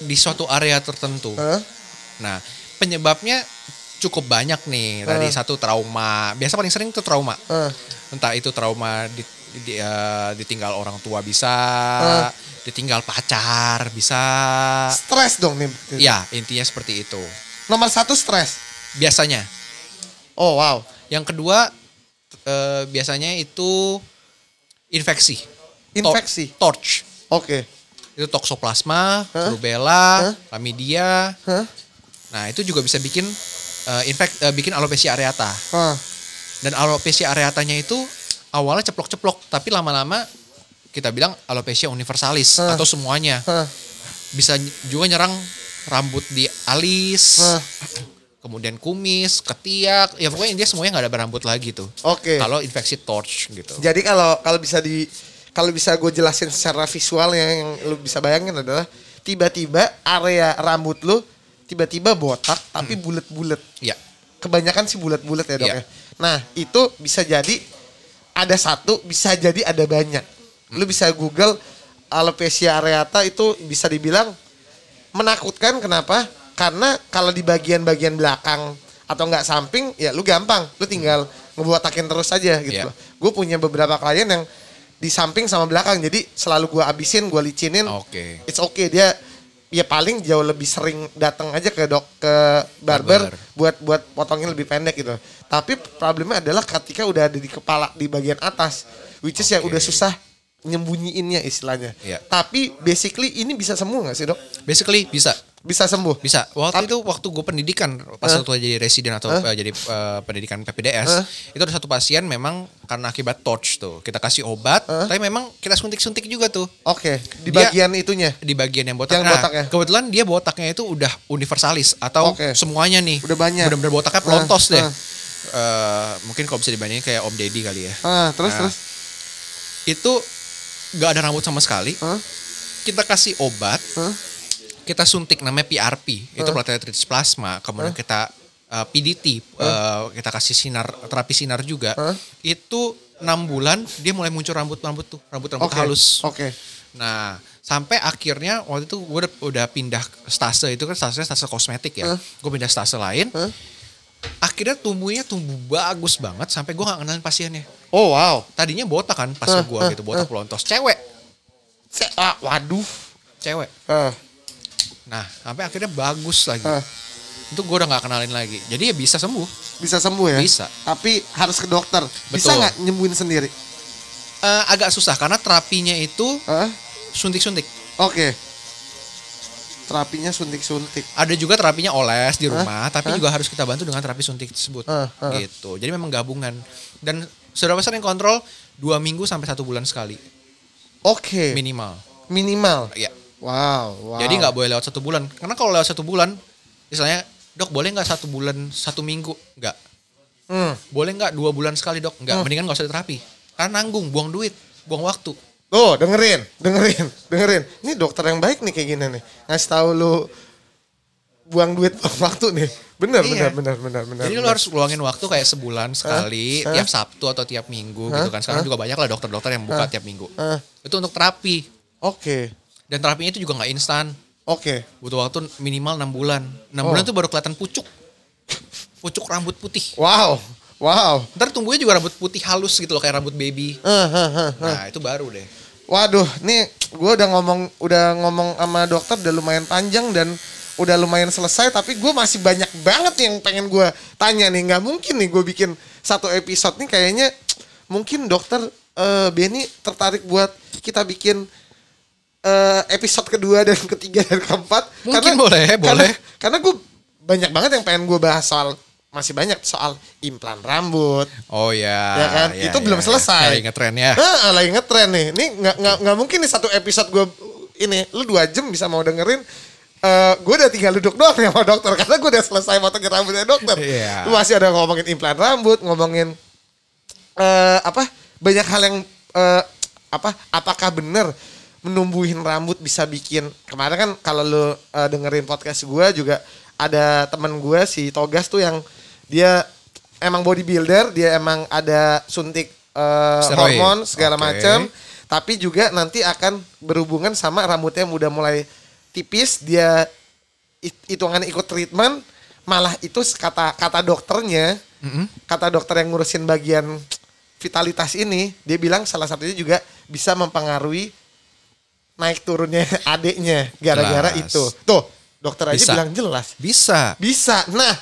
[SPEAKER 1] di suatu area tertentu.
[SPEAKER 2] eh,
[SPEAKER 1] Nah, penyebabnya cukup banyak nih. Tadi satu trauma. Biasa paling sering itu trauma.
[SPEAKER 2] eh.
[SPEAKER 1] Entah itu trauma di, di- eh, ditinggal orang tua bisa, ditinggal pacar bisa.
[SPEAKER 2] Stres dong nih.
[SPEAKER 1] Ya, intinya seperti itu.
[SPEAKER 2] Nomor satu stres.
[SPEAKER 1] Biasanya.
[SPEAKER 2] Oh, wow.
[SPEAKER 1] Yang kedua eh, biasanya itu infeksi. To-
[SPEAKER 2] Infeksi.
[SPEAKER 1] torch.
[SPEAKER 2] Oke.
[SPEAKER 1] Itu toksoplasma,
[SPEAKER 2] Hah?
[SPEAKER 1] rubella,
[SPEAKER 2] Hah?
[SPEAKER 1] chlamydia.
[SPEAKER 2] Hah?
[SPEAKER 1] Nah, itu juga bisa bikin eh, infek eh, bikin alopecia areata.
[SPEAKER 2] Hah.
[SPEAKER 1] Dan alopecia areatanya itu awalnya ceplok-ceplok, tapi lama-lama kita bilang alopecia universalis
[SPEAKER 2] Hah?
[SPEAKER 1] atau semuanya.
[SPEAKER 2] Hah.
[SPEAKER 1] Bisa ny- juga nyerang rambut di alis,
[SPEAKER 2] Hah.
[SPEAKER 1] kemudian kumis, ketiak, ya pokoknya dia semuanya nggak ada berambut lagi tuh.
[SPEAKER 2] Oke.
[SPEAKER 1] Kalau infeksi torch gitu.
[SPEAKER 2] Jadi kalau kalau bisa di kalau bisa gue jelasin secara visual yang lu bisa bayangin adalah tiba-tiba area rambut lu tiba-tiba botak
[SPEAKER 1] Mm.
[SPEAKER 2] tapi bulat-bulat.
[SPEAKER 1] Ya.
[SPEAKER 2] Kebanyakan sih bulat-bulat ya dok
[SPEAKER 1] Iya.
[SPEAKER 2] ya. Nah itu bisa jadi ada satu bisa jadi ada banyak.
[SPEAKER 1] Hmm.
[SPEAKER 2] Lu bisa google alopecia areata itu bisa dibilang menakutkan kenapa? Karena kalau di bagian-bagian belakang atau nggak samping ya lu gampang, lu tinggal ngebotakin terus aja gitu
[SPEAKER 1] Iya.
[SPEAKER 2] loh. Gue punya beberapa klien yang di samping sama belakang jadi selalu gue abisin, gue licinin.
[SPEAKER 1] Oke.
[SPEAKER 2] It's okay dia ya paling jauh lebih sering datang aja ke dok ke barber
[SPEAKER 1] Barber.
[SPEAKER 2] buat buat potongin lebih pendek gitu. Tapi problemnya adalah ketika udah ada di kepala di bagian atas which is yang
[SPEAKER 1] Oke.
[SPEAKER 2] udah susah nyembunyiinnya istilahnya.
[SPEAKER 1] Iya.
[SPEAKER 2] Tapi basically ini bisa sembuh nggak sih dok?
[SPEAKER 1] Basically bisa
[SPEAKER 2] Bisa sembuh?
[SPEAKER 1] Bisa. Waktu
[SPEAKER 2] Tapi-
[SPEAKER 1] itu waktu gue pendidikan pas
[SPEAKER 2] Hah?
[SPEAKER 1] waktu jadi residen atau eh, jadi eh, pendidikan PPDS,
[SPEAKER 2] Hah?
[SPEAKER 1] itu ada satu pasien memang karena akibat torch tuh. Kita kasih obat,
[SPEAKER 2] Hah?
[SPEAKER 1] tapi memang kita suntik-suntik juga tuh
[SPEAKER 2] Oke, di
[SPEAKER 1] Dia-
[SPEAKER 2] bagian itunya.
[SPEAKER 1] di bagian yang botak.
[SPEAKER 2] Yang
[SPEAKER 1] Nah,
[SPEAKER 2] botaknya.
[SPEAKER 1] kebetulan dia botaknya itu udah universalis atau
[SPEAKER 2] Oke.
[SPEAKER 1] semuanya nih.
[SPEAKER 2] Udah banyak. Eh.
[SPEAKER 1] Bener-bener botaknya pelontos
[SPEAKER 2] Hah,
[SPEAKER 1] deh.
[SPEAKER 2] hah.
[SPEAKER 1] Eh, mungkin kalau bisa dibandingin kayak Om Deddy kali ya.
[SPEAKER 2] Ah, terus
[SPEAKER 1] Nah.
[SPEAKER 2] terus.
[SPEAKER 1] Itu gak ada rambut sama sekali.
[SPEAKER 2] Hah?
[SPEAKER 1] Kita kasih obat,
[SPEAKER 2] Hah?
[SPEAKER 1] kita suntik namanya PRP itu platelet-rich plasma kemudian kita uh, PDT uh, kita kasih sinar terapi sinar juga
[SPEAKER 2] Huh?
[SPEAKER 1] itu enam bulan dia mulai muncul rambut-rambut tuh rambut-rambut
[SPEAKER 2] Oke.
[SPEAKER 1] halus
[SPEAKER 2] Oke.
[SPEAKER 1] nah sampai akhirnya waktu itu gue udah, udah pindah stase itu kan stase stase kosmetik ya
[SPEAKER 2] Huh?
[SPEAKER 1] gue pindah stase lain
[SPEAKER 2] Huh?
[SPEAKER 1] akhirnya tumbuhnya tumbuh bagus banget sampai gue gak kenalin pasiennya
[SPEAKER 2] Oh, wow.
[SPEAKER 1] tadinya botak kan pas
[SPEAKER 2] Huh?
[SPEAKER 1] gue
[SPEAKER 2] Huh?
[SPEAKER 1] gitu botak pelontos cewek
[SPEAKER 2] Se- ah, waduh.
[SPEAKER 1] cewek
[SPEAKER 2] Ah,
[SPEAKER 1] nah sampai akhirnya bagus lagi
[SPEAKER 2] ah.
[SPEAKER 1] itu gue udah gak kenalin lagi jadi ya bisa sembuh
[SPEAKER 2] Bisa sembuh ya?
[SPEAKER 1] Bisa.
[SPEAKER 2] Tapi harus ke dokter. Bisa
[SPEAKER 1] Betul.
[SPEAKER 2] nggak nyembuhin sendiri?
[SPEAKER 1] Eh, agak susah karena terapinya itu
[SPEAKER 2] Ah,
[SPEAKER 1] suntik-suntik.
[SPEAKER 2] Oke. Terapinya suntik-suntik.
[SPEAKER 1] Ada juga terapinya oles di rumah, tapi
[SPEAKER 2] Hah?
[SPEAKER 1] juga harus kita bantu dengan terapi suntik tersebut.
[SPEAKER 2] Hah? Hah?
[SPEAKER 1] Gitu. Jadi memang gabungan. Dan sudah besar yang kontrol dua minggu sampai satu bulan sekali
[SPEAKER 2] Oke.
[SPEAKER 1] minimal.
[SPEAKER 2] Minimal.
[SPEAKER 1] Ya.
[SPEAKER 2] Wow, wow.
[SPEAKER 1] Jadi nggak boleh lewat satu bulan. Karena kalau lewat satu bulan, misalnya dok boleh nggak satu bulan satu minggu? Nggak.
[SPEAKER 2] Hmm.
[SPEAKER 1] Boleh nggak dua bulan sekali dok? Nggak. Mendingan nggak usah terapi. Karena nanggung, buang duit, buang waktu.
[SPEAKER 2] Tuh, dengerin, dengerin, dengerin. Ini dokter yang baik nih kayak gini nih. Ngasih tahu lu buang duit buang waktu nih. Bener,
[SPEAKER 1] Iya.
[SPEAKER 2] bener, bener, bener, bener.
[SPEAKER 1] Jadi lu
[SPEAKER 2] bener.
[SPEAKER 1] harus luangin waktu kayak sebulan sekali,
[SPEAKER 2] Hah?
[SPEAKER 1] tiap Sabtu atau tiap Minggu gitu kan. Sekarang juga banyak lah dokter-dokter yang buka tiap minggu.
[SPEAKER 2] Hah?
[SPEAKER 1] Itu untuk terapi.
[SPEAKER 2] Oke,
[SPEAKER 1] Dan terapinya itu juga nggak instan.
[SPEAKER 2] oke.
[SPEAKER 1] Butuh waktu minimal enam bulan. enam
[SPEAKER 2] Oh.
[SPEAKER 1] bulan tuh baru kelihatan pucuk. Pucuk rambut putih.
[SPEAKER 2] Wow, wow.
[SPEAKER 1] Ntar tunggunya juga rambut putih halus gitu loh kayak rambut baby.
[SPEAKER 2] Eh, eh, eh, eh.
[SPEAKER 1] Nah, itu baru deh.
[SPEAKER 2] Waduh, nih gue udah ngomong, udah ngomong sama dokter udah lumayan panjang dan udah lumayan selesai tapi gue masih banyak banget yang pengen gue tanya nih nggak mungkin nih gue bikin satu episode nih kayaknya mungkin dokter eh, Benny tertarik buat kita bikin eh, episode kedua dan ketiga dan keempat
[SPEAKER 1] Mungkin boleh,
[SPEAKER 2] karena,
[SPEAKER 1] boleh.
[SPEAKER 2] karena gue banyak banget yang pengen gue bahas soal masih banyak soal implan rambut
[SPEAKER 1] Oh ya.
[SPEAKER 2] ya kan?
[SPEAKER 1] ya,
[SPEAKER 2] itu
[SPEAKER 1] ya,
[SPEAKER 2] belum
[SPEAKER 1] ya.
[SPEAKER 2] selesai.
[SPEAKER 1] Lagi ngetren ya.
[SPEAKER 2] Heeh, lagi ngetren nih. Ini nggak nggak nggak mungkin nih satu episode gue ini lu dua jam bisa mau dengerin. Eh gue udah tinggal duduk doang nih sama dokter karena gue udah selesai motongin rambutnya dokter.
[SPEAKER 1] Iya.
[SPEAKER 2] Lu masih ada ngomongin implan rambut, ngomongin eh apa banyak hal yang eh, apa apakah benar menumbuhin rambut bisa bikin kemarin kan kalau lu eh, dengerin podcast gua juga ada teman gua si Togas tuh yang dia emang bodybuilder dia emang ada suntik eh,
[SPEAKER 1] Steroid.
[SPEAKER 2] hormon segala
[SPEAKER 1] Oke.
[SPEAKER 2] macam tapi juga nanti akan berhubungan sama rambutnya yang udah mulai tipis dia it- hitungannya ikut treatment malah itu kata kata dokternya kata dokter yang ngurusin bagian vitalitas ini dia bilang salah satunya juga bisa mempengaruhi naik turunnya adeknya gara-gara
[SPEAKER 1] Jelas.
[SPEAKER 2] itu tuh dokter aja
[SPEAKER 1] Bisa.
[SPEAKER 2] bilang jelas
[SPEAKER 1] Bisa.
[SPEAKER 2] bisa nah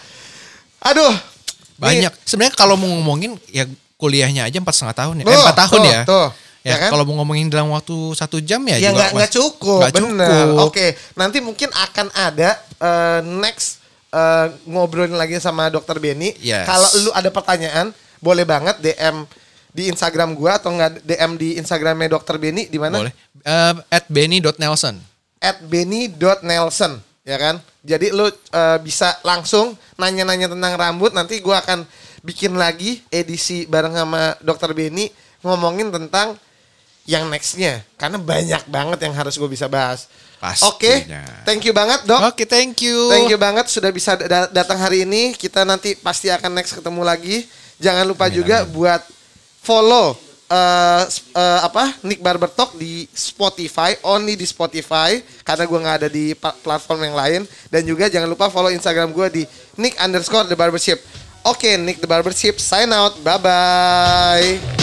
[SPEAKER 2] aduh Nih,
[SPEAKER 1] Banyak. Sebenarnya kalau mau ngomongin ya kuliahnya aja empat setengah tahun ya.
[SPEAKER 2] Tuh,
[SPEAKER 1] eh, empat tahun
[SPEAKER 2] tuh,
[SPEAKER 1] ya.
[SPEAKER 2] tuh.
[SPEAKER 1] Ya,
[SPEAKER 2] Ya kan?
[SPEAKER 1] kalau mau ngomongin dalam waktu satu jam ya,
[SPEAKER 2] Ya
[SPEAKER 1] juga
[SPEAKER 2] nggak nggak
[SPEAKER 1] mas-
[SPEAKER 2] cukup,
[SPEAKER 1] nggak
[SPEAKER 2] benar.
[SPEAKER 1] cukup.
[SPEAKER 2] Oke, nanti mungkin akan ada eh, next eh, ngobrolin lagi sama Dokter Benny.
[SPEAKER 1] Yes.
[SPEAKER 2] Kalau lu ada pertanyaan, boleh banget DM di Instagram gua atau nggak DM di Instagramnya Dokter Benny di mana?
[SPEAKER 1] Boleh. Eh, at benny.nelson.
[SPEAKER 2] at benny.nelson ya kan jadi lu eh, bisa langsung nanya-nanya tentang rambut nanti gua akan bikin lagi edisi bareng sama dokter Benny ngomongin tentang yang nextnya karena banyak banget yang harus gue bisa bahas oke
[SPEAKER 1] Pastinya.
[SPEAKER 2] thank you banget dok
[SPEAKER 1] Oke, thank you.
[SPEAKER 2] Thank you banget sudah bisa da- datang hari ini. Kita nanti pasti akan next ketemu lagi. Jangan lupa juga buat follow eh, s- eh, apa Nick Barber Talk di Spotify, only di Spotify karena gua nggak ada di pa- platform yang lain. Dan juga jangan lupa follow Instagram gua di Nick underscore the barbership. Oke, Nick the barbership sign out. Bye bye.